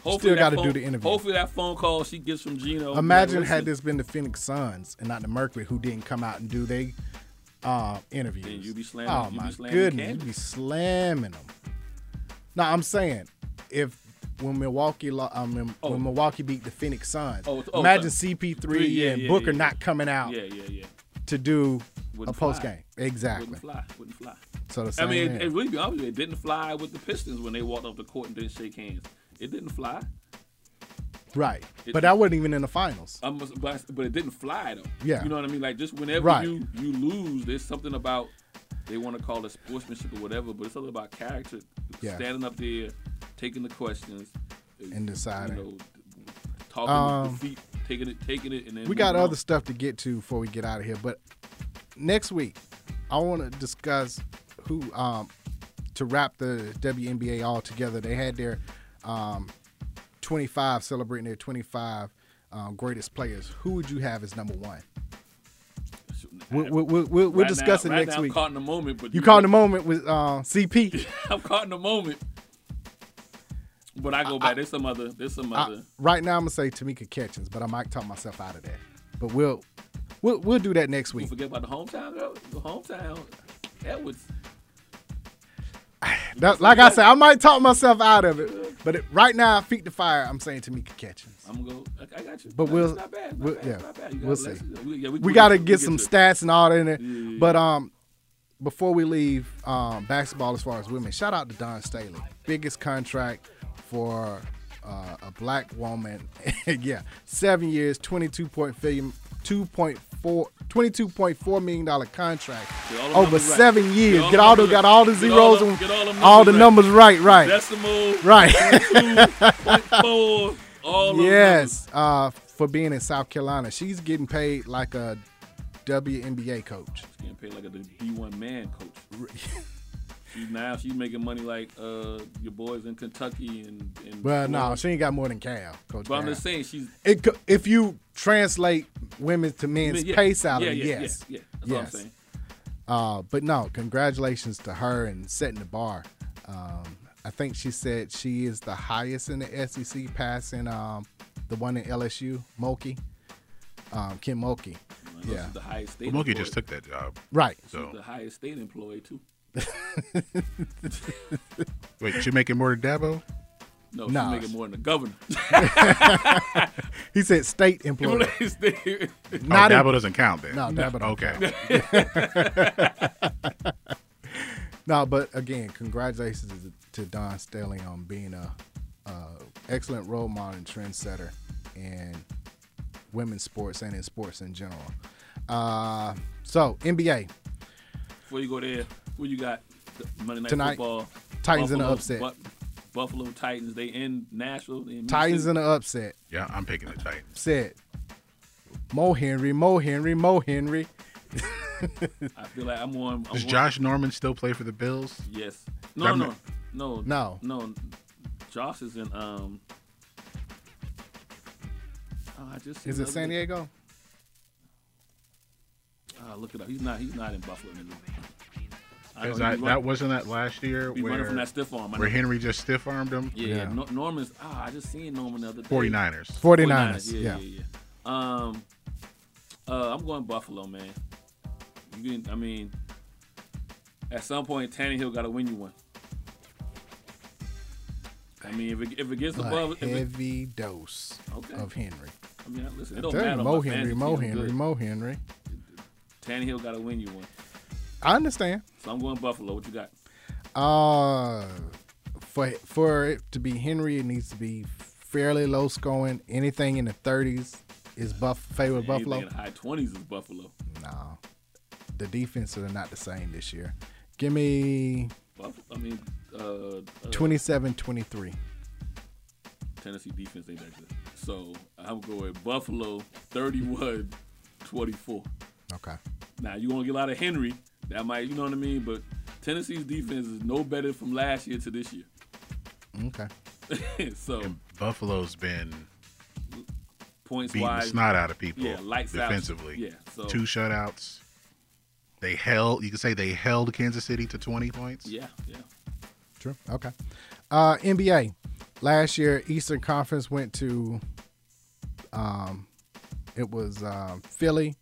Speaker 5: Still
Speaker 6: that
Speaker 5: gotta do
Speaker 6: phone-
Speaker 5: the interview.
Speaker 6: Hopefully that phone call she gets from Gino. be
Speaker 5: Imagine
Speaker 6: like,
Speaker 5: had
Speaker 6: "Listen,"
Speaker 5: this been the Phoenix Suns and not the Mercury, who didn't come out and do they uh, interviews.
Speaker 6: Then you be slamming-
Speaker 5: Oh
Speaker 6: you be
Speaker 5: my
Speaker 6: slamming
Speaker 5: goodness,
Speaker 6: Candace.
Speaker 5: you be slamming them. No, I'm saying if when Milwaukee, lo- I mean, when Milwaukee beat the Phoenix Suns,
Speaker 6: Oh, oh,
Speaker 5: imagine
Speaker 6: sorry.
Speaker 5: CP3
Speaker 6: Three, yeah,
Speaker 5: and
Speaker 6: yeah,
Speaker 5: Booker
Speaker 6: yeah.
Speaker 5: not coming out
Speaker 6: Yeah, yeah, yeah.
Speaker 5: to do
Speaker 6: Wouldn't
Speaker 5: a
Speaker 6: fly.
Speaker 5: post game. Exactly.
Speaker 6: Wouldn't fly. Wouldn't fly.
Speaker 5: So the
Speaker 6: I mean,
Speaker 5: same
Speaker 6: it,
Speaker 5: here.
Speaker 6: it really be honest with you, it didn't fly with the Pistons when they walked off the court and didn't shake hands. It didn't fly.
Speaker 5: Right,
Speaker 6: It-
Speaker 5: but I wasn't even in the finals.
Speaker 6: I'm, but, but it didn't fly though.
Speaker 5: Yeah.
Speaker 6: You know what I mean? Like just whenever
Speaker 5: Right.
Speaker 6: you you lose, there's something about they want to call it sportsmanship or whatever, but it's all about character.
Speaker 5: Yeah.
Speaker 6: Standing up there, taking the questions,
Speaker 5: And deciding.
Speaker 6: You know, talking
Speaker 5: Um,
Speaker 6: with your feet, taking it, taking it, and then
Speaker 5: we got
Speaker 6: moving on.
Speaker 5: other stuff to get to before we get out of here. But next week, I want to discuss who um, to wrap the WNBA all together. They had their um, 25 celebrating their 25 um, greatest players. Who would you have as number one? We'll, we'll, we'll, we'll
Speaker 6: Right now-
Speaker 5: discuss it
Speaker 6: right
Speaker 5: next
Speaker 6: now I'm
Speaker 5: week.
Speaker 6: caught in the moment, but
Speaker 5: you
Speaker 6: you-
Speaker 5: caught in the moment with uh, CP.
Speaker 6: I'm caught in the moment. But I go back. there's some other. There's some
Speaker 5: I,
Speaker 6: other.
Speaker 5: right now, I'm gonna say Tamika Catchings, but I might talk myself out of that. But we'll we'll, we'll do that next
Speaker 6: You
Speaker 5: week.
Speaker 6: forget about the hometown girl. The hometown. Edwards.
Speaker 5: That, like I said, I might talk myself out of it, but it, right now, feet to fire. I'm saying Tamika Catchings.
Speaker 6: I'm gonna go. I, I got you.
Speaker 5: But
Speaker 6: No,
Speaker 5: we'll,
Speaker 6: it's not bad. Not
Speaker 5: we'll
Speaker 6: bad,
Speaker 5: yeah,
Speaker 6: it's not bad. You got
Speaker 5: we'll see.
Speaker 6: Alexis.
Speaker 5: We,
Speaker 6: yeah,
Speaker 5: got to
Speaker 6: we
Speaker 5: get some
Speaker 6: to it.
Speaker 5: stats and all that in it.
Speaker 6: Yeah, yeah, yeah.
Speaker 5: But um, before we leave, um, basketball as far as women, shout out to Don Staley, biggest contract for uh, a black woman. yeah, seven years, twenty-two point million, two point four. $22.4 million dollar contract
Speaker 6: Get all them
Speaker 5: over
Speaker 6: numbers right.
Speaker 5: seven years.
Speaker 6: Get
Speaker 5: Get
Speaker 6: all
Speaker 5: all,
Speaker 6: them
Speaker 5: the, got
Speaker 6: numbers-
Speaker 5: all the
Speaker 6: get all
Speaker 5: zeros
Speaker 6: them-
Speaker 5: and
Speaker 6: get all them
Speaker 5: all the
Speaker 6: numbers
Speaker 5: numbers right, right.
Speaker 6: Decimal,
Speaker 5: Right.
Speaker 6: Four, all of them
Speaker 5: yes, uh, for being in South Carolina. She's getting paid like a WNBA coach.
Speaker 6: Getting paid like a D1 man coach. She's now she's making money like uh, your boys in Kentucky and. and
Speaker 5: Well, no, she ain't got more than Cal, Coach.
Speaker 6: But I'm
Speaker 5: Cal.
Speaker 6: just saying she's-
Speaker 5: It, co- if you translate women to men's
Speaker 6: Yeah,
Speaker 5: pay
Speaker 6: yeah,
Speaker 5: salary,
Speaker 6: yeah, yeah,
Speaker 5: yes,
Speaker 6: yeah, yeah. That's what I'm
Speaker 5: yes.
Speaker 6: saying.
Speaker 5: Uh, but no, congratulations to her and setting the bar. Um, I think she said she is the highest in the SEC, passing um, the one in LSU, Mulkey, um, Kim Mulkey.
Speaker 6: know
Speaker 5: yeah,
Speaker 6: she's the highest state
Speaker 7: Well, Mookie
Speaker 6: employee.
Speaker 7: just took that job.
Speaker 5: Right.
Speaker 6: She's
Speaker 7: So
Speaker 6: the highest state employee too.
Speaker 7: wait, she making more than Dabo?
Speaker 6: No,
Speaker 5: Nah.
Speaker 6: she's making more than the governor.
Speaker 5: he said state employee.
Speaker 6: State-
Speaker 5: Not
Speaker 7: oh,
Speaker 5: in-
Speaker 7: Dabo doesn't count then.
Speaker 5: No, Dabo
Speaker 7: Okay.
Speaker 5: don't count. no, but again, congratulations to Don Staley on being a, a excellent role model and trendsetter in women's sports and in sports in general. Uh, so NBA,
Speaker 6: Before you go there, what you got? The Monday night
Speaker 5: Tonight,
Speaker 6: football.
Speaker 5: Titans in the
Speaker 6: Buffalo-
Speaker 5: upset.
Speaker 6: Bu- Buffalo Titans. They in Nashville. They in
Speaker 5: Titans
Speaker 6: Houston.
Speaker 5: in the upset.
Speaker 7: yeah, I'm picking the Titans.
Speaker 5: Said Mo Henry, Mo Henry, Mo Henry.
Speaker 6: I feel like I'm on. I'm
Speaker 7: Does
Speaker 6: on-
Speaker 7: Josh Norman still play for the Bills?
Speaker 6: Yes. No,
Speaker 7: I'm
Speaker 6: no,
Speaker 7: not-
Speaker 6: no,
Speaker 5: No.
Speaker 6: no. Josh is in. Um. oh, I just seen
Speaker 5: Is it
Speaker 6: the other
Speaker 5: San
Speaker 6: day.
Speaker 5: Diego?
Speaker 6: Oh, look it up. He's not. He's not in Buffalo anymore. I know
Speaker 7: Because
Speaker 6: he
Speaker 7: I-
Speaker 6: run-
Speaker 7: that wasn't that last year
Speaker 6: He running
Speaker 7: where,
Speaker 6: from that stiff arm. I
Speaker 7: where
Speaker 6: know.
Speaker 7: Henry just stiff armed him.
Speaker 6: Yeah, Nor- Norman's. Ah, I just seen Norman the other day.
Speaker 7: 49ers.
Speaker 5: 49ers,
Speaker 6: Oh, yeah,
Speaker 5: yeah.
Speaker 6: yeah, yeah. Um, uh, I'm going Buffalo, man. You can, I mean, at some point, Tannehill got to win you one. I mean, if it, if it gets
Speaker 5: A
Speaker 6: above, if it,
Speaker 5: heavy dose
Speaker 6: Okay.
Speaker 5: of Henry.
Speaker 6: I mean, listen, it
Speaker 5: I'm
Speaker 6: don't
Speaker 5: telling you,
Speaker 6: matter.
Speaker 5: Mo
Speaker 6: on my
Speaker 5: Henry,
Speaker 6: fantasy
Speaker 5: Mo
Speaker 6: team, I'm
Speaker 5: Henry,
Speaker 6: good.
Speaker 5: Mo Henry.
Speaker 6: Tannehill got to win you one.
Speaker 5: I understand.
Speaker 6: So I'm going Buffalo. What you got?
Speaker 5: Uh, for for it to be Henry, it needs to be fairly low scoring. Anything in the thirties is buff favor of
Speaker 6: Anything
Speaker 5: Buffalo.
Speaker 6: in the high 20s is Buffalo.
Speaker 5: No, the defenses are not the same this year. Give me
Speaker 6: Buff- I mean, uh, uh,
Speaker 5: 27-23.
Speaker 6: Tennessee defense ain't that good. So I'm going Buffalo 31 24.
Speaker 5: Okay.
Speaker 6: Now you gonna get a lot of Henry. That might you know what I mean, but Tennessee's defense is no better from last year to this year.
Speaker 5: Okay.
Speaker 6: so
Speaker 7: Buffalo's been
Speaker 6: points
Speaker 7: beating the
Speaker 6: wise.
Speaker 7: snot out of people
Speaker 6: Yeah, lights out.
Speaker 7: defensively.
Speaker 6: Yeah, so-
Speaker 7: Two shutouts. They held, you could say they held Kansas City to 20 points.
Speaker 6: Yeah, yeah.
Speaker 5: True. Okay. Uh, NBA. Last year, Eastern Conference went to, um, it was um, Philly,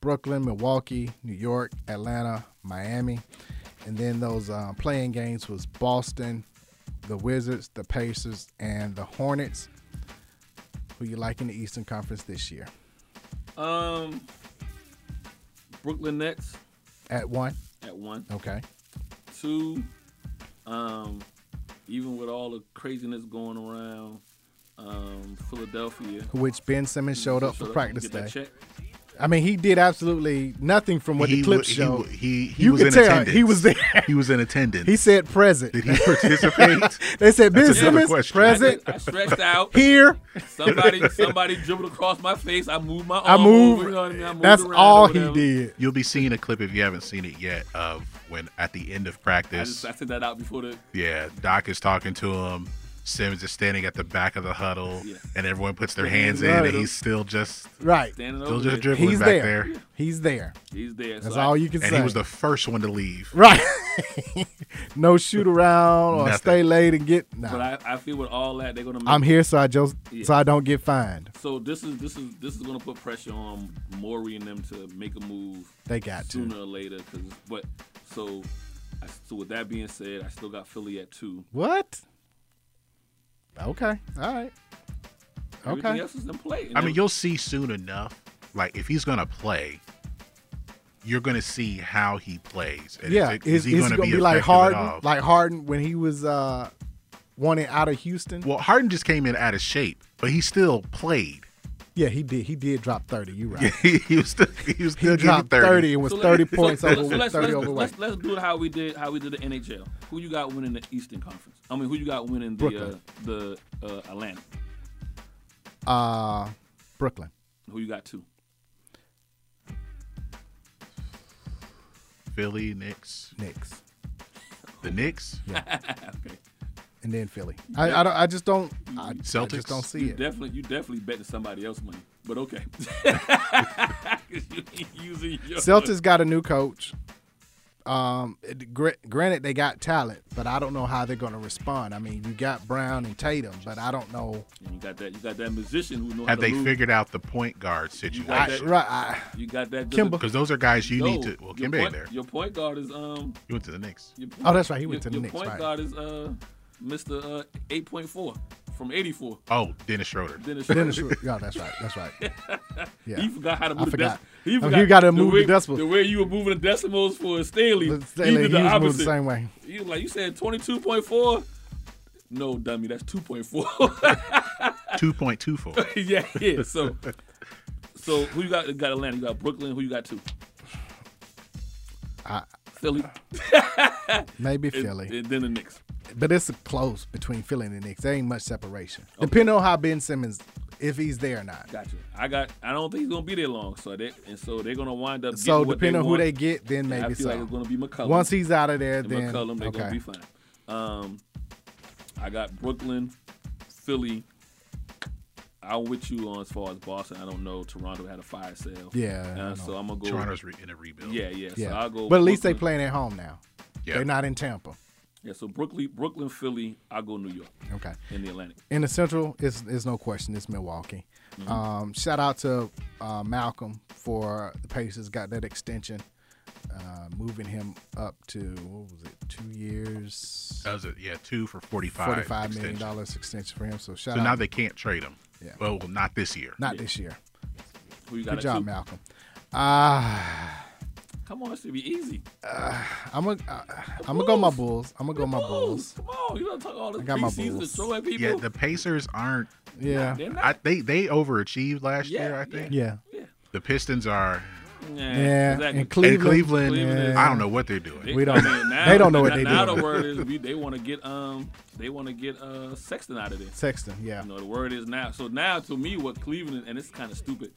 Speaker 5: Brooklyn, Milwaukee, New York, Atlanta, Miami, and then those uh, playing games was Boston, the Wizards, the Pacers, and the Hornets. Who you like in the Eastern Conference this year?
Speaker 6: Um, Brooklyn Nets
Speaker 5: At one.
Speaker 6: at one.
Speaker 5: Okay.
Speaker 6: Two, um, even with all the craziness going around, um, Philadelphia.
Speaker 5: Which Ben Simmons showed up for practice
Speaker 6: Get that
Speaker 5: day.
Speaker 6: check.
Speaker 5: I the He did absolutely nothing from what the
Speaker 7: He
Speaker 5: clip
Speaker 7: wa- he
Speaker 5: showed.
Speaker 7: wa- he- he
Speaker 5: you
Speaker 7: was
Speaker 5: could
Speaker 7: in
Speaker 5: tell
Speaker 7: attendance.
Speaker 5: he was there.
Speaker 7: He was in attendance.
Speaker 5: He said present. Did
Speaker 7: he participate?
Speaker 5: they said Ben
Speaker 7: That's
Speaker 5: Simmons
Speaker 7: another question.
Speaker 5: present.
Speaker 6: I stretched out
Speaker 5: here.
Speaker 6: Somebody, somebody dribbled across my face. I moved my arm.
Speaker 5: I moved.
Speaker 6: Over, you know what I mean? I moved around or whatever.
Speaker 5: did.
Speaker 7: You'll be seeing a clip if you haven't seen it yet of when at the end of
Speaker 6: I
Speaker 7: practice,
Speaker 6: just I took that out before the.
Speaker 7: yeah, Doc is talking to him. Simmons is standing at the back of the huddle, and everyone puts their hands in,
Speaker 5: Right.
Speaker 7: and he's still just
Speaker 5: Right.
Speaker 6: Standing
Speaker 7: still
Speaker 6: over
Speaker 7: just
Speaker 6: there.
Speaker 7: dribbling
Speaker 5: He's
Speaker 7: back there.
Speaker 5: there. He's there.
Speaker 6: He's there.
Speaker 5: That's
Speaker 6: So I-
Speaker 5: all you can
Speaker 7: and
Speaker 5: say.
Speaker 7: he was the first one to leave.
Speaker 5: right. no shoot around or
Speaker 7: Nothing.
Speaker 5: stay late and get. Nah.
Speaker 6: But I, I feel with all that they're gonna. Make,
Speaker 5: I'm here so I just
Speaker 6: Yeah.
Speaker 5: so I don't get fined.
Speaker 6: So this is this is this is gonna put pressure on Maury and them to make a move.
Speaker 5: They got to.
Speaker 6: sooner or later. Cause but so I, so with that being said, I still got Philly at two.
Speaker 5: What? Okay. All right.
Speaker 6: Everything else is in play. And
Speaker 7: I mean,
Speaker 6: then-
Speaker 7: you'll see soon enough. Like if he's gonna play, you're gonna see how he plays. And
Speaker 5: yeah,
Speaker 7: is, it-
Speaker 5: is,
Speaker 7: is he
Speaker 5: is
Speaker 7: gonna, be,
Speaker 5: like
Speaker 7: effective at
Speaker 5: Harden,
Speaker 7: all?
Speaker 5: like Harden when he was uh, wanted out of Houston?
Speaker 7: Well, Harden just came in out of shape, but he still played.
Speaker 5: Yeah, he did. He did drop thirty. You right?
Speaker 7: Yeah, he, he was still he was still
Speaker 5: He
Speaker 7: getting
Speaker 5: dropped
Speaker 7: 30.
Speaker 5: 30 and was
Speaker 6: So let-
Speaker 5: 30
Speaker 6: so-
Speaker 5: points
Speaker 6: so
Speaker 5: over,
Speaker 6: let's- let's-
Speaker 5: 30
Speaker 6: let's-
Speaker 5: overweight.
Speaker 6: Let's, let's do it how we did how we did the NHL. Who you got winning the Eastern Conference? I mean, who you got winning the uh,
Speaker 5: Brooklyn.
Speaker 6: the uh, Atlanta?
Speaker 5: Uh, Brooklyn.
Speaker 6: Who you got two?
Speaker 7: Philly Knicks.
Speaker 5: Knicks.
Speaker 7: The Knicks.
Speaker 6: okay.
Speaker 5: and then Philly. I, I, don't, I just don't. I, I
Speaker 7: Celtics?
Speaker 5: just don't see
Speaker 6: you
Speaker 5: it.
Speaker 6: Definitely, you definitely betting somebody else money, but okay. 'Cause you ain't using your-
Speaker 5: Celtics got a new coach. Um, it- gr- granted they got talent, but I don't know how they're going to respond. I mean, you got Brown and Tatum, but I don't know.
Speaker 6: And you got that. You got that musician who knows.
Speaker 7: Have they
Speaker 6: lose.
Speaker 7: figured out the point guard
Speaker 6: You
Speaker 7: situation?
Speaker 6: got that,
Speaker 5: right, I-
Speaker 6: you got that.
Speaker 7: Because those are guys you need
Speaker 6: No,
Speaker 7: to. Well,
Speaker 6: your
Speaker 7: Kimba ain't
Speaker 6: point-
Speaker 7: there.
Speaker 6: Your point guard is um.
Speaker 7: He went to the Knicks.
Speaker 6: your
Speaker 5: Oh, that's right, he went to
Speaker 6: your-
Speaker 5: the
Speaker 6: your
Speaker 5: Knicks,
Speaker 6: Point
Speaker 5: right.
Speaker 6: guard is uh, Mr. Uh, eight point four from eighty four.
Speaker 7: Oh, Dennis Schroeder.
Speaker 6: Dennis Schroeder.
Speaker 5: Dennis Schroeder. Yeah, that's right. That's right. Yeah.
Speaker 6: He forgot how to
Speaker 5: I
Speaker 6: move the
Speaker 5: forgot.
Speaker 6: decimals.
Speaker 5: Oh, he gotta move the
Speaker 6: way,
Speaker 5: decimals.
Speaker 6: The way you were moving the decimals for Staley,
Speaker 5: But Staley,
Speaker 6: he did the
Speaker 5: he was moving the
Speaker 6: opposite.
Speaker 5: same way.
Speaker 6: You like you said, twenty two point four. No, dummy, that's two point four.
Speaker 7: Two point two four.
Speaker 6: yeah, yeah. So, so who you got? You got Atlanta. You got Brooklyn. Who you got? Two.
Speaker 5: I,
Speaker 6: Philly.
Speaker 5: Maybe
Speaker 6: And-
Speaker 5: Philly.
Speaker 6: and then the Knicks.
Speaker 5: but it's close between Philly and the Knicks. There ain't much separation, depending on how Ben Simmons, if he's there or not.
Speaker 6: Gotcha. I got. I don't think he's gonna be there long. So they and so they're gonna wind up.
Speaker 5: So
Speaker 6: getting what
Speaker 5: depending on who
Speaker 6: want.
Speaker 5: they get, then
Speaker 6: And
Speaker 5: maybe
Speaker 6: I feel
Speaker 5: so.
Speaker 6: like it's gonna be McCollum.
Speaker 5: Once he's out of there,
Speaker 6: And
Speaker 5: then-
Speaker 6: McCollum, they're gonna
Speaker 5: okay.
Speaker 6: be fine. Um, I got Brooklyn, Philly. I'm with you on as far as Boston. I don't know. Toronto had a fire sale.
Speaker 5: Yeah, I
Speaker 6: Uh,
Speaker 5: know.
Speaker 6: so I'm gonna go.
Speaker 7: Toronto's re- in a rebuild.
Speaker 6: Yeah, yeah. So I'll go.
Speaker 5: but at least they
Speaker 6: Brooklyn.
Speaker 5: playing at home now.
Speaker 6: Yeah.
Speaker 5: They're not in Tampa.
Speaker 6: Yeah. So Brooklyn, Brooklyn, Philly. I'll go New York.
Speaker 5: Okay.
Speaker 6: In the Atlantic.
Speaker 5: In the Central, it's, it's no question. It's Milwaukee.
Speaker 6: Mhm.
Speaker 5: Um, shout out to uh, Malcolm for the Pacers got that extension, uh, moving him up to what was it, two years?
Speaker 7: That was a, yeah, two for forty five.
Speaker 5: Forty-five million dollars extension for him. So shout
Speaker 7: So
Speaker 5: out.
Speaker 7: now they can't trade him.
Speaker 5: Yeah.
Speaker 7: Well, not this year.
Speaker 5: not this year.
Speaker 6: Who you got?
Speaker 5: Good
Speaker 6: at
Speaker 5: job,
Speaker 6: two?
Speaker 5: Malcolm. Ah.
Speaker 6: Come on, this should be easy.
Speaker 5: I'm gonna uh, I'm gonna go my Bulls. I'm gonna go my Bulls.
Speaker 6: Come on, you don't talk all this
Speaker 5: I got my
Speaker 6: preseason to
Speaker 5: Bulls.
Speaker 6: throw at people.
Speaker 7: Yeah, the Pacers aren't.
Speaker 5: Yeah. They're
Speaker 7: I, they they overachieved last year. I think.
Speaker 5: Yeah.
Speaker 7: The Pistons are.
Speaker 6: Yeah,
Speaker 5: Yeah, exactly. and Cleveland-
Speaker 7: Cleveland,
Speaker 5: Cleveland is-
Speaker 7: I don't know what they're doing.
Speaker 5: We don't- they don't know what they
Speaker 6: now
Speaker 5: doing.
Speaker 6: the word is we, they want to get um they want to get uh Sexton out of there.
Speaker 5: Sexton, yeah.
Speaker 6: You know the word is now. So now to me, what Cleveland and it's kind of stupid.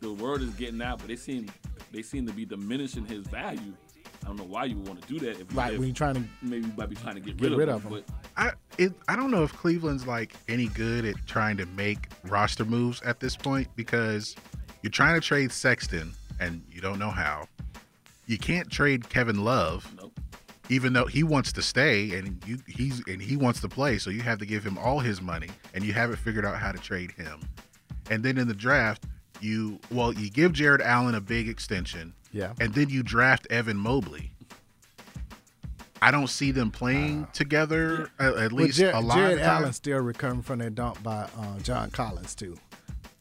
Speaker 6: The word is getting out, but they seem they seem to be diminishing his value. I don't know why you would want to do that. If,
Speaker 5: Right,
Speaker 6: if
Speaker 5: when you're trying to
Speaker 6: maybe you might be trying to get,
Speaker 5: get
Speaker 6: rid,
Speaker 5: rid
Speaker 6: of
Speaker 5: of
Speaker 6: him.
Speaker 5: him.
Speaker 6: But
Speaker 7: I it, I don't know if Cleveland's like any good at trying to make roster moves at this point because you're trying to trade Sexton and you don't know how. You can't trade Kevin Love, even though he wants to stay and you he's and he wants to play, so you have to give him all his money and you haven't figured out how to trade him. And then in the draft, you well you give Jared Allen a big extension,
Speaker 5: Yeah.
Speaker 7: and then you draft Evan Mobley. I don't see them playing together a- at,
Speaker 5: Uh, Well,
Speaker 7: least
Speaker 5: Jar-
Speaker 7: a lot.
Speaker 5: Jared
Speaker 7: of time.
Speaker 5: Allen still recovering from that dump by uh, John Collins too,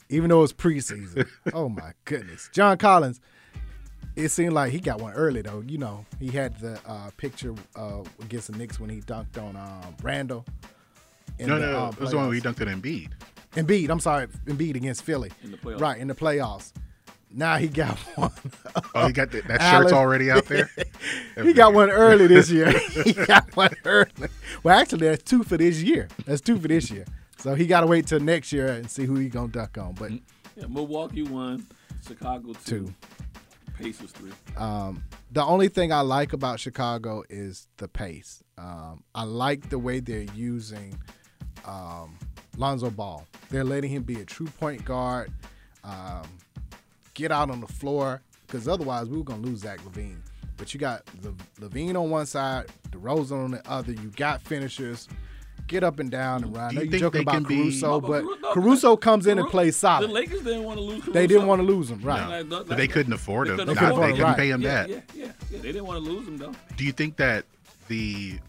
Speaker 5: even though it's preseason. oh my goodness, John Collins. It seemed like he got one early though. You know, he had the uh, picture uh, against the Knicks when he dunked on um, Randall. in
Speaker 7: No,
Speaker 5: the,
Speaker 7: no,
Speaker 5: uh,
Speaker 7: it was the one where he
Speaker 5: playoffs.
Speaker 7: dunked on Embiid.
Speaker 5: Embiid, I'm sorry, Embiid against Philly. In the
Speaker 7: playoffs.
Speaker 5: Right, in the playoffs. Now he got one.
Speaker 7: Oh, he got the- that shirt's
Speaker 5: Allen-
Speaker 7: already out there?
Speaker 5: he got one early this year. he got one early. Well, actually, that's two for this year. That's two for this year. So he got to wait till next year and see who he gonna duck on. But
Speaker 6: Yeah, Milwaukee one, Chicago two,
Speaker 5: Two.
Speaker 6: Pacers three.
Speaker 5: Um, the only thing I like about Chicago is the pace. Um, I like the way they're using um, Lonzo Ball. They're letting him be a true point guard, um, get out on the floor, because otherwise we were going to lose Zach Levine. But you got Le- Levine on one side, DeRozan on the other. You got finishers. Get up and down and run. I
Speaker 7: Do
Speaker 5: know
Speaker 7: you
Speaker 5: you're
Speaker 7: think
Speaker 5: joking
Speaker 7: they
Speaker 5: about
Speaker 7: can be-
Speaker 5: Caruso,
Speaker 7: No,
Speaker 5: but
Speaker 7: but
Speaker 5: Caruso, comes in and
Speaker 6: Caru-
Speaker 5: plays solid.
Speaker 6: The Lakers didn't want to lose.
Speaker 5: Ah, They didn't wanna lose him,
Speaker 6: No.
Speaker 5: right.
Speaker 6: Like,
Speaker 7: But
Speaker 6: like-
Speaker 7: they couldn't afford him.
Speaker 6: couldn't
Speaker 7: Nah,
Speaker 6: afford
Speaker 7: they
Speaker 6: him,
Speaker 7: couldn't
Speaker 6: right.
Speaker 7: pay him
Speaker 6: Yeah,
Speaker 7: that.
Speaker 6: Yeah, yeah, yeah. They didn't want to lose him though.
Speaker 7: Do you think that the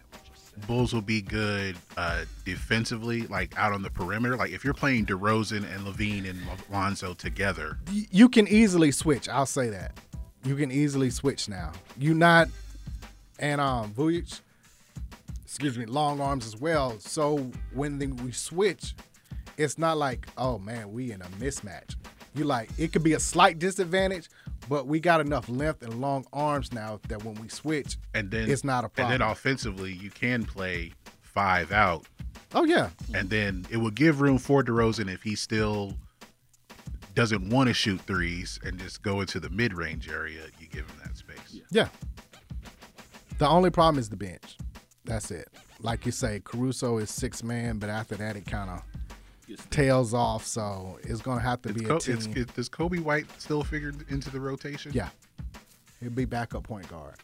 Speaker 7: Bulls will be good uh, defensively, like out on the perimeter? Like if you're playing DeRozan and Levine and Lonzo together,
Speaker 5: y- you can easily switch. I'll say that. You can easily switch now. You not and um Vujic, excuse me, long arms as well. So when the, we switch, it's not like, oh man, we in a mismatch. You like it could be a slight disadvantage, but we got enough length and long arms now that when we switch,
Speaker 7: and then
Speaker 5: it's not a problem.
Speaker 7: And then offensively, you can play five out,
Speaker 5: oh yeah,
Speaker 7: and then it will give room for DeRozan if he still doesn't want to shoot threes and just go into the mid-range area. You give him that space.
Speaker 5: Yeah. The only problem is the bench. That's it. Like you say, Caruso is six man, but after that it kind of tails off. So it's gonna have to
Speaker 7: It's
Speaker 5: be
Speaker 7: Co-
Speaker 5: a team.
Speaker 7: it's- it- does Kobe White still figure into the rotation?
Speaker 5: yeah, he'll be backup point guard.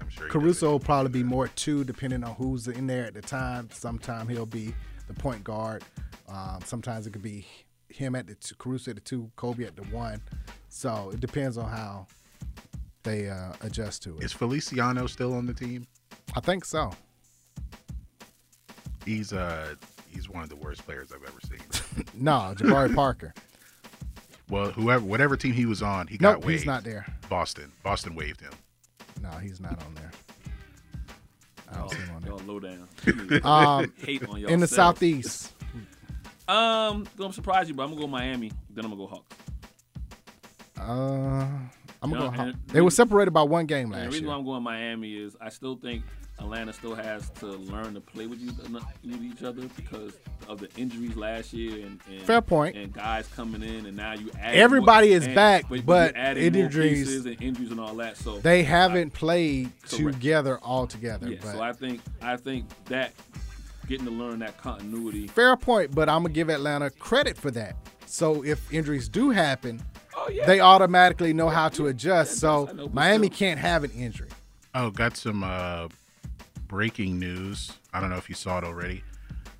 Speaker 7: I'm sure. he does.
Speaker 5: Caruso will probably be more two, depending on who's in there at the time. Sometime he'll be the point guard. Um, sometimes it could be him at the two, Caruso at the two, Kobe at the one. So it depends on how they uh, adjust to it.
Speaker 7: Is Feliciano still on the team?
Speaker 5: I think so.
Speaker 7: He's uh he's one of the worst players I've ever seen.
Speaker 5: No, Jabari Parker.
Speaker 7: well, whoever whatever team he was on, he
Speaker 5: Nope,
Speaker 7: got waived.
Speaker 5: he's not there.
Speaker 7: Boston. Boston waived him.
Speaker 5: No, he's not on there. I don't see him on there.
Speaker 6: Y'all low down.
Speaker 5: Um,
Speaker 6: Hate on Oh, y'all.
Speaker 5: in the southeast,
Speaker 6: Um, gonna surprise you, but I'm gonna go Miami. Then I'm gonna go Hawks.
Speaker 5: uh, I'm gonna
Speaker 6: No,
Speaker 5: go. Hawks.
Speaker 6: and-
Speaker 5: They were separated by one game
Speaker 6: And the
Speaker 5: last
Speaker 6: reason
Speaker 5: year.
Speaker 6: why I'm going Miami is I still think Atlanta still has to learn to play with each, with each other because of the injuries last year and, and
Speaker 5: Fair point.
Speaker 6: and guys coming in and now you add
Speaker 5: Everybody is back, but
Speaker 6: you added more
Speaker 5: injuries-
Speaker 6: pieces and injuries and all that. So
Speaker 5: They
Speaker 6: I-
Speaker 5: haven't played together all together.
Speaker 6: Yeah,
Speaker 5: but
Speaker 6: so I think I think that getting to learn that continuity.
Speaker 5: fair point. But I'm gonna give Atlanta credit for that. So if injuries do happen,
Speaker 6: Oh, yeah.
Speaker 5: they automatically know how to adjust.
Speaker 6: I
Speaker 5: so
Speaker 6: know, but
Speaker 5: Miami
Speaker 6: still.
Speaker 5: can't have an injury.
Speaker 7: Oh, got some uh breaking news. I don't know if you saw it already.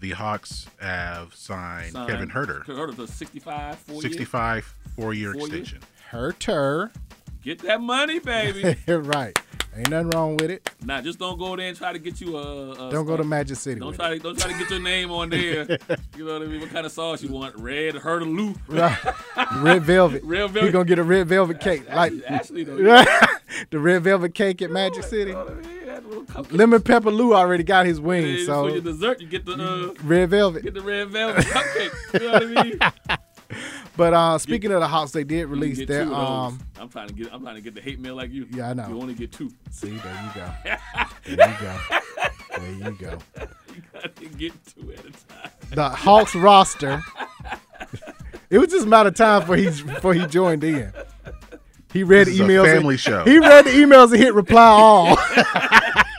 Speaker 7: The Hawks have signed
Speaker 6: Signed
Speaker 7: Kevin Herter.
Speaker 6: Herter for 65, four years.
Speaker 7: 65 four-year
Speaker 6: Four years.
Speaker 7: extension.
Speaker 5: Herter,
Speaker 6: Get that money, baby.
Speaker 5: right? Ain't nothing wrong with it.
Speaker 6: nah, just don't go there and try to get you a. a
Speaker 5: Don't go to
Speaker 6: a-
Speaker 5: Magic City
Speaker 6: Don't
Speaker 5: with
Speaker 6: try to don't try to get your name on there. you know what I mean? What kind of sauce you want? Red hurtaloo.
Speaker 5: Right. red velvet.
Speaker 6: Red velvet.
Speaker 5: You're gonna get a red velvet cake.
Speaker 6: Actually-
Speaker 5: like
Speaker 6: actually though,
Speaker 5: the red velvet cake at Magic City.
Speaker 6: that little cupcake.
Speaker 5: Lemon pepper Lou already got his wings,
Speaker 6: Yeah, for your
Speaker 5: so
Speaker 6: dessert, you get the uh,
Speaker 5: red velvet.
Speaker 6: Get the red velvet cupcake. You know what I mean?
Speaker 5: But uh speaking of the Hawks, they did
Speaker 6: You can
Speaker 5: release
Speaker 6: get
Speaker 5: their
Speaker 6: two of
Speaker 5: um
Speaker 6: those. I'm trying to get. I'm trying to get the hate mail like you.
Speaker 5: Yeah, I know.
Speaker 6: You only get two.
Speaker 5: See, there you go. There you go. There you go.
Speaker 6: You gotta get two at a time.
Speaker 5: The Hawks roster. It was just a matter of time before he before he joined in. He read
Speaker 7: This is a
Speaker 5: emails. and-
Speaker 7: family show.
Speaker 5: He read the emails and hit reply all.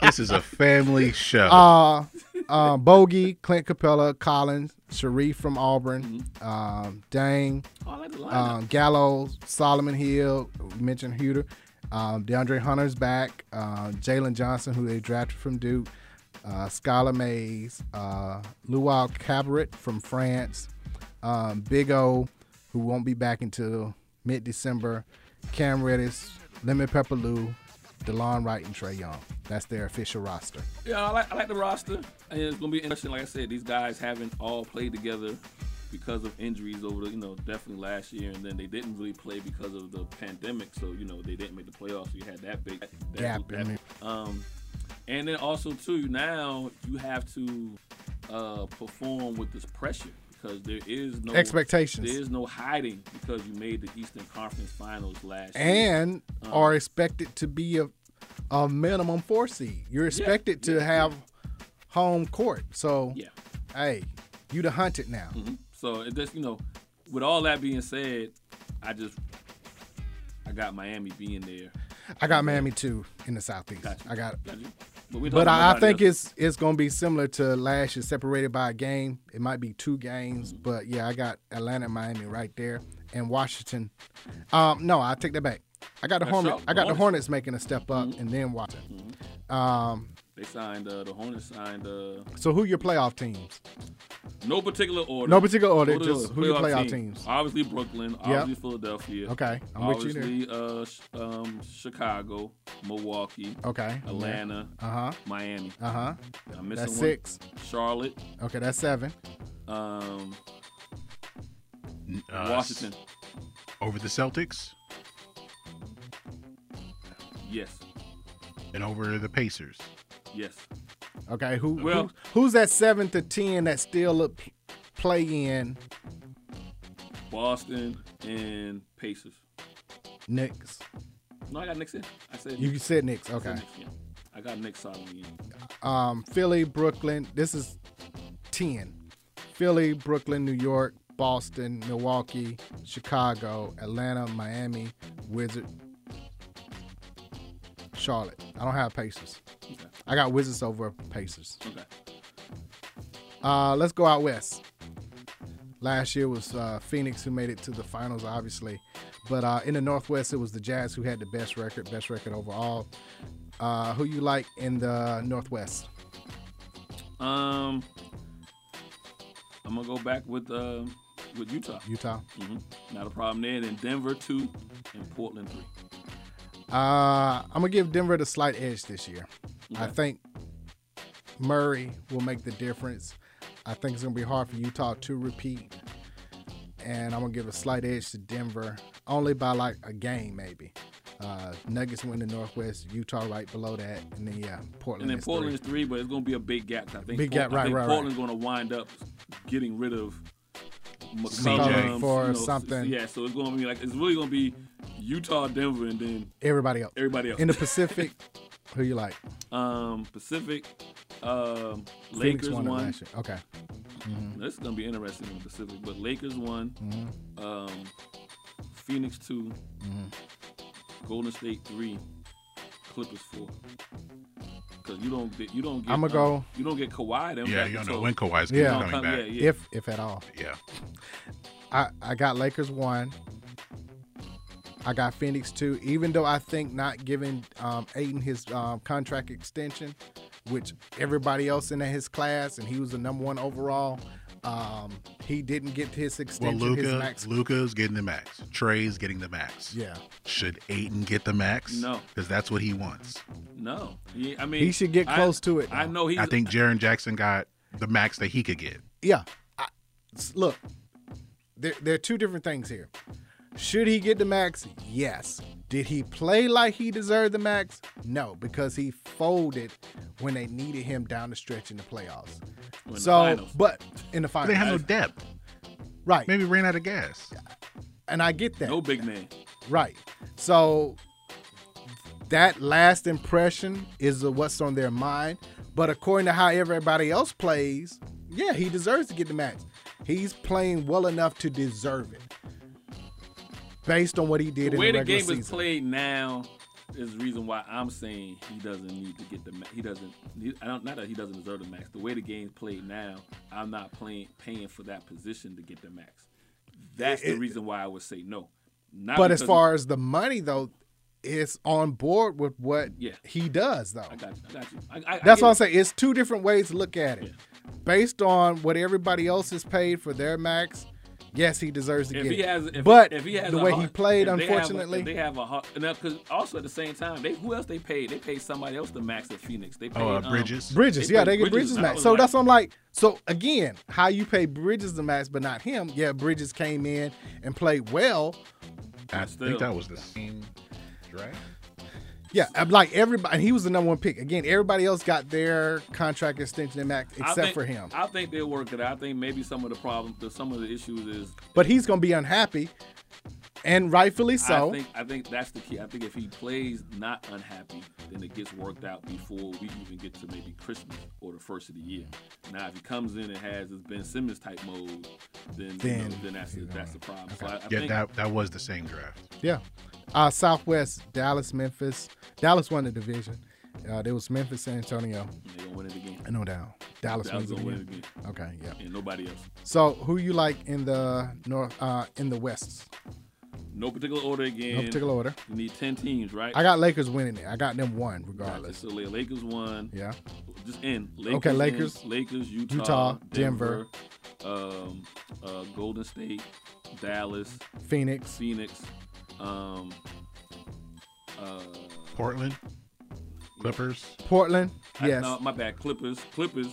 Speaker 7: This is a family show.
Speaker 5: Uh, uh, Bogey, Clint Capella, Collins, Sharif from Auburn, um, Dang, um, Gallo, Solomon Hill, we mentioned Huter, um, DeAndre Hunter's back, uh, Jalen Johnson, who they drafted from Duke, uh, Skylar Mays, uh, Luau Cabaret from France, um, Big O, who won't be back until mid December, Cam Reddish, Lemon Pepper Lou, DeLon Wright, and Trey Young. That's their official roster.
Speaker 6: Yeah, I like, I like the roster. And it's going to be interesting. Like I said, these guys haven't all played together because of injuries over the, you know, definitely last year. And then they didn't really play because of the pandemic. So, you know, they didn't make the playoffs. So you had that big that,
Speaker 5: Gap
Speaker 6: that-
Speaker 5: in there.
Speaker 6: Um, and then also, too, now you have to uh, perform with this pressure because there is no
Speaker 5: Expectations.
Speaker 6: There is no hiding because you made the Eastern Conference Finals last year.
Speaker 5: and
Speaker 6: Um,
Speaker 5: are expected to be a, a minimum four seed. You're expected to have home court. So, hey, you the hunted now.
Speaker 6: So it just you know, with all that being said, I just I got Miami being there.
Speaker 5: I got Miami too in the southeast. I got.
Speaker 6: Got you. we
Speaker 5: But,
Speaker 6: talking
Speaker 5: I, I
Speaker 6: about
Speaker 5: think
Speaker 6: the-
Speaker 5: it's it's gonna be similar to last year, separated by a game. It might be two games, but yeah, I got Atlanta, and Miami right there, and Washington. Um, no, I take that back. I got the
Speaker 6: That's
Speaker 5: Hornets.
Speaker 6: up.
Speaker 5: I got the
Speaker 6: Hornets.
Speaker 5: Hornets making a step up, and then Washington. Um,
Speaker 6: they signed uh, the Hornets signed uh,
Speaker 5: so who your playoff teams?
Speaker 6: no particular order.
Speaker 5: No particular order,
Speaker 6: Total
Speaker 5: just who your playoff teams.
Speaker 6: Obviously Brooklyn. Obviously Philadelphia.
Speaker 5: Okay, I'm with you there.
Speaker 6: obviously, uh, sh- um, Chicago, Milwaukee.
Speaker 5: Okay, Oh, yeah.
Speaker 6: Atlanta.
Speaker 5: Uh-huh.
Speaker 6: Miami.
Speaker 5: Uh-huh.
Speaker 6: I'm missing
Speaker 5: That's
Speaker 6: one.
Speaker 5: six.
Speaker 6: Charlotte.
Speaker 5: Okay, that's seven.
Speaker 6: Um,
Speaker 7: Uh,
Speaker 6: Washington.
Speaker 7: over the Celtics
Speaker 6: Yes.
Speaker 7: and over the Pacers.
Speaker 6: Yes.
Speaker 5: Okay, who, who-
Speaker 7: Well-
Speaker 5: who's that seven to ten that still a p- play in
Speaker 6: Boston and Pacers.
Speaker 5: Knicks?
Speaker 6: No, I got Knicks in. I said
Speaker 5: You said Knicks,
Speaker 6: I
Speaker 5: okay.
Speaker 6: Knicks, yeah. I got Knicks solidly in.
Speaker 5: Um, Philly, Brooklyn. This is ten. Philly, Brooklyn, New York, Boston, Milwaukee, Chicago, Atlanta, Miami, Wizard, Charlotte. I don't have Pacers. I got Wizards over Pacers.
Speaker 6: Okay.
Speaker 5: Uh, let's go out west. Last year was uh, Phoenix who made it to the finals, obviously, but uh, in the Northwest it was the Jazz who had the best record, best record overall. Uh, who you like in the Northwest?
Speaker 6: Um, I'm gonna go back with uh, with Utah.
Speaker 5: Utah.
Speaker 6: hmm Not a problem there. Then Denver two, and Portland three.
Speaker 5: Uh, I'm gonna give Denver the slight edge this year. I
Speaker 6: Okay.
Speaker 5: think Murray will make the difference. I think it's gonna be hard for Utah to repeat, and I'm gonna give a slight edge to Denver only by like a game maybe. Uh, Nuggets win the Northwest, Utah right below that, and then yeah, Portland.
Speaker 6: and then
Speaker 5: is
Speaker 6: Portland
Speaker 5: three.
Speaker 6: is three, but it's gonna be a big gap. 'cause I think
Speaker 5: Big
Speaker 6: Port-
Speaker 5: gap,
Speaker 6: I
Speaker 5: right,
Speaker 6: think
Speaker 5: right, right.
Speaker 6: Portland's gonna wind up getting rid of
Speaker 5: CJ.
Speaker 6: McCollum
Speaker 5: For
Speaker 6: you know,
Speaker 5: something.
Speaker 6: Yeah, so it's gonna be like it's really gonna be Utah, Denver, and then
Speaker 5: Everybody else.
Speaker 6: Everybody else
Speaker 5: in the Pacific. who you like?
Speaker 6: Um, Pacific, um,
Speaker 5: Phoenix
Speaker 6: Lakers
Speaker 5: won it
Speaker 6: won.
Speaker 5: last year. Okay. Mhm.
Speaker 6: Mm-hmm. This is gonna be interesting in the Pacific, but Lakers won.
Speaker 5: Mhm.
Speaker 6: Um, Phoenix 2
Speaker 5: Mhm.
Speaker 6: Golden State three, Clippers four. Cause you don't get, you don't get.
Speaker 5: I'ma
Speaker 6: um,
Speaker 5: go-
Speaker 6: You don't get Kawhi. Them
Speaker 7: Yeah,
Speaker 6: back
Speaker 7: you don't
Speaker 6: until-
Speaker 7: know when Kawhi's
Speaker 6: you
Speaker 5: Yeah.
Speaker 6: don't come- Yeah, yeah.
Speaker 5: If if at all.
Speaker 7: Yeah.
Speaker 5: I I got Lakers one. I got Phoenix two. Even though I think not giving um, Aiden his um, contract extension, which everybody else in his class, and he was the number one overall. Um, he didn't get his
Speaker 7: Well,
Speaker 5: extension. his
Speaker 7: Luca,
Speaker 5: max.
Speaker 7: Luca's getting the max. Trey's getting the max.
Speaker 5: Yeah.
Speaker 7: Should Aiden get the max?
Speaker 6: No.
Speaker 7: because that's what he wants.
Speaker 6: no, He- I mean
Speaker 5: He should get
Speaker 6: I-
Speaker 5: close to it,
Speaker 6: I know he's.
Speaker 7: I think Jaron Jackson got the max that he could get.
Speaker 5: Yeah. I, s- look, there, there are two different things here. Should he get the max? Yes. Did he play like he deserved the max? No, because he folded when they needed him down the stretch in the playoffs.
Speaker 7: the
Speaker 5: so,
Speaker 7: finals.
Speaker 5: but in the finals,
Speaker 7: They have no depth.
Speaker 5: Right.
Speaker 7: Maybe ran out of gas.
Speaker 5: And I get that.
Speaker 6: no big man.
Speaker 5: Right. So that last impression is of what's on their mind. But according to how everybody else plays, yeah, he deserves to get the match. He's playing well enough to deserve it. Based on what he did
Speaker 6: The
Speaker 5: in
Speaker 6: way
Speaker 5: the
Speaker 6: the
Speaker 5: regular
Speaker 6: game
Speaker 5: season.
Speaker 6: is played now, is the reason why I'm saying he doesn't need to get the ma- he doesn't he, I don't not that he doesn't deserve the max. The way the game's played now, I'm not playing paying for that position to get the max. That's the
Speaker 5: It-
Speaker 6: reason why I would say no. Not
Speaker 5: but as
Speaker 6: because-
Speaker 5: far as the money though, it's on board with what he does though.
Speaker 6: I got you, I got you. I, I, I
Speaker 5: That's what
Speaker 6: get
Speaker 5: I'm
Speaker 6: it.
Speaker 5: saying. It's two different ways to look at it. Based on what everybody else is paid for their max, yes, he deserves to
Speaker 6: If
Speaker 5: get
Speaker 6: he
Speaker 5: it.
Speaker 6: has, if,
Speaker 5: but
Speaker 6: if he has
Speaker 5: the
Speaker 6: a
Speaker 5: way he
Speaker 6: heart-
Speaker 5: played,
Speaker 6: if they have a- if
Speaker 5: unfortunately,
Speaker 6: they have a heart. Because also at the same time, they who else they paid? They paid somebody else the max at Phoenix. They paid
Speaker 7: uh,
Speaker 6: um,
Speaker 7: Bridges.
Speaker 5: Bridges, yeah,
Speaker 6: paid
Speaker 5: they get Bridges
Speaker 6: And I
Speaker 5: max.
Speaker 6: was
Speaker 5: So
Speaker 6: like,
Speaker 5: that's what I'm like. So again, how you pay Bridges the max, but not him? Yeah, Bridges came in and played well.
Speaker 7: I
Speaker 5: Still.
Speaker 7: think that was the same draft.
Speaker 5: Yeah, I'm like everybody, he was the number one pick. Again, everybody else got their contract extension and max
Speaker 6: I
Speaker 5: except
Speaker 6: think-
Speaker 5: for him.
Speaker 6: I think they'll work it out. I think maybe some of the problem, the, some of the issues is
Speaker 5: But he's gonna be unhappy, and rightfully so.
Speaker 6: I think I think that's the key. I think if he plays not unhappy, then it gets worked out before we even get to maybe Christmas or the first of the year. Now, if he comes in and has this Ben Simmons type mode, then then, you know,
Speaker 5: Then-
Speaker 6: then that's the, that's the problem. So I, I
Speaker 7: yeah,
Speaker 6: think
Speaker 7: that that was the same draft.
Speaker 5: Yeah. Uh, Southwest, Dallas, Memphis. Dallas won the division. Uh, there was Memphis, San Antonio.
Speaker 6: they gonna win it again.
Speaker 5: No doubt. Dallas,
Speaker 6: Dallas
Speaker 5: wins
Speaker 6: gonna win it
Speaker 5: again.
Speaker 6: again.
Speaker 5: Okay, yeah.
Speaker 6: And nobody else.
Speaker 5: So, who you like in the north? Uh, in the West?
Speaker 6: No particular order again.
Speaker 5: No particular order.
Speaker 6: You need ten teams, right?
Speaker 5: I got Lakers winning it. I got them one regardless.
Speaker 6: So the Lakers won.
Speaker 5: Yeah.
Speaker 6: Just in. Lakers
Speaker 5: Okay,
Speaker 6: in,
Speaker 5: Lakers,
Speaker 6: Lakers, Utah,
Speaker 5: Utah,
Speaker 6: Denver, um, uh, Golden State, Dallas,
Speaker 5: Phoenix.
Speaker 6: Phoenix, um, uh,
Speaker 7: Portland, Clippers.
Speaker 5: Portland,
Speaker 6: I-
Speaker 5: yes,
Speaker 6: no, my bad. Clippers, Clippers.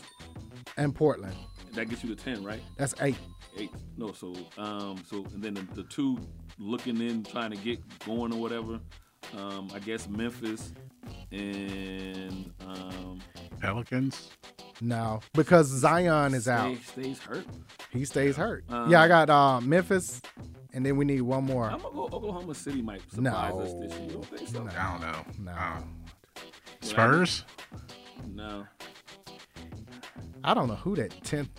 Speaker 5: and Portland.
Speaker 6: That gets you to ten, right?
Speaker 5: That's eight.
Speaker 6: Eight. No, so um, so and then the, the two looking in, trying to get going or whatever. Um, I guess Memphis and um,
Speaker 7: Pelicans.
Speaker 5: No, because Zion is
Speaker 6: stay-
Speaker 5: out.
Speaker 6: Stays hurt.
Speaker 5: He stays hurt.
Speaker 6: Um,
Speaker 5: yeah, I got uh, Memphis, and then we need one more.
Speaker 6: I'm gonna go Oklahoma City might surprise us this year. You don't think so?
Speaker 7: I don't know.
Speaker 5: No.
Speaker 7: Spurs.
Speaker 6: No.
Speaker 5: I don't know who that tenth.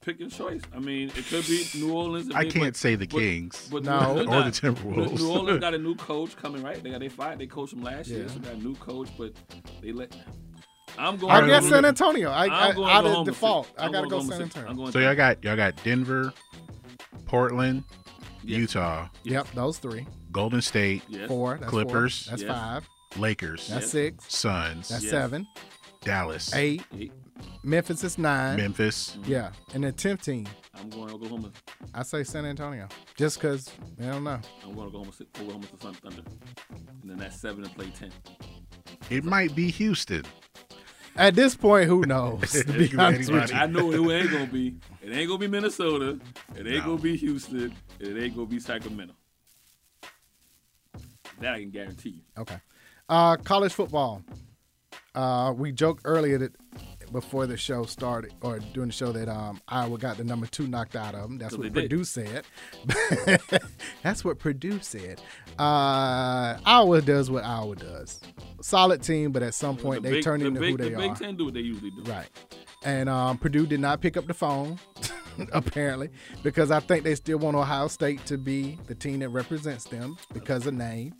Speaker 6: Pick your choice. I mean, it could be New Orleans. it
Speaker 7: I
Speaker 6: may-
Speaker 7: can't say the Kings. No.
Speaker 6: they're
Speaker 7: Or
Speaker 6: not.
Speaker 7: the Timberwolves.
Speaker 6: New Orleans got a new coach coming, right? They got they fired. They coached them last year,
Speaker 5: Yeah.
Speaker 6: so they got a new coach, but they let. I'm going.
Speaker 5: I guess
Speaker 6: Oklahoma-
Speaker 5: San Antonio. I,
Speaker 6: I'm
Speaker 5: I, out
Speaker 6: going
Speaker 5: of
Speaker 6: Oklahoma City.
Speaker 5: default, I gotta
Speaker 6: I'm going
Speaker 5: go
Speaker 6: Oklahoma
Speaker 5: San
Speaker 6: City.
Speaker 5: Antonio.
Speaker 6: I'm going
Speaker 7: So y'all got y'all got Denver, Portland, Utah,
Speaker 5: Yep, those three.
Speaker 7: Golden State,
Speaker 5: Yes. Four, that's four.
Speaker 7: Clippers,
Speaker 5: That's Yes. five.
Speaker 7: Lakers,
Speaker 5: That's Yes. six.
Speaker 7: Suns,
Speaker 5: That's seven.
Speaker 7: Dallas,
Speaker 5: Eight. Memphis is nine.
Speaker 7: Memphis.
Speaker 5: Yeah, and the tenth team,
Speaker 6: I'm going Oklahoma.
Speaker 5: I say San Antonio, just because I don't know.
Speaker 6: I'm going Oklahoma. City- Oklahoma to Sun Thunder, and then that's seven and play ten.
Speaker 7: It might be Houston.
Speaker 5: At this point, who knows? to be honest with you.
Speaker 6: I know who it ain't gonna be. It ain't gonna be Minnesota. It ain't
Speaker 7: No.
Speaker 6: gonna be Houston. It ain't gonna be Sacramento. That I can guarantee you.
Speaker 5: Okay. Uh, college football. Uh, we joked earlier that before the show started or during the show that um, Iowa got the number two knocked out of them. That's
Speaker 6: So
Speaker 5: what
Speaker 6: they did.
Speaker 5: Purdue said. That's what Purdue said. Uh, Iowa does what Iowa does. Solid team, but at some point
Speaker 6: The
Speaker 5: they
Speaker 6: Big-
Speaker 5: turn
Speaker 6: the
Speaker 5: into
Speaker 6: Big-
Speaker 5: who they
Speaker 6: the
Speaker 5: are.
Speaker 6: Big Ten do what they usually do.
Speaker 5: Right. And um, Purdue did not pick up the phone, apparently, because I think they still want Ohio State to be the team that represents them because of name,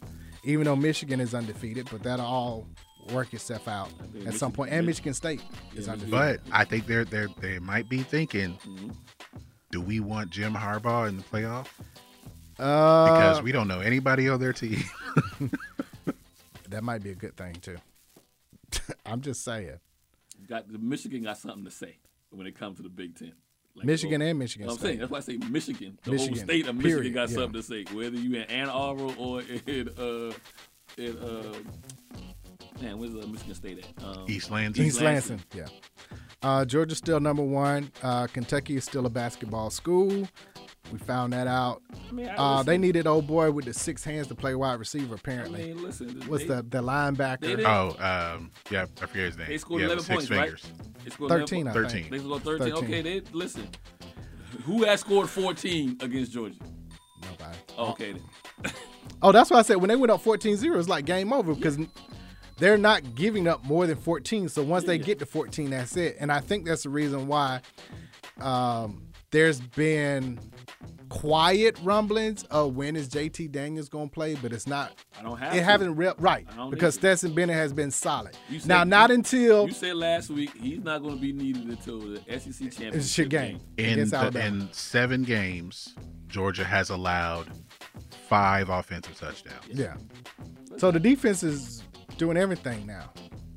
Speaker 5: even though Michigan is undefeated, but that'll all work itself out at some
Speaker 7: Michigan-
Speaker 5: point. And Michigan State is undefeated.
Speaker 7: But I think they're they are they might be thinking, do we want Jim Harbaugh in the playoff?
Speaker 5: uh,
Speaker 7: Because we don't know anybody on their team.
Speaker 5: that might be a good thing, too. I'm just saying.
Speaker 6: Got the Michigan got something to say when it comes to the Big Ten. oh,
Speaker 5: Michigan and Michigan
Speaker 6: I'm
Speaker 5: State.
Speaker 6: saying that's why I say Michigan. The
Speaker 5: Michigan,
Speaker 6: whole state of Michigan
Speaker 5: period,
Speaker 6: got
Speaker 5: yeah.
Speaker 6: something to say. Whether you in Ann Arbor or in uh in uh man, where's uh, Michigan State at? Um,
Speaker 7: East Lansing.
Speaker 5: East Lansing, yeah. Uh, Georgia's still number one. Uh, Kentucky is still a basketball school. We found that out.
Speaker 6: I mean, I
Speaker 5: uh,
Speaker 6: was-
Speaker 5: they needed old boy with the six hands to play wide receiver. Apparently,
Speaker 6: I mean, listen,
Speaker 5: was
Speaker 6: they-
Speaker 5: the the linebacker?
Speaker 6: they didn't-
Speaker 7: oh, um, yeah, I forget his name.
Speaker 6: They scored
Speaker 7: yeah,
Speaker 6: 11
Speaker 7: six
Speaker 6: points,
Speaker 7: fingers.
Speaker 6: right? They scored
Speaker 5: 13, I think.
Speaker 7: 13.
Speaker 6: They scored 13.
Speaker 5: 13.
Speaker 6: Okay, they listen. Who has scored 14 against Georgia?
Speaker 5: Nobody.
Speaker 6: Okay, then.
Speaker 5: Oh, that's why I said when they went up 14-0, it's like game over because they're not giving up more than 14. So once they get to 14, that's it. And I think that's the reason why um, there's been quiet rumblings of when is JT Daniels gonna play, but it's not.
Speaker 6: I don't have
Speaker 5: It
Speaker 6: to.
Speaker 5: haven't re- right
Speaker 6: I don't
Speaker 5: because
Speaker 6: need
Speaker 5: Stetson Bennett has been solid.
Speaker 6: You said-
Speaker 5: now, not until
Speaker 6: you said last week he's not going to be needed until the SEC championship game.
Speaker 7: In, the- in seven games, Georgia has allowed five offensive touchdowns.
Speaker 5: Yeah. So the defense is doing everything now,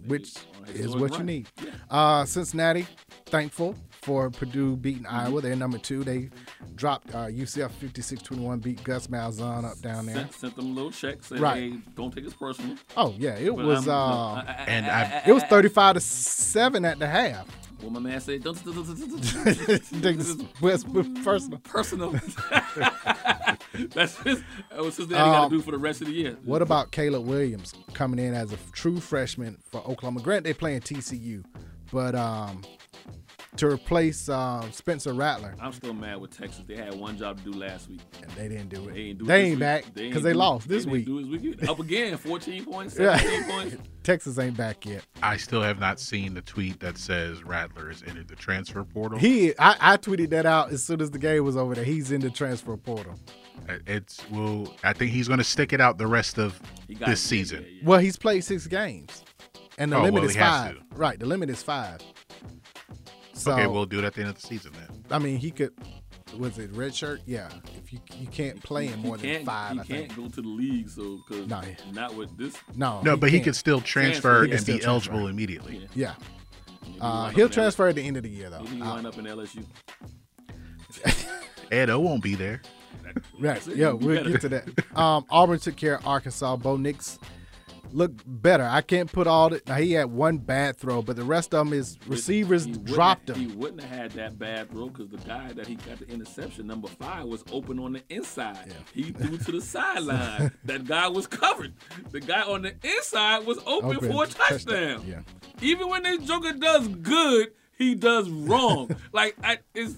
Speaker 5: which is
Speaker 7: doing
Speaker 5: what you
Speaker 7: right.
Speaker 5: need. Uh, Cincinnati, thankful for Purdue beating Iowa. They're number two. They dropped uh, UCF 56 21, beat Gus Malzahn up down there.
Speaker 6: Sent, sent them a little check saying,
Speaker 5: Right.
Speaker 6: hey, don't take this personal.
Speaker 5: Oh, yeah. It
Speaker 6: But
Speaker 5: was.
Speaker 6: I'm-
Speaker 5: Uh,
Speaker 6: I- I- And I-
Speaker 5: it was 35 to 7 at the half.
Speaker 6: Well, my man said, don't. don't- don't- don't-
Speaker 5: Dig this West personal.
Speaker 6: Personal. That's his, that was his thing he got
Speaker 5: Um,
Speaker 6: to do for the rest of the year.
Speaker 5: What about Caleb Williams coming in as a true freshman for Oklahoma? Grant they playing TCU, but um, to replace um, Spencer Rattler,
Speaker 6: I'm still mad with Texas. They had one job to do last week.
Speaker 5: And they didn't do it.
Speaker 6: They ain't, do it
Speaker 5: They
Speaker 6: this
Speaker 5: ain't
Speaker 6: week.
Speaker 5: back, 'cause they
Speaker 6: ain't do it.
Speaker 5: lost this
Speaker 6: didn't
Speaker 5: week.
Speaker 6: do it this week either. Up again, 14 points,
Speaker 5: Yeah.
Speaker 6: 17 points.
Speaker 5: Texas ain't back yet.
Speaker 7: I still have not seen the tweet that says Rattler has entered the transfer portal.
Speaker 5: He, I, I tweeted that out as soon as the game was over. That he's in the transfer portal.
Speaker 7: Uh, It's well, I think he's going to stick it out the rest of
Speaker 5: got
Speaker 7: this
Speaker 5: it.
Speaker 7: season.
Speaker 5: Well, he's played six games, and the
Speaker 7: Oh, well,
Speaker 5: limit is
Speaker 7: he has
Speaker 5: five. Right, the limit is five. So
Speaker 7: okay, we'll do it at the end of the season then.
Speaker 5: I mean, he could. Was it red shirt? Yeah. If you you can't play in
Speaker 6: He
Speaker 5: more than
Speaker 6: can't-
Speaker 5: five,
Speaker 6: He
Speaker 5: I
Speaker 6: can't
Speaker 5: think.
Speaker 6: go to the league, so because
Speaker 5: No.
Speaker 6: not with this.
Speaker 5: No,
Speaker 7: no, but he
Speaker 5: can't.
Speaker 7: can still transfer
Speaker 5: He can
Speaker 7: and
Speaker 5: still
Speaker 7: be eligible
Speaker 5: transfer.
Speaker 7: immediately.
Speaker 5: Yeah. Uh,
Speaker 6: wind
Speaker 5: he'll
Speaker 6: up in
Speaker 5: transfer at the end of the year, though.
Speaker 6: He
Speaker 5: Uh,
Speaker 6: wind up in LSU.
Speaker 7: Edo won't be there.
Speaker 5: Right.
Speaker 6: That's it.
Speaker 5: Yeah,
Speaker 6: You
Speaker 5: we'll
Speaker 6: better.
Speaker 5: get to that. Um, Auburn took care of Arkansas. Bo Nix looked better. I can't put all the. Now, he had one bad throw, but the rest of them is receivers
Speaker 6: He wouldn't-
Speaker 5: dropped him.
Speaker 6: He wouldn't have had that bad throw because the guy that he got the interception, number five, was open on the inside. He threw to the sideline. that guy was covered. The guy on the inside was open,
Speaker 5: Open.
Speaker 6: for a touchdown.
Speaker 5: Touchdown. Yeah.
Speaker 6: Even when this Joker does good, he does wrong. like I, it's,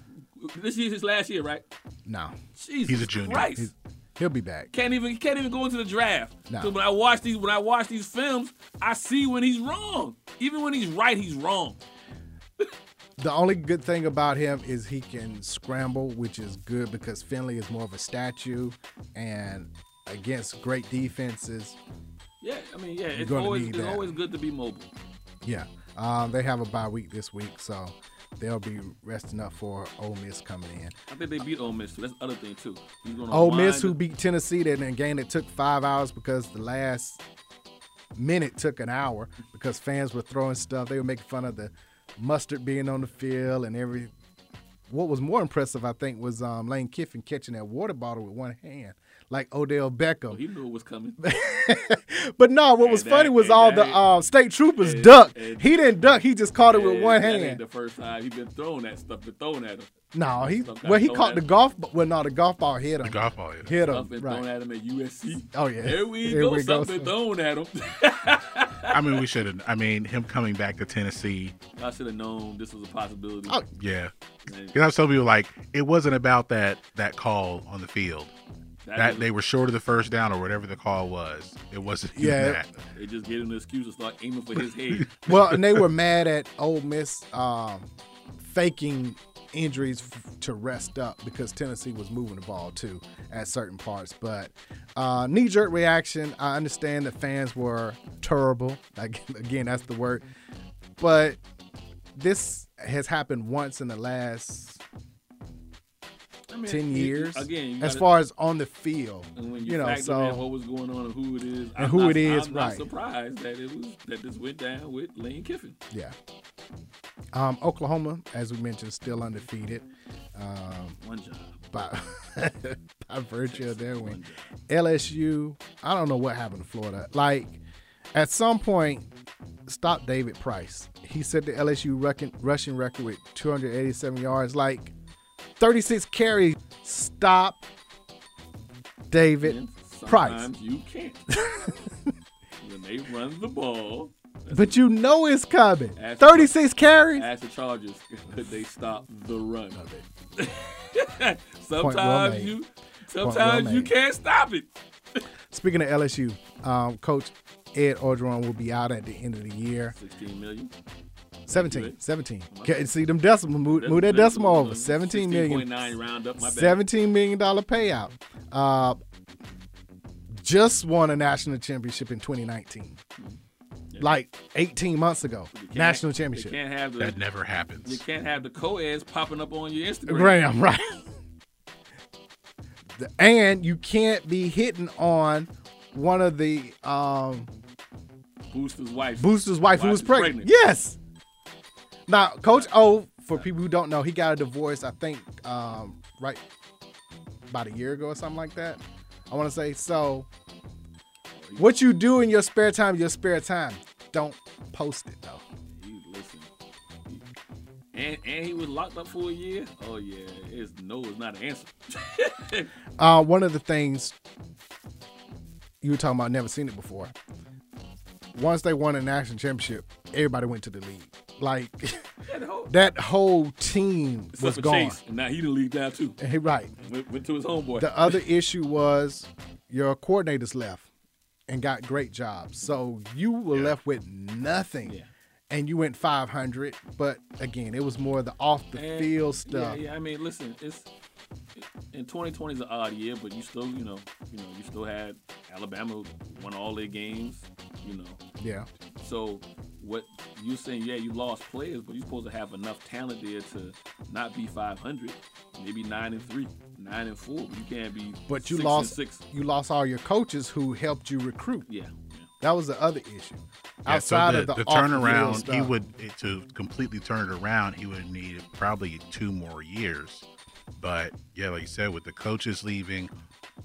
Speaker 6: this year's his last year, right?
Speaker 5: No.
Speaker 6: Jesus He's a junior. Christ.
Speaker 5: He's- he'll be back.
Speaker 6: Can't even he can't even go into the draft.
Speaker 5: No.
Speaker 6: So when I watch these when I watch these films, I see when he's wrong. Even when he's right, he's wrong.
Speaker 5: The only good thing about him is he can scramble, which is good because Finley is more of a statue, and against great defenses,
Speaker 6: Yeah, I mean, yeah,
Speaker 5: You're
Speaker 6: it's
Speaker 5: gonna
Speaker 6: always
Speaker 5: need
Speaker 6: it's
Speaker 5: that.
Speaker 6: always good to be mobile.
Speaker 5: yeah. Um, they have a bye week this week, so they'll be resting up for Ole Miss coming in.
Speaker 6: I think they beat Ole Miss. Too. That's the other thing too. He's gonna
Speaker 5: Ole Miss, who
Speaker 6: wind-
Speaker 5: beat Tennessee that in a game that took five hours because the last minute took an hour because fans were throwing stuff. They were making fun of the mustard being on the field and every. What was more impressive, I think, was um, Lane Kiffin catching that water bottle with one hand, like Odell Beckham.
Speaker 6: Oh, he knew it was coming.
Speaker 5: but no, what was
Speaker 6: that-
Speaker 5: funny was
Speaker 6: and
Speaker 5: all
Speaker 6: that
Speaker 5: the
Speaker 6: ain't-
Speaker 5: uh, state troopers
Speaker 6: and-
Speaker 5: ducked.
Speaker 6: and-
Speaker 5: he didn't duck. He just caught it with
Speaker 6: Yeah,
Speaker 5: one
Speaker 6: that ain't
Speaker 5: hand.
Speaker 6: the first time he been throwing that stuff, been thrown at him.
Speaker 5: No, he
Speaker 6: Stuff got
Speaker 5: well he
Speaker 6: thrown
Speaker 5: caught
Speaker 6: at
Speaker 5: the
Speaker 6: him.
Speaker 5: golf. b- Well, no, the golf ball hit him.
Speaker 7: golf ball hit him.
Speaker 5: Hit
Speaker 6: Stuff
Speaker 5: him.
Speaker 6: been thrown
Speaker 5: Right.
Speaker 6: at him at USC.
Speaker 5: Oh, yeah.
Speaker 6: There we
Speaker 5: Here
Speaker 6: go.
Speaker 5: we go,
Speaker 6: Something thrown at him.
Speaker 7: I mean, we should have. I mean, him coming back to Tennessee.
Speaker 6: I should have known this was a possibility.
Speaker 5: Oh.
Speaker 7: Yeah.
Speaker 6: Man,
Speaker 7: You know, some people like it wasn't about that that call on the field.
Speaker 6: That
Speaker 7: That,
Speaker 6: is-
Speaker 7: they were short of the first down or whatever the call was. It wasn't
Speaker 5: Yeah.
Speaker 7: that.
Speaker 6: They just gave him the excuse to start aiming for his head.
Speaker 5: Well, and they were mad at Ole Miss um, faking injuries f- to rest up because Tennessee was moving the ball too at certain parts. But uh, knee jerk reaction, I understand that fans were terrible. Like, again, that's the word. But this has happened once in the last
Speaker 6: I mean,
Speaker 5: 10
Speaker 6: you- you-
Speaker 5: years.
Speaker 6: again, you
Speaker 5: as
Speaker 6: gotta-
Speaker 5: far as on the field,
Speaker 6: And when
Speaker 5: you,
Speaker 6: you,
Speaker 5: know,
Speaker 6: factor in
Speaker 5: so
Speaker 6: what was going on and who it is, and
Speaker 5: who
Speaker 6: not,
Speaker 5: it is,
Speaker 6: I'm
Speaker 5: right.
Speaker 6: not surprised that it was that this went down with Lane Kiffin.
Speaker 5: yeah. Um, Oklahoma, as we mentioned, still undefeated. Um,
Speaker 6: One job.
Speaker 5: by, by virtue of their win. LSU, I don't know what happened to Florida. Like, at some point, stop David Price. He set the LSU rucking, rushing record with 287 yards, like 36 carries. Stop David
Speaker 6: And
Speaker 5: Price.
Speaker 6: sometimes you can't. when they run the ball,
Speaker 5: But you know it's coming.
Speaker 6: Ask-
Speaker 5: 36 carries.
Speaker 6: ask the Chargers, could they stop the run?
Speaker 5: Point
Speaker 6: sometimes
Speaker 5: well made.
Speaker 6: you,
Speaker 5: well
Speaker 6: sometimes you
Speaker 5: made.
Speaker 6: can't stop it.
Speaker 5: Speaking of LSU, um, Coach Ed Orgeron will be out at the end of the year.
Speaker 6: 16 million.
Speaker 5: 17. 17. Okay, see them decimal. Move, move that decimal
Speaker 6: Mm-hmm.
Speaker 5: over. 17 million.
Speaker 6: 16.9 round up, my bad.
Speaker 5: 17 million dollar payout. Uh, just won a national championship in 2019. Like 18 months ago, national championship.
Speaker 6: You can't have the,
Speaker 7: That never happens.
Speaker 6: You can't have the co-eds popping up on your Instagram.
Speaker 5: Graham, right. The- and you can't be hitting on one of the um,
Speaker 6: Booster's wife.
Speaker 5: Booster's wife who was
Speaker 6: is
Speaker 5: pregnant. Yes. Now, Coach O, for people who don't know, he got a divorce, I think, um, right about a year ago or something like that. I want to say so. What you do in your spare time, your spare time. Don't post it though.
Speaker 6: You listen. And and he was locked up for a year. Oh yeah, it's no is not an answer.
Speaker 5: Uh, one of the things you were talking about, never seen it before. Once they won a national championship, everybody went to the league. Like
Speaker 6: That whole-
Speaker 5: that whole team
Speaker 6: Except
Speaker 5: was
Speaker 6: for
Speaker 5: gone.
Speaker 6: Chase, and now he the league down too.
Speaker 5: And he right.
Speaker 6: Went, went to his homeboy.
Speaker 5: The other issue was your coordinators left and got great jobs. So you were left with nothing. And you went 500, but again, it was more the off the
Speaker 6: And-
Speaker 5: field stuff.
Speaker 6: Yeah, yeah. I mean, listen, it's in 2020 is an odd year, but you still, you know, you know, you still had Alabama won all their games, you know.
Speaker 5: Yeah.
Speaker 6: So what you saying? Yeah, you lost players, but you're supposed to have enough talent there to not be 500, maybe nine and three, nine and four. But you can't be.
Speaker 5: But you
Speaker 6: six and
Speaker 5: lost
Speaker 6: six.
Speaker 5: you lost all your coaches who helped you recruit.
Speaker 6: Yeah.
Speaker 5: That was the other issue.
Speaker 7: Yeah, so
Speaker 5: Outside of the, off-the-field
Speaker 7: turnaround, he
Speaker 5: stuff.
Speaker 7: would it- to completely turn it around. He would need probably two more years. But yeah, like you said, with the coaches leaving,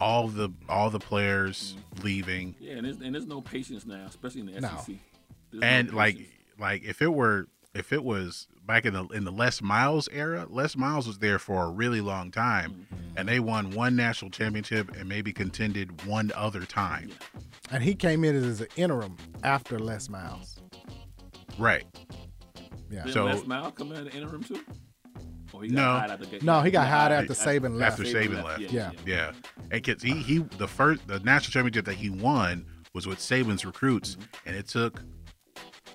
Speaker 7: all the all the players leaving,
Speaker 6: Yeah, and there's, and there's no patience now, especially in the
Speaker 5: No.
Speaker 6: SEC. There's no
Speaker 7: and like
Speaker 6: patience.
Speaker 7: like if it were if it was back in the in the Les Miles era, Les Miles was there for a really long time, and they won one national championship and maybe contended one other time.
Speaker 5: and he came in as an interim after Les Miles.
Speaker 7: Right.
Speaker 5: Yeah.
Speaker 6: Didn't
Speaker 7: So-
Speaker 6: Les Miles come out of the interim too? Or he got
Speaker 7: No.
Speaker 6: hired after the-
Speaker 5: No, he got hired after Saban left.
Speaker 7: After Saban left.
Speaker 5: Yeah.
Speaker 7: Yeah. And cause he, he the first the national championship that he won was with Saban's recruits and it took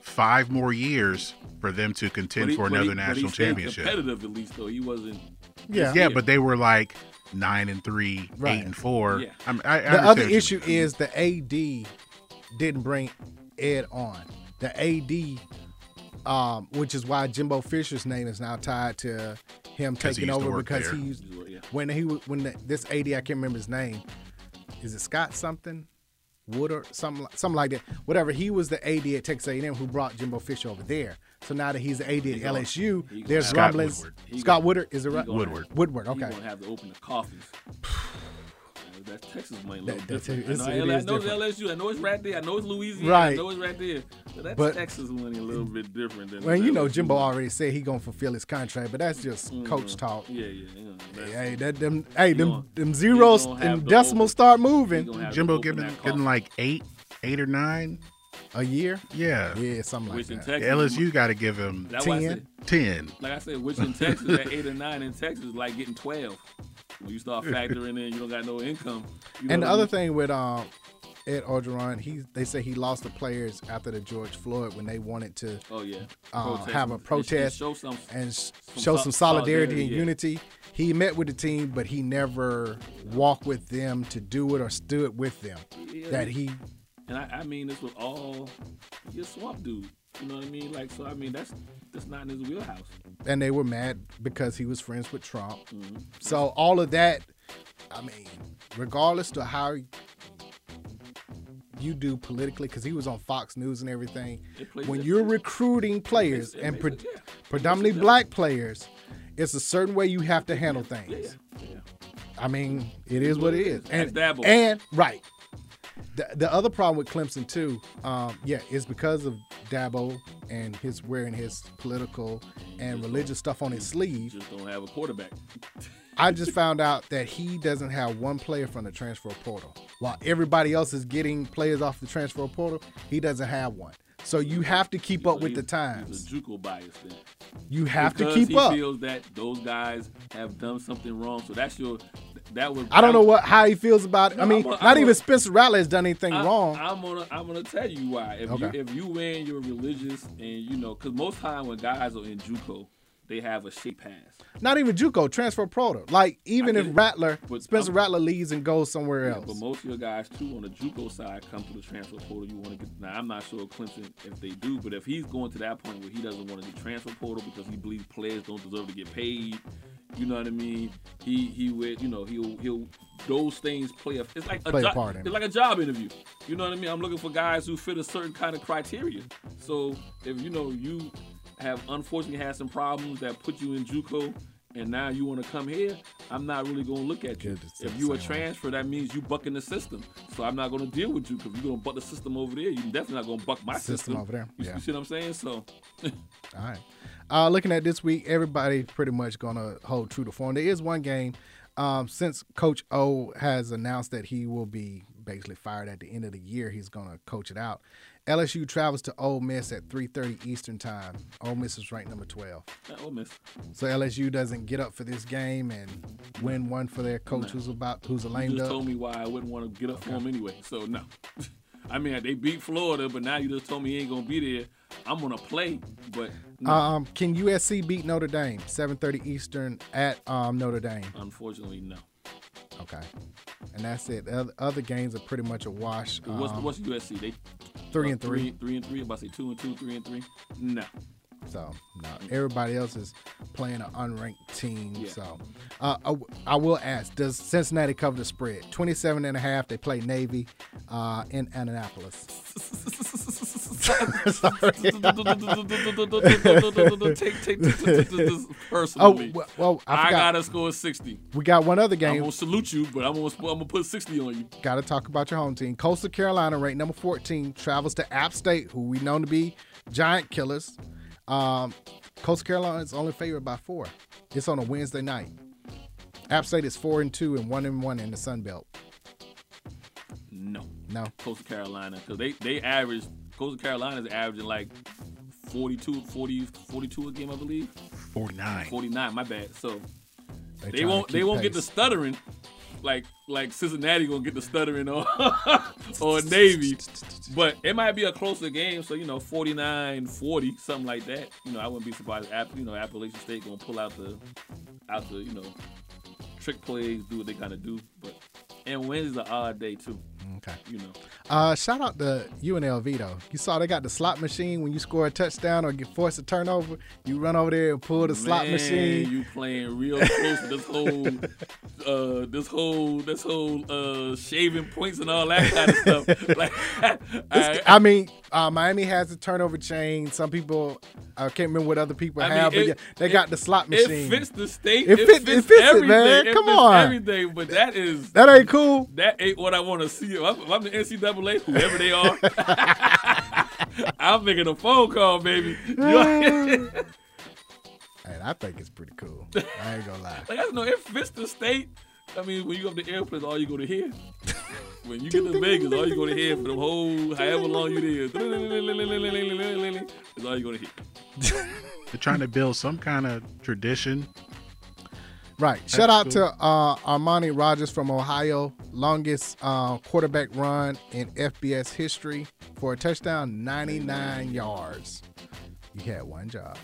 Speaker 7: five more years for them to
Speaker 6: But
Speaker 7: contend
Speaker 6: he-
Speaker 7: for
Speaker 6: but he-
Speaker 7: another
Speaker 6: but he
Speaker 7: national
Speaker 6: stayed
Speaker 7: championship.
Speaker 6: Competitive, at least though he wasn't.
Speaker 7: Yeah. but they were like nine and three,
Speaker 5: Right.
Speaker 7: eight and four.
Speaker 6: Yeah.
Speaker 7: I'm- I, I
Speaker 5: the
Speaker 7: understand
Speaker 5: other
Speaker 7: what you
Speaker 5: issue
Speaker 7: mean.
Speaker 5: is the AD didn't bring Ed on. The AD, um, which is why Jimbo Fisher's name is now tied to him
Speaker 7: 'Cause he
Speaker 5: taking
Speaker 7: used to
Speaker 5: over
Speaker 7: work
Speaker 5: because
Speaker 7: there.
Speaker 5: he's when he wa- when the, this AD I can't remember his name. Is it Scott something? Wood or something like- something like that. Whatever. He was the AD at Texas A&M who brought Jimbo Fisher over there. So now that he's the AD at
Speaker 6: gonna-
Speaker 5: LSU,
Speaker 6: he gonna
Speaker 5: there's
Speaker 6: have-
Speaker 5: rumblings.
Speaker 6: Scott Woodward. He
Speaker 5: Scott
Speaker 6: gonna-
Speaker 5: Woodward is it
Speaker 6: he
Speaker 5: right?
Speaker 6: gonna-
Speaker 5: Woodward.
Speaker 6: He
Speaker 5: Okay.
Speaker 6: gonna have to open the coffins. That's Texas money.
Speaker 5: That-
Speaker 6: a little
Speaker 5: that's-
Speaker 6: different.
Speaker 5: it's-
Speaker 6: I
Speaker 5: it
Speaker 6: know, I
Speaker 5: is
Speaker 6: know
Speaker 5: different.
Speaker 6: it's LSU. I know it's right there. I know it's Louisiana. I
Speaker 5: Right.
Speaker 6: know it's right there. But that's
Speaker 5: But-
Speaker 6: Texas money a little bit different than.
Speaker 5: Well, you know,
Speaker 6: LSU.
Speaker 5: Jimbo already said he gonna fulfill his contract, but that's just coach
Speaker 6: Mm,
Speaker 5: talk.
Speaker 6: Yeah, yeah. yeah. That's-
Speaker 5: Hey, that them, hey, them,
Speaker 6: gonna-
Speaker 5: them zeros
Speaker 6: gonna have
Speaker 5: and
Speaker 6: the
Speaker 5: decimals
Speaker 6: over.
Speaker 5: start
Speaker 6: He gonna
Speaker 5: moving.
Speaker 6: have to
Speaker 7: Jimbo
Speaker 6: open
Speaker 7: giving
Speaker 6: that
Speaker 7: getting
Speaker 6: coffin.
Speaker 7: like eight, eight or nine.
Speaker 5: A year?
Speaker 7: Yeah.
Speaker 5: Yeah, something like
Speaker 6: Which in
Speaker 5: that.
Speaker 6: Texas,
Speaker 7: LSU got to give him
Speaker 6: That's why I said-
Speaker 7: ten.
Speaker 6: Like I said, which in Texas at eight or nine in Texas is like getting twelve. When you start factoring in, you don't got no income. You know
Speaker 5: And the
Speaker 6: what I
Speaker 5: other
Speaker 6: mean?
Speaker 5: thing with um, Ed Orgeron, he they say he lost the players after the George Floyd when they wanted to
Speaker 6: Oh, yeah.
Speaker 5: uh,
Speaker 6: Protest.
Speaker 5: have a
Speaker 6: They should
Speaker 5: protest
Speaker 6: show some-
Speaker 5: and s-
Speaker 6: some
Speaker 5: show
Speaker 6: sol-
Speaker 5: some solidarity, and
Speaker 6: solidarity, yeah.
Speaker 5: unity. He met with the team, but he never walked with them to do it or stood with them.
Speaker 6: Yeah.
Speaker 5: That he
Speaker 6: And I, I mean this with all your swamp dude. You know what I mean? Like so I mean that's that's not in his wheelhouse.
Speaker 5: and they were mad because he was friends with Trump. So all of that, I mean, regardless to how you do politically, because he was on Fox News and everything.
Speaker 6: It plays
Speaker 5: When
Speaker 6: it-
Speaker 5: you're recruiting players
Speaker 6: it
Speaker 5: and
Speaker 6: makes
Speaker 5: pre-
Speaker 6: it- yeah.
Speaker 5: predominantly black players, it's a certain way you have to handle things. I mean, it is what it is. And,
Speaker 6: Dabble.
Speaker 5: and right. The, the other problem with Clemson too, um, yeah, is because of Dabo and his wearing his political and religious stuff on his sleeve.
Speaker 6: Just don't have a quarterback.
Speaker 5: I just found out that he doesn't have one player from the transfer portal. While everybody else is getting players off the transfer portal, he doesn't have one. So you have to keep up with the times.
Speaker 6: It's a JUCO bias thing.
Speaker 5: You have to
Speaker 6: Because
Speaker 5: keep
Speaker 6: he
Speaker 5: up.
Speaker 6: feels that those guys have done something wrong. So that's your that was.
Speaker 5: I don't know what how he feels about it. I
Speaker 6: No,
Speaker 5: mean,
Speaker 6: I'm a-
Speaker 5: not
Speaker 6: I'm
Speaker 5: even
Speaker 6: a-
Speaker 5: Spencer Rattler has done anything
Speaker 6: I-
Speaker 5: wrong.
Speaker 6: I'm gonna I'm gonna tell you why. If
Speaker 5: Okay.
Speaker 6: you if you in you're religious and you know because most time when guys are in JUCO, they have a shape pass.
Speaker 5: not even JUCO, transfer proto. Like even
Speaker 6: I
Speaker 5: if
Speaker 6: get it,
Speaker 5: Rattler,
Speaker 6: but
Speaker 5: Spencer
Speaker 6: I'm-
Speaker 5: Rattler leaves and goes somewhere
Speaker 6: Yeah,
Speaker 5: else.
Speaker 6: But most of your guys too on the JUCO side come to the transfer portal. You want to get now. I'm not sure Clemson if they do, but if he's going to that point where he doesn't want to do transfer portal because he believes players don't deserve to get paid, you know what I mean? He he would you know he'll he'll those things play a it's like a,
Speaker 5: Play a
Speaker 6: job-
Speaker 5: part in
Speaker 6: it's
Speaker 5: it.
Speaker 6: like a job interview. You know what I mean? I'm looking for guys who fit a certain kind of criteria. So if you know you have unfortunately had some problems that put you in JUCO. And now you want to come here? I'm not really going to look at you.
Speaker 5: Good, it's
Speaker 6: If
Speaker 5: the
Speaker 6: you a
Speaker 5: same way.
Speaker 6: transfer, that means you bucking the system. So I'm not going to deal with you because you're going to buck the system over there. You're definitely not going to buck my
Speaker 5: System
Speaker 6: system,
Speaker 5: over there,
Speaker 6: You
Speaker 5: yeah.
Speaker 6: see what I'm saying? So
Speaker 5: All right. Uh, looking at this week, everybody pretty much gonna hold true to form. There is one game um, since Coach O has announced that he will be basically fired at the end of the year. He's gonna coach it out. LSU travels to Ole Miss at 3:30 Eastern Time. Ole Miss is ranked number 12,
Speaker 6: uh, Ole Miss.
Speaker 5: so LSU doesn't get up for this game and win one for their coach who's about who's a
Speaker 6: You
Speaker 5: lame
Speaker 6: just
Speaker 5: duck.
Speaker 6: told me why I wouldn't want to get up for him anyway. So no. I mean, they beat Florida, but now you just told me he ain't going to be there. I'm going to play, but no.
Speaker 5: Um, can USC beat Notre Dame? 7:30 Eastern at um, Notre Dame.
Speaker 6: unfortunately, no.
Speaker 5: Okay, and that's it. The oth- other games are pretty much a wash.
Speaker 6: what's,
Speaker 5: Um,
Speaker 6: what's USC? They
Speaker 5: three
Speaker 6: uh,
Speaker 5: and three.
Speaker 6: three, and three. I'm about to say two and two, three and three. No.
Speaker 5: So no, everybody else is playing an unranked team.
Speaker 6: Yeah.
Speaker 5: So uh, I, w- I will ask: Does Cincinnati cover the spread? 27 and a half. They play Navy uh, in Annapolis. Sorry.
Speaker 6: take take this
Speaker 5: Oh
Speaker 6: personally.
Speaker 5: well, well, I,
Speaker 6: I,
Speaker 5: forgot.
Speaker 6: gotta score 60.
Speaker 5: we got one other
Speaker 6: I'm
Speaker 5: game.
Speaker 6: gonna salute you, but I'm gonna I'm gonna put 60 on you.
Speaker 5: Got to talk about your home team. Coastal Carolina, ranked number 14, travels to App State, who we know to be giant killers. Um, Coastal Carolina is only favored by four. It's on a Wednesday night. App State is four and two and one and one in the Sun Belt.
Speaker 6: No,
Speaker 5: No,
Speaker 6: Coastal Carolina, because they they average Coastal Carolina's averaging like 42, 40, 42 a game, I believe.
Speaker 7: 49.
Speaker 6: 49, my bad. So
Speaker 5: They
Speaker 6: they
Speaker 5: trying to
Speaker 6: won't they
Speaker 5: keep
Speaker 6: won't get the
Speaker 5: pace.
Speaker 6: stuttering. Like like Cincinnati gonna get the stuttering on or Navy. But it might be a closer game, so you know, 49-40, something like that. You know, I wouldn't be surprised if App- you know, Appalachian State gonna pull out the out the, you know, trick plays, do what they gotta do. But and Wednesday's an odd day too.
Speaker 5: Okay.
Speaker 6: You know.
Speaker 5: Uh, shout out to UNLV though. You saw they got the slot machine. When you score a touchdown or get forced a turnover, you run over there and pull the slot
Speaker 6: Man,
Speaker 5: machine.
Speaker 6: You playing real close to this whole, uh, this whole, this whole uh, shaving points and all that kind of stuff. Like, I,
Speaker 5: I mean, uh, Miami has the turnover chain. Some people, I can't remember what other people
Speaker 6: I mean,
Speaker 5: have, but
Speaker 6: it-
Speaker 5: yeah, they
Speaker 6: it-
Speaker 5: got the slot machine.
Speaker 6: It fits the state.
Speaker 5: It
Speaker 6: It,
Speaker 5: fit- it
Speaker 6: fits,
Speaker 5: fits it,
Speaker 6: everything.
Speaker 5: man.
Speaker 6: It
Speaker 5: Come
Speaker 6: fits
Speaker 5: on.
Speaker 6: everything. But that is
Speaker 5: that ain't cool.
Speaker 6: that ain't what I want to see. If I'm, if I'm the NCAA, whoever they are, I'm making a phone call, baby. You-
Speaker 5: And I think it's pretty cool. I ain't gonna lie.
Speaker 6: Like I don't know, it fits the state. I mean, when you go to the airplane, all you go to hear. When you get to Vegas, all you go to hear for the whole however long you there is all you gonna hear.
Speaker 7: They're trying to build some kind of tradition.
Speaker 5: Right.
Speaker 7: That's
Speaker 5: Shout out
Speaker 7: cool.
Speaker 5: to uh, Armani Rogers from Ohio, longest uh, quarterback run in FBS history for a touchdown, 99 yards. You had one job.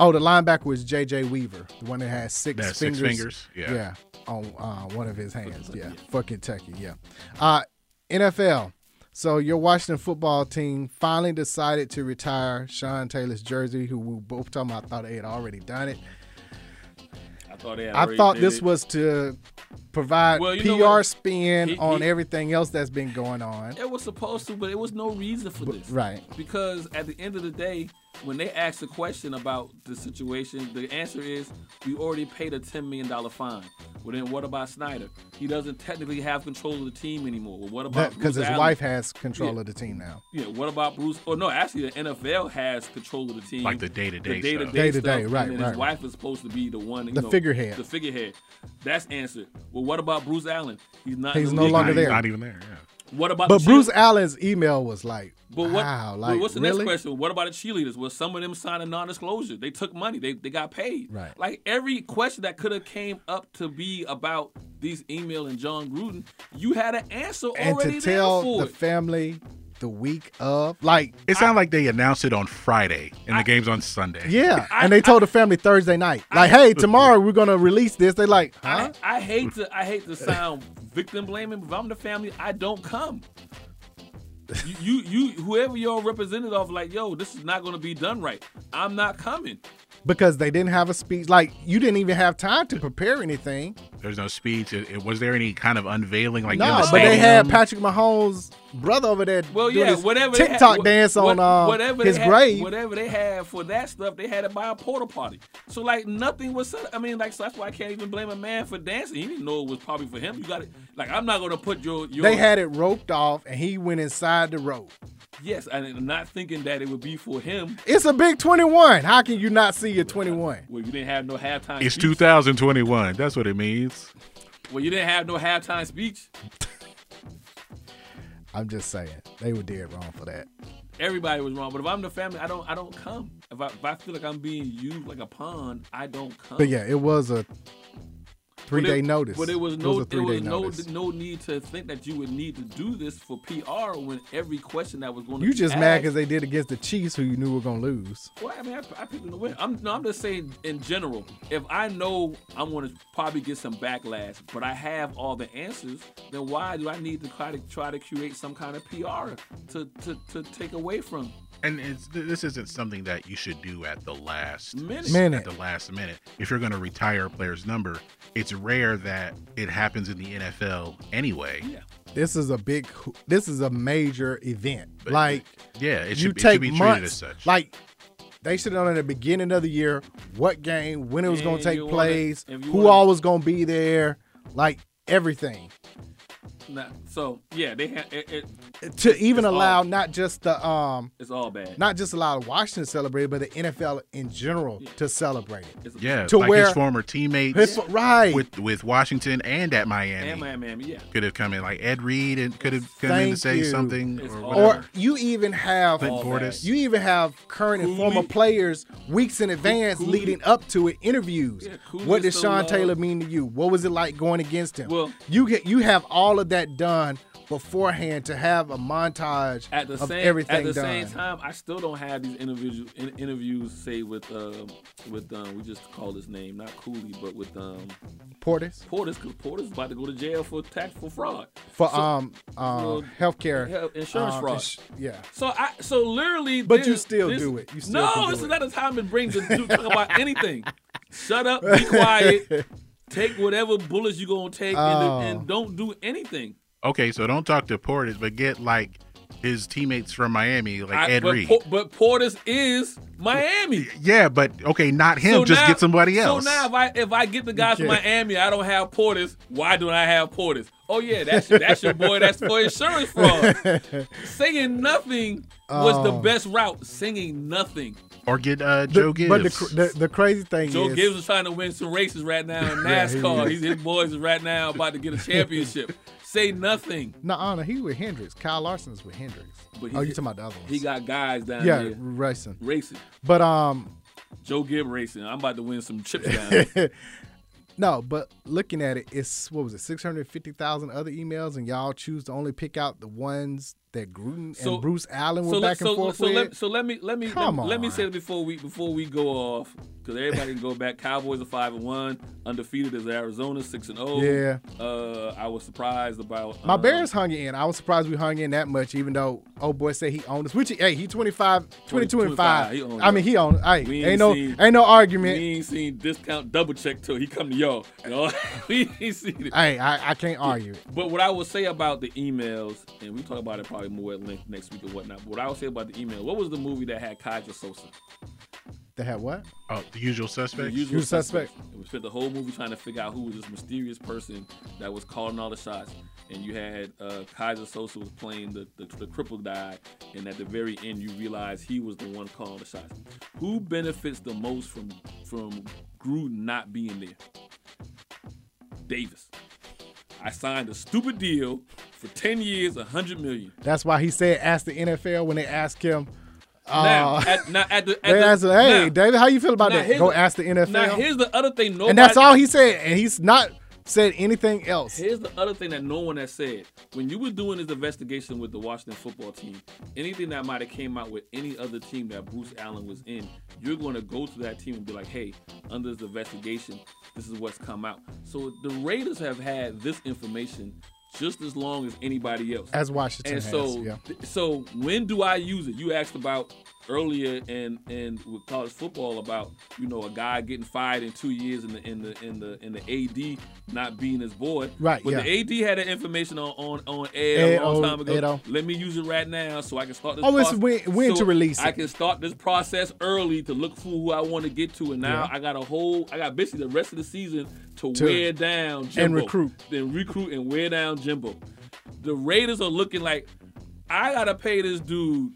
Speaker 5: Oh, the linebacker was J.J. Weaver, the one that had six
Speaker 7: That six
Speaker 5: fingers.
Speaker 7: fingers, yeah.
Speaker 5: Yeah. On uh, one of his hands. Yeah. For Kentucky. Yeah. Uh, NFL. So your Washington football team finally decided to retire Sean Taylor's jersey, who we both talking about thought they had already done it.
Speaker 6: I thought they had
Speaker 5: I
Speaker 6: already
Speaker 5: thought
Speaker 6: did
Speaker 5: this
Speaker 6: it.
Speaker 5: was to provide
Speaker 6: Well, you know
Speaker 5: PR
Speaker 6: what?
Speaker 5: spin
Speaker 6: He-
Speaker 5: on
Speaker 6: he-
Speaker 5: everything else that's been going on.
Speaker 6: It was supposed to, but it was no reason for this.
Speaker 5: right.
Speaker 6: Because at the end of the day, when they ask the question about the situation, the answer is we already paid a $10 million fine. Well, then what about Snyder? He doesn't technically have control of the team anymore. Well, what about
Speaker 5: Because his
Speaker 6: Bruce Allen?
Speaker 5: wife has control
Speaker 6: Yeah.
Speaker 5: of the team now.
Speaker 6: Yeah, what about Bruce? Or no, actually, the NFL has control of the team,
Speaker 7: Like the day-to-day
Speaker 6: the day-to-day
Speaker 7: stuff.
Speaker 5: Day-to-day,
Speaker 6: stuff,
Speaker 5: right,
Speaker 6: And then
Speaker 5: right,
Speaker 6: his wife is supposed to be the one, you
Speaker 5: The
Speaker 6: know,
Speaker 5: figurehead.
Speaker 6: the figurehead. That's answered. Well, what about Bruce Allen? He's not. in
Speaker 5: He's
Speaker 6: the
Speaker 5: no
Speaker 6: league
Speaker 5: longer
Speaker 6: anymore.
Speaker 5: there.
Speaker 7: Not even there. Yeah.
Speaker 6: What about
Speaker 5: But
Speaker 6: the
Speaker 5: Bruce
Speaker 6: cheerleaders?
Speaker 5: Allen's email was like,
Speaker 6: But what?
Speaker 5: wow,
Speaker 6: but
Speaker 5: like
Speaker 6: what's the
Speaker 5: really?
Speaker 6: next question? What about the cheerleaders? Well, some of them signed a non-disclosure. They took money. They they got paid.
Speaker 5: Right.
Speaker 6: Like every question that could have came up to be about these email and John Gruden, you had an answer
Speaker 5: And
Speaker 6: already
Speaker 5: to tell
Speaker 6: there for
Speaker 5: the
Speaker 6: it.
Speaker 5: family the week of, like,
Speaker 7: It sounded like they announced it on Friday and the game's on Sunday.
Speaker 5: yeah, and they told the family Thursday night, like, hey, tomorrow we're gonna release this. They like, huh?
Speaker 6: I hate to I hate to sound victim blaming, but if I'm the family, I don't come. You, you you whoever your representative of like yo this is not going to be done right i'm not coming
Speaker 5: Because they didn't have a speech. Like, you didn't even have time to prepare anything.
Speaker 7: There's no speech. It, it- was there any kind of unveiling like in
Speaker 5: no,
Speaker 7: the
Speaker 5: but they had
Speaker 7: stadium?
Speaker 5: Patrick Mahomes' brother over there
Speaker 6: well
Speaker 5: doing
Speaker 6: yeah
Speaker 5: this
Speaker 6: whatever they
Speaker 5: TikTok
Speaker 6: had,
Speaker 5: dance on
Speaker 6: what-
Speaker 5: uh,
Speaker 6: whatever
Speaker 5: his
Speaker 6: they had,
Speaker 5: grave.
Speaker 6: whatever they had for that stuff they had it by a porta potty so like nothing was said i mean like so that's why i can't even blame a man for dancing he didn't know it was probably for him you got it like i'm not going to put your, your
Speaker 5: They had it roped off, and he went inside the rope.
Speaker 6: yes and not thinking that it would be for him
Speaker 5: It's a big 21. How can you not see a 21?
Speaker 6: well you didn't have no halftime
Speaker 7: It's
Speaker 6: speech.
Speaker 7: 2021. That's what it means.
Speaker 6: well you didn't have no halftime speech
Speaker 5: I'm just saying, they were dead wrong for that.
Speaker 6: everybody was wrong. But if I'm the family, I don't I don't come. If I, if I feel like I'm being used like a pawn, I don't come.
Speaker 5: But yeah, it was a three
Speaker 6: But
Speaker 5: day
Speaker 6: it-
Speaker 5: notice.
Speaker 6: But it was no,
Speaker 5: a
Speaker 6: there
Speaker 5: three
Speaker 6: was
Speaker 5: day
Speaker 6: no,
Speaker 5: notice.
Speaker 6: no need to think that you would need to do this for PR when every question that was going to
Speaker 5: You
Speaker 6: be
Speaker 5: just mad
Speaker 6: asked-
Speaker 5: because they did against the Chiefs, who you knew were gonna lose.
Speaker 6: Well, I mean, I, I picked them to win. I'm, no, I'm just saying in general. If I know I'm going to probably get some backlash, but I have all the answers, then why do I need to try to try to create some kind of PR to to, to take away from?
Speaker 7: And it's, th- this isn't something that you should do at the last
Speaker 6: Minute.
Speaker 5: Minute.
Speaker 7: At the last minute, if you're going to retire a player's number, it's rare that it happens in the NFL anyway. Yeah,
Speaker 5: This is a big. This is a major event. like
Speaker 7: yeah, it
Speaker 5: you
Speaker 7: should, be- it
Speaker 5: take
Speaker 7: should be treated
Speaker 5: months.
Speaker 7: as such.
Speaker 5: Like they should have known at the beginning of the year what game, when it was gonna
Speaker 6: And
Speaker 5: take
Speaker 6: you wanna-
Speaker 5: place,
Speaker 6: if you
Speaker 5: who
Speaker 6: wanna-
Speaker 5: all was gonna be there, like everything.
Speaker 6: Nah, so yeah, they ha- it, it,
Speaker 5: To even
Speaker 6: it's all-
Speaker 5: allow not just the um,
Speaker 6: it's all bad.
Speaker 5: not just allow Washington to celebrate, but the NFL in general to celebrate it.
Speaker 7: yeah,
Speaker 5: to
Speaker 7: like
Speaker 5: where
Speaker 7: his former teammates,
Speaker 5: his- right.
Speaker 7: With with Washington and at Miami,
Speaker 6: And Miami, yeah.
Speaker 7: could have come in like Ed Reed and could have come in to say
Speaker 5: you.
Speaker 7: something or
Speaker 5: Or
Speaker 7: whatever.
Speaker 5: you even have
Speaker 7: Clint Portis.
Speaker 5: you even have current and former players weeks in advance
Speaker 6: Cooley.
Speaker 5: leading up to it interviews.
Speaker 6: Cooley
Speaker 5: what did
Speaker 6: is still
Speaker 5: Sean
Speaker 6: alive.
Speaker 5: Taylor mean to you? What was it like going against him?
Speaker 6: Well-
Speaker 5: you get you have all of that done beforehand to have a montage
Speaker 6: at the
Speaker 5: of
Speaker 6: same
Speaker 5: everything
Speaker 6: at the
Speaker 5: done.
Speaker 6: same time, I still don't have these individual in, interviews. Say with um, with um, we just call his name, not Cooley, but with um,
Speaker 5: Portis
Speaker 6: Portis, because Portis about to go to jail for tax for fraud
Speaker 5: for
Speaker 6: So-
Speaker 5: um uh,
Speaker 6: Well,
Speaker 5: healthcare
Speaker 6: health- insurance
Speaker 5: um,
Speaker 6: fraud.
Speaker 5: ins- yeah.
Speaker 6: So I so literally,
Speaker 5: But you
Speaker 6: this-
Speaker 5: still
Speaker 6: this-
Speaker 5: do it. You still
Speaker 6: no,
Speaker 5: can do
Speaker 6: this
Speaker 5: it.
Speaker 6: is not a time and brings to do- talk about anything. Shut up, be quiet, take whatever bullets you gonna take,
Speaker 7: Oh.
Speaker 6: and, and don't do anything.
Speaker 7: okay, so don't talk to Portis, but get like his teammates from Miami, like
Speaker 6: I-
Speaker 7: Ed
Speaker 6: but,
Speaker 7: Reed.
Speaker 6: Por- but Portis is Miami.
Speaker 7: yeah, but okay, not him. just
Speaker 6: now-
Speaker 7: get somebody else.
Speaker 6: So now, if I if I get the guys from
Speaker 7: Okay.
Speaker 6: Miami, I don't have Portis. Why do I have Portis? Oh yeah, that's that's your boy. That's for insurance fraud. Singing nothing was the
Speaker 5: Oh.
Speaker 6: best route. Singing nothing.
Speaker 7: or get uh,
Speaker 5: The-
Speaker 7: Joe Gibbs.
Speaker 5: But the, cr- the the crazy thing
Speaker 6: Joe
Speaker 5: is
Speaker 6: Gibbs is trying to win some races right now in
Speaker 5: Yeah, he
Speaker 6: NASCAR.
Speaker 5: is.
Speaker 6: He's his boys is right now about to get a championship. Say nothing.
Speaker 5: Nah, no, he with Hendrix. Kyle Larson's with Hendrix.
Speaker 6: But
Speaker 5: oh, you talking about the other ones?
Speaker 6: He got guys down
Speaker 5: yeah,
Speaker 6: there
Speaker 5: racing.
Speaker 6: racing.
Speaker 5: But um,
Speaker 6: Joe Gibbs racing. I'm about to win some chips down there.
Speaker 5: no, but looking at it, it's what was it, six hundred fifty thousand other emails, and y'all choose to only pick out the ones that Gruden and Bruce Allen were
Speaker 6: so let-
Speaker 5: back and
Speaker 6: so,
Speaker 5: forth
Speaker 6: so
Speaker 5: with.
Speaker 6: Let, so let me let me let,
Speaker 5: Come
Speaker 6: me- let me
Speaker 5: on.
Speaker 6: say it before we before we go off because everybody can go back. Cowboys are five and one, undefeated as Arizona, six and zero.
Speaker 5: Yeah.
Speaker 6: Uh, I was surprised about
Speaker 5: My
Speaker 6: um,
Speaker 5: Bears hung in. I was surprised we hung in that much, even though old boy said he owned us. Which he, hey, he 25, 22 and
Speaker 6: 25,
Speaker 5: five.
Speaker 6: he owned
Speaker 5: I mean,
Speaker 6: us.
Speaker 5: he owned. Hey,
Speaker 6: We
Speaker 5: ain't no,
Speaker 6: seen-
Speaker 5: ain't no argument.
Speaker 6: We ain't seen discount double check till he come to y'all. You know? we ain't seen it.
Speaker 5: Hey, I, I can't argue. it.
Speaker 6: But what I will say about the emails, and we talk about it probably more at length next week and whatnot. But what I will say about the email, what was the movie that had Kaja Sosa?
Speaker 5: They had what?
Speaker 7: oh, the usual
Speaker 6: The
Speaker 7: suspect.
Speaker 6: usual suspects. And we spent the whole movie trying to figure out who was this mysterious person that was calling all the shots. And you had uh, Kaiser Sosa was playing the, the, the crippled guy, and at the very end, you realize he was the one calling the shots. Who benefits the most from from Gruden not being there? Davis. I signed a stupid deal for ten years, a hundred million.
Speaker 5: That's why he said ask the NFL when they ask him. Uh,
Speaker 6: Now, at, now, at the,
Speaker 5: they
Speaker 6: at the-
Speaker 5: asked him, hey,
Speaker 6: now-
Speaker 5: David, how you feel about
Speaker 6: now
Speaker 5: that?
Speaker 6: here's
Speaker 5: Go
Speaker 6: the-
Speaker 5: ask the NFL.
Speaker 6: Now here's the other thing. Nobody,
Speaker 5: and that's all he said. And he's not said anything else.
Speaker 6: Here's the other thing that no one has said. When you were doing this investigation with the Washington football team, anything that might have came out with any other team that Bruce Allen was in, you're going to go to that team and be like, hey, under this investigation, this is what's come out. So the Raiders have had this information just as long as anybody else.
Speaker 5: As Washington
Speaker 6: And
Speaker 5: has,
Speaker 6: so,
Speaker 5: yeah.
Speaker 6: th- so when do I use it? You asked about earlier in in with college football about you know a guy getting fired in two years in the in the in the in the AD not being his board.
Speaker 5: Right,
Speaker 6: But
Speaker 5: yeah.
Speaker 6: the AD had that information on on on air
Speaker 5: Ed
Speaker 6: a long
Speaker 5: O,
Speaker 6: time ago.
Speaker 5: Ed O.
Speaker 6: Let me use it right now so I can start this.
Speaker 5: Oh, it's
Speaker 6: proce-
Speaker 5: when- when to
Speaker 6: so
Speaker 5: release
Speaker 6: I
Speaker 5: it.
Speaker 6: can start this process early to look for who I want to get to, and now
Speaker 5: Yeah.
Speaker 6: I got a whole I got basically the rest of the season to,
Speaker 5: To-
Speaker 6: wear down
Speaker 5: and
Speaker 6: Jimbo,
Speaker 5: recruit.
Speaker 6: then recruit and wear down Jimbo. The Raiders are looking like I gotta pay this dude.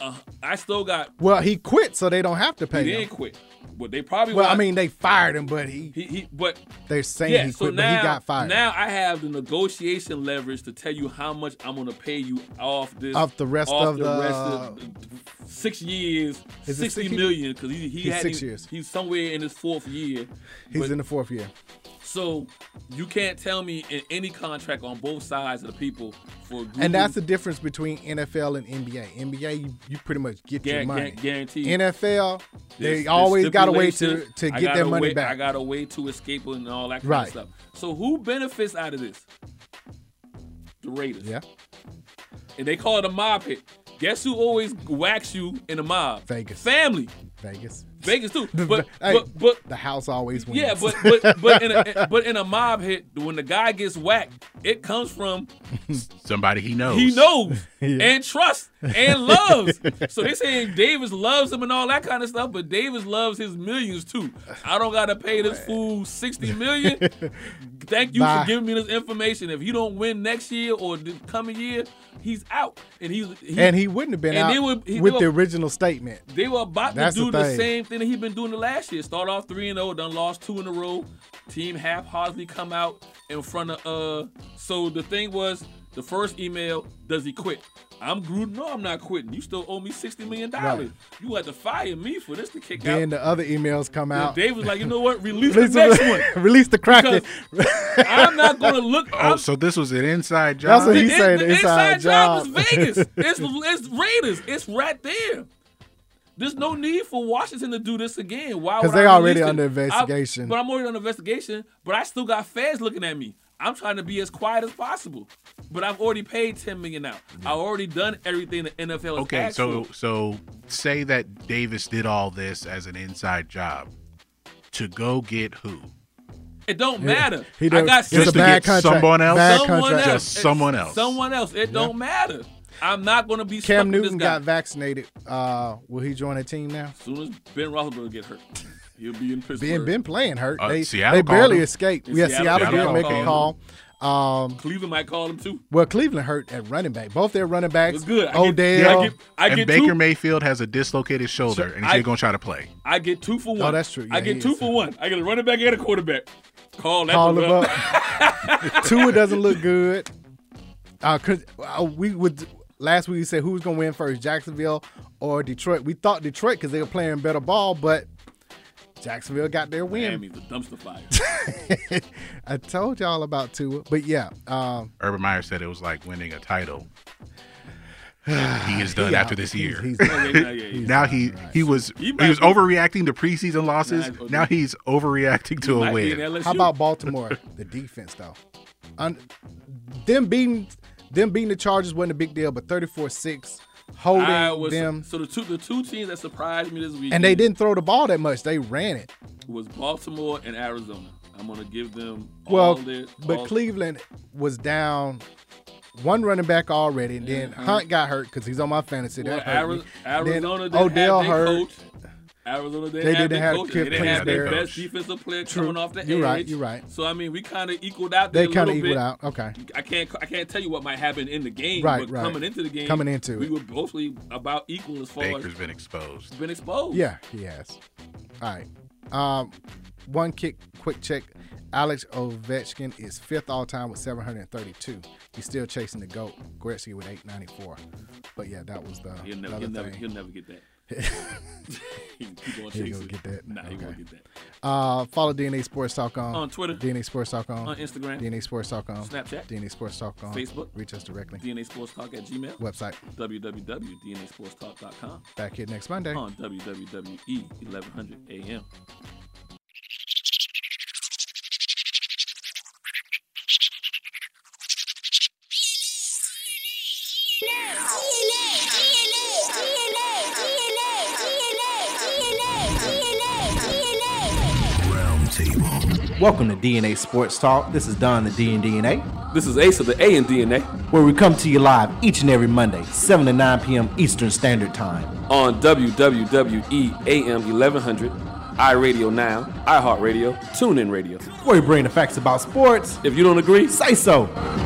Speaker 6: Uh, I still got.
Speaker 5: Well, he quit, so they don't have to pay
Speaker 6: he
Speaker 5: him.
Speaker 6: didn't quit, but they probably.
Speaker 5: Well, I
Speaker 6: want-
Speaker 5: mean, they fired him, but he,
Speaker 6: he, he but
Speaker 5: they're saying
Speaker 6: yeah.
Speaker 5: he quit,
Speaker 6: so
Speaker 5: but
Speaker 6: now,
Speaker 5: he got fired
Speaker 6: now I have the negotiation leverage to tell you how much I'm gonna pay you off this
Speaker 5: Off the rest
Speaker 6: off
Speaker 5: of the-
Speaker 6: rest of six years,
Speaker 5: Is it
Speaker 6: sixty
Speaker 5: six years?
Speaker 6: million because he, he
Speaker 5: He's
Speaker 6: had
Speaker 5: six years.
Speaker 6: He's somewhere in his fourth year.
Speaker 5: He's
Speaker 6: but-
Speaker 5: in the fourth year.
Speaker 6: So you can't tell me in any contract on both sides of the people for
Speaker 5: And that's
Speaker 6: the.
Speaker 5: the difference between NFL and NBA. NBA, you, you pretty much get
Speaker 6: Guar-
Speaker 5: your
Speaker 6: guar-
Speaker 5: money.
Speaker 6: guaranteed.
Speaker 5: NFL,
Speaker 6: There's-
Speaker 5: they
Speaker 6: there's
Speaker 5: always got a way to,
Speaker 6: stipulations.
Speaker 5: to
Speaker 6: I
Speaker 5: get
Speaker 6: got
Speaker 5: their
Speaker 6: a
Speaker 5: money
Speaker 6: way- I
Speaker 5: back.
Speaker 6: got a way to escape and all that kind
Speaker 5: Right.
Speaker 6: of stuff. So who benefits out of this? The Raiders.
Speaker 5: Yeah.
Speaker 6: And they call it a mob hit. Guess who always whacks you in a mob?
Speaker 5: Vegas.
Speaker 6: Family.
Speaker 5: Vegas.
Speaker 6: Vegas too.
Speaker 5: The-
Speaker 6: But
Speaker 5: hey,
Speaker 6: but but
Speaker 5: the house always wins.
Speaker 6: yeah, but but but in a but in a mob hit, when the guy gets whacked, it comes from
Speaker 7: Somebody he knows.
Speaker 6: he knows
Speaker 7: Yeah.
Speaker 6: and trusts and loves. so they're saying Davis loves him and all that kind of stuff, but Davis loves his millions too. I don't gotta pay this fool sixty million. Thank you
Speaker 5: Bye.
Speaker 6: for giving me this information. If you don't win next year or the coming year, he's out, and he's
Speaker 5: and he wouldn't have been
Speaker 6: and
Speaker 5: out
Speaker 6: they were- he-
Speaker 5: with
Speaker 6: they
Speaker 5: the
Speaker 6: were-
Speaker 5: original statement.
Speaker 6: they were about
Speaker 5: That's
Speaker 6: to
Speaker 5: the
Speaker 6: do the,
Speaker 5: thing.
Speaker 6: same thing that he been doing the last year. Start off three and zero, done lost two in a row. Team half hardly come out in front of uh. So the thing was, the first email, does he quit? I'm Gruden. No, I'm not quitting. You still owe me sixty million dollars. You had to fire me for this to kick
Speaker 5: Then
Speaker 6: out.
Speaker 5: the other emails come out.
Speaker 6: Dave was like, you know what? Release the next one.
Speaker 5: release the Kraken.
Speaker 6: I'm not gonna look.
Speaker 7: Oh, so this was an inside job.
Speaker 5: That's what he
Speaker 6: The-
Speaker 5: said.
Speaker 6: the
Speaker 5: inside, job.
Speaker 6: is Vegas. It's, it's Raiders. It's right there. There's no need for Washington to do this again. Why? would
Speaker 5: 'Cause they
Speaker 6: I
Speaker 5: already
Speaker 6: release it?
Speaker 5: under
Speaker 6: I-
Speaker 5: investigation.
Speaker 6: but I'm already under investigation. But I still got feds looking at me. I'm trying to be as quiet as possible. But I've already paid 10 million now. I've already done everything the NFL. has
Speaker 7: Okay,
Speaker 6: asked
Speaker 7: so
Speaker 6: for.
Speaker 7: so say that Davis did all this as an inside job to go get who?
Speaker 6: it don't
Speaker 7: Yeah.
Speaker 6: matter.
Speaker 7: He
Speaker 6: I
Speaker 7: don't-
Speaker 6: got
Speaker 7: Just to get someone else? Bad
Speaker 6: else.
Speaker 7: contract. Just someone else.
Speaker 6: Someone else. It don't matter. I'm not gonna be stuck
Speaker 5: Cam
Speaker 6: with this
Speaker 5: Newton
Speaker 6: guy.
Speaker 5: got vaccinated. Uh, will he join a team now?
Speaker 6: As soon as Ben Roethlisberger get hurt, he'll be in Pittsburgh.
Speaker 5: Been been playing hurt.
Speaker 6: Uh,
Speaker 5: they
Speaker 6: Seattle
Speaker 5: they
Speaker 6: called
Speaker 5: barely
Speaker 6: him.
Speaker 5: escaped.
Speaker 6: And
Speaker 5: Yeah,
Speaker 6: Seattle-
Speaker 5: Seattle,
Speaker 6: Seattle
Speaker 5: did make a
Speaker 6: called
Speaker 5: call. Um,
Speaker 6: Cleveland might call him too.
Speaker 5: well, Cleveland hurt at running back. Both their running backs.
Speaker 6: good. I get-
Speaker 5: Odell.
Speaker 6: I get- I
Speaker 7: and
Speaker 6: get
Speaker 7: Baker
Speaker 6: two-
Speaker 7: Mayfield has a dislocated shoulder, and he's
Speaker 6: I-
Speaker 7: still gonna try to play.
Speaker 6: I get two for one.
Speaker 5: Oh, that's true. Yeah,
Speaker 6: I
Speaker 5: he
Speaker 6: get two
Speaker 5: is.
Speaker 6: for one. I get a running back and a quarterback. Call that
Speaker 5: Call
Speaker 6: one
Speaker 5: him
Speaker 6: up.
Speaker 5: up. Tua doesn't look good. Uh, 'cause, uh, we would last week we said who was gonna win first, Jacksonville or Detroit. We thought Detroit because they were playing better ball, but Jacksonville got their win.
Speaker 6: Miami's a dumpster fire.
Speaker 5: I told y'all about Tua, but yeah, um,
Speaker 7: Urban Meyer said it was like winning a title. And he is done
Speaker 5: He
Speaker 7: after
Speaker 5: out.
Speaker 7: this
Speaker 5: He's-
Speaker 7: year.
Speaker 5: he's
Speaker 7: now he he was he,
Speaker 5: might
Speaker 7: was
Speaker 5: be-
Speaker 7: overreacting to preseason losses.
Speaker 5: Nah,
Speaker 7: now he's overreacting to a win.
Speaker 5: How about Baltimore? the defense though, Un- them beating them beating the Chargers wasn't a big deal, but 34-6 holding
Speaker 6: I was-
Speaker 5: them,
Speaker 6: So the two the two teams that surprised me this week
Speaker 5: and they didn't throw the ball that much. They ran it.
Speaker 6: was Baltimore and Arizona. I'm gonna give them all
Speaker 5: Well,
Speaker 6: their
Speaker 5: but
Speaker 6: all-
Speaker 5: Cleveland was down one running back already, and then
Speaker 6: Mhm.
Speaker 5: Hunt got hurt because he's on my fantasy.
Speaker 6: well,
Speaker 5: That hurt
Speaker 6: Ari-
Speaker 5: me. And then
Speaker 6: Arizona didn't
Speaker 5: Odell
Speaker 6: have their
Speaker 5: hurt.
Speaker 6: coach. Arizona didn't
Speaker 5: They
Speaker 6: have
Speaker 5: didn't
Speaker 6: their
Speaker 5: have
Speaker 6: coach.
Speaker 5: Cliff
Speaker 6: They didn't have their
Speaker 5: Kingsbury.
Speaker 6: best defensive player
Speaker 5: True.
Speaker 6: coming off the
Speaker 5: You're
Speaker 6: edge.
Speaker 5: right, you're right.
Speaker 6: So I mean, we kind of equaled out.
Speaker 5: They
Speaker 6: there a little
Speaker 5: kinda equaled
Speaker 6: bit.
Speaker 5: out, okay.
Speaker 6: I can't. I can't tell you what might happen in the game.
Speaker 5: Right,
Speaker 6: But
Speaker 5: right.
Speaker 6: Coming into the game,
Speaker 5: Coming into
Speaker 6: we
Speaker 5: it.
Speaker 6: were mostly about equal as far
Speaker 7: Baker's
Speaker 6: as
Speaker 7: been exposed.
Speaker 6: Been exposed.
Speaker 5: Yeah, he has. All right. Um, one kick, quick check. Alex Ovechkin is fifth all time with 732. He's still chasing the GOAT, Gretzky with 894. But yeah, that was the.
Speaker 6: He'll never,
Speaker 5: another
Speaker 6: he'll never,
Speaker 5: thing.
Speaker 6: he'll never get that. he can keep on
Speaker 5: He gonna
Speaker 6: chasing.
Speaker 5: get that.
Speaker 6: Nah, he won't
Speaker 5: Okay.
Speaker 6: get that.
Speaker 5: Uh, follow DNA Sports Talk on,
Speaker 6: On Twitter.
Speaker 5: DNA Sports Talk on,
Speaker 6: On Instagram.
Speaker 5: DNA Sports Talk on,
Speaker 6: Snapchat.
Speaker 5: DNA Sports Talk on,
Speaker 6: Facebook.
Speaker 5: Reach us directly.
Speaker 6: DNA Sports Talk at Gmail.
Speaker 5: Website.
Speaker 6: www.dnasportstalk.com.
Speaker 5: Back here next Monday.
Speaker 6: On WWE 1100 AM.
Speaker 17: Welcome to DNA Sports Talk. This is Don the D and DNA.
Speaker 6: This is Ace of the A and DNA.
Speaker 17: Where we come to you live each and every Monday, 7 to 9 p.m. Eastern Standard Time.
Speaker 6: On E WWE AM 1100, iRadio Now, iHeartRadio, TuneIn Radio.
Speaker 17: Where we bring the facts about sports.
Speaker 6: If you don't agree,
Speaker 17: say so.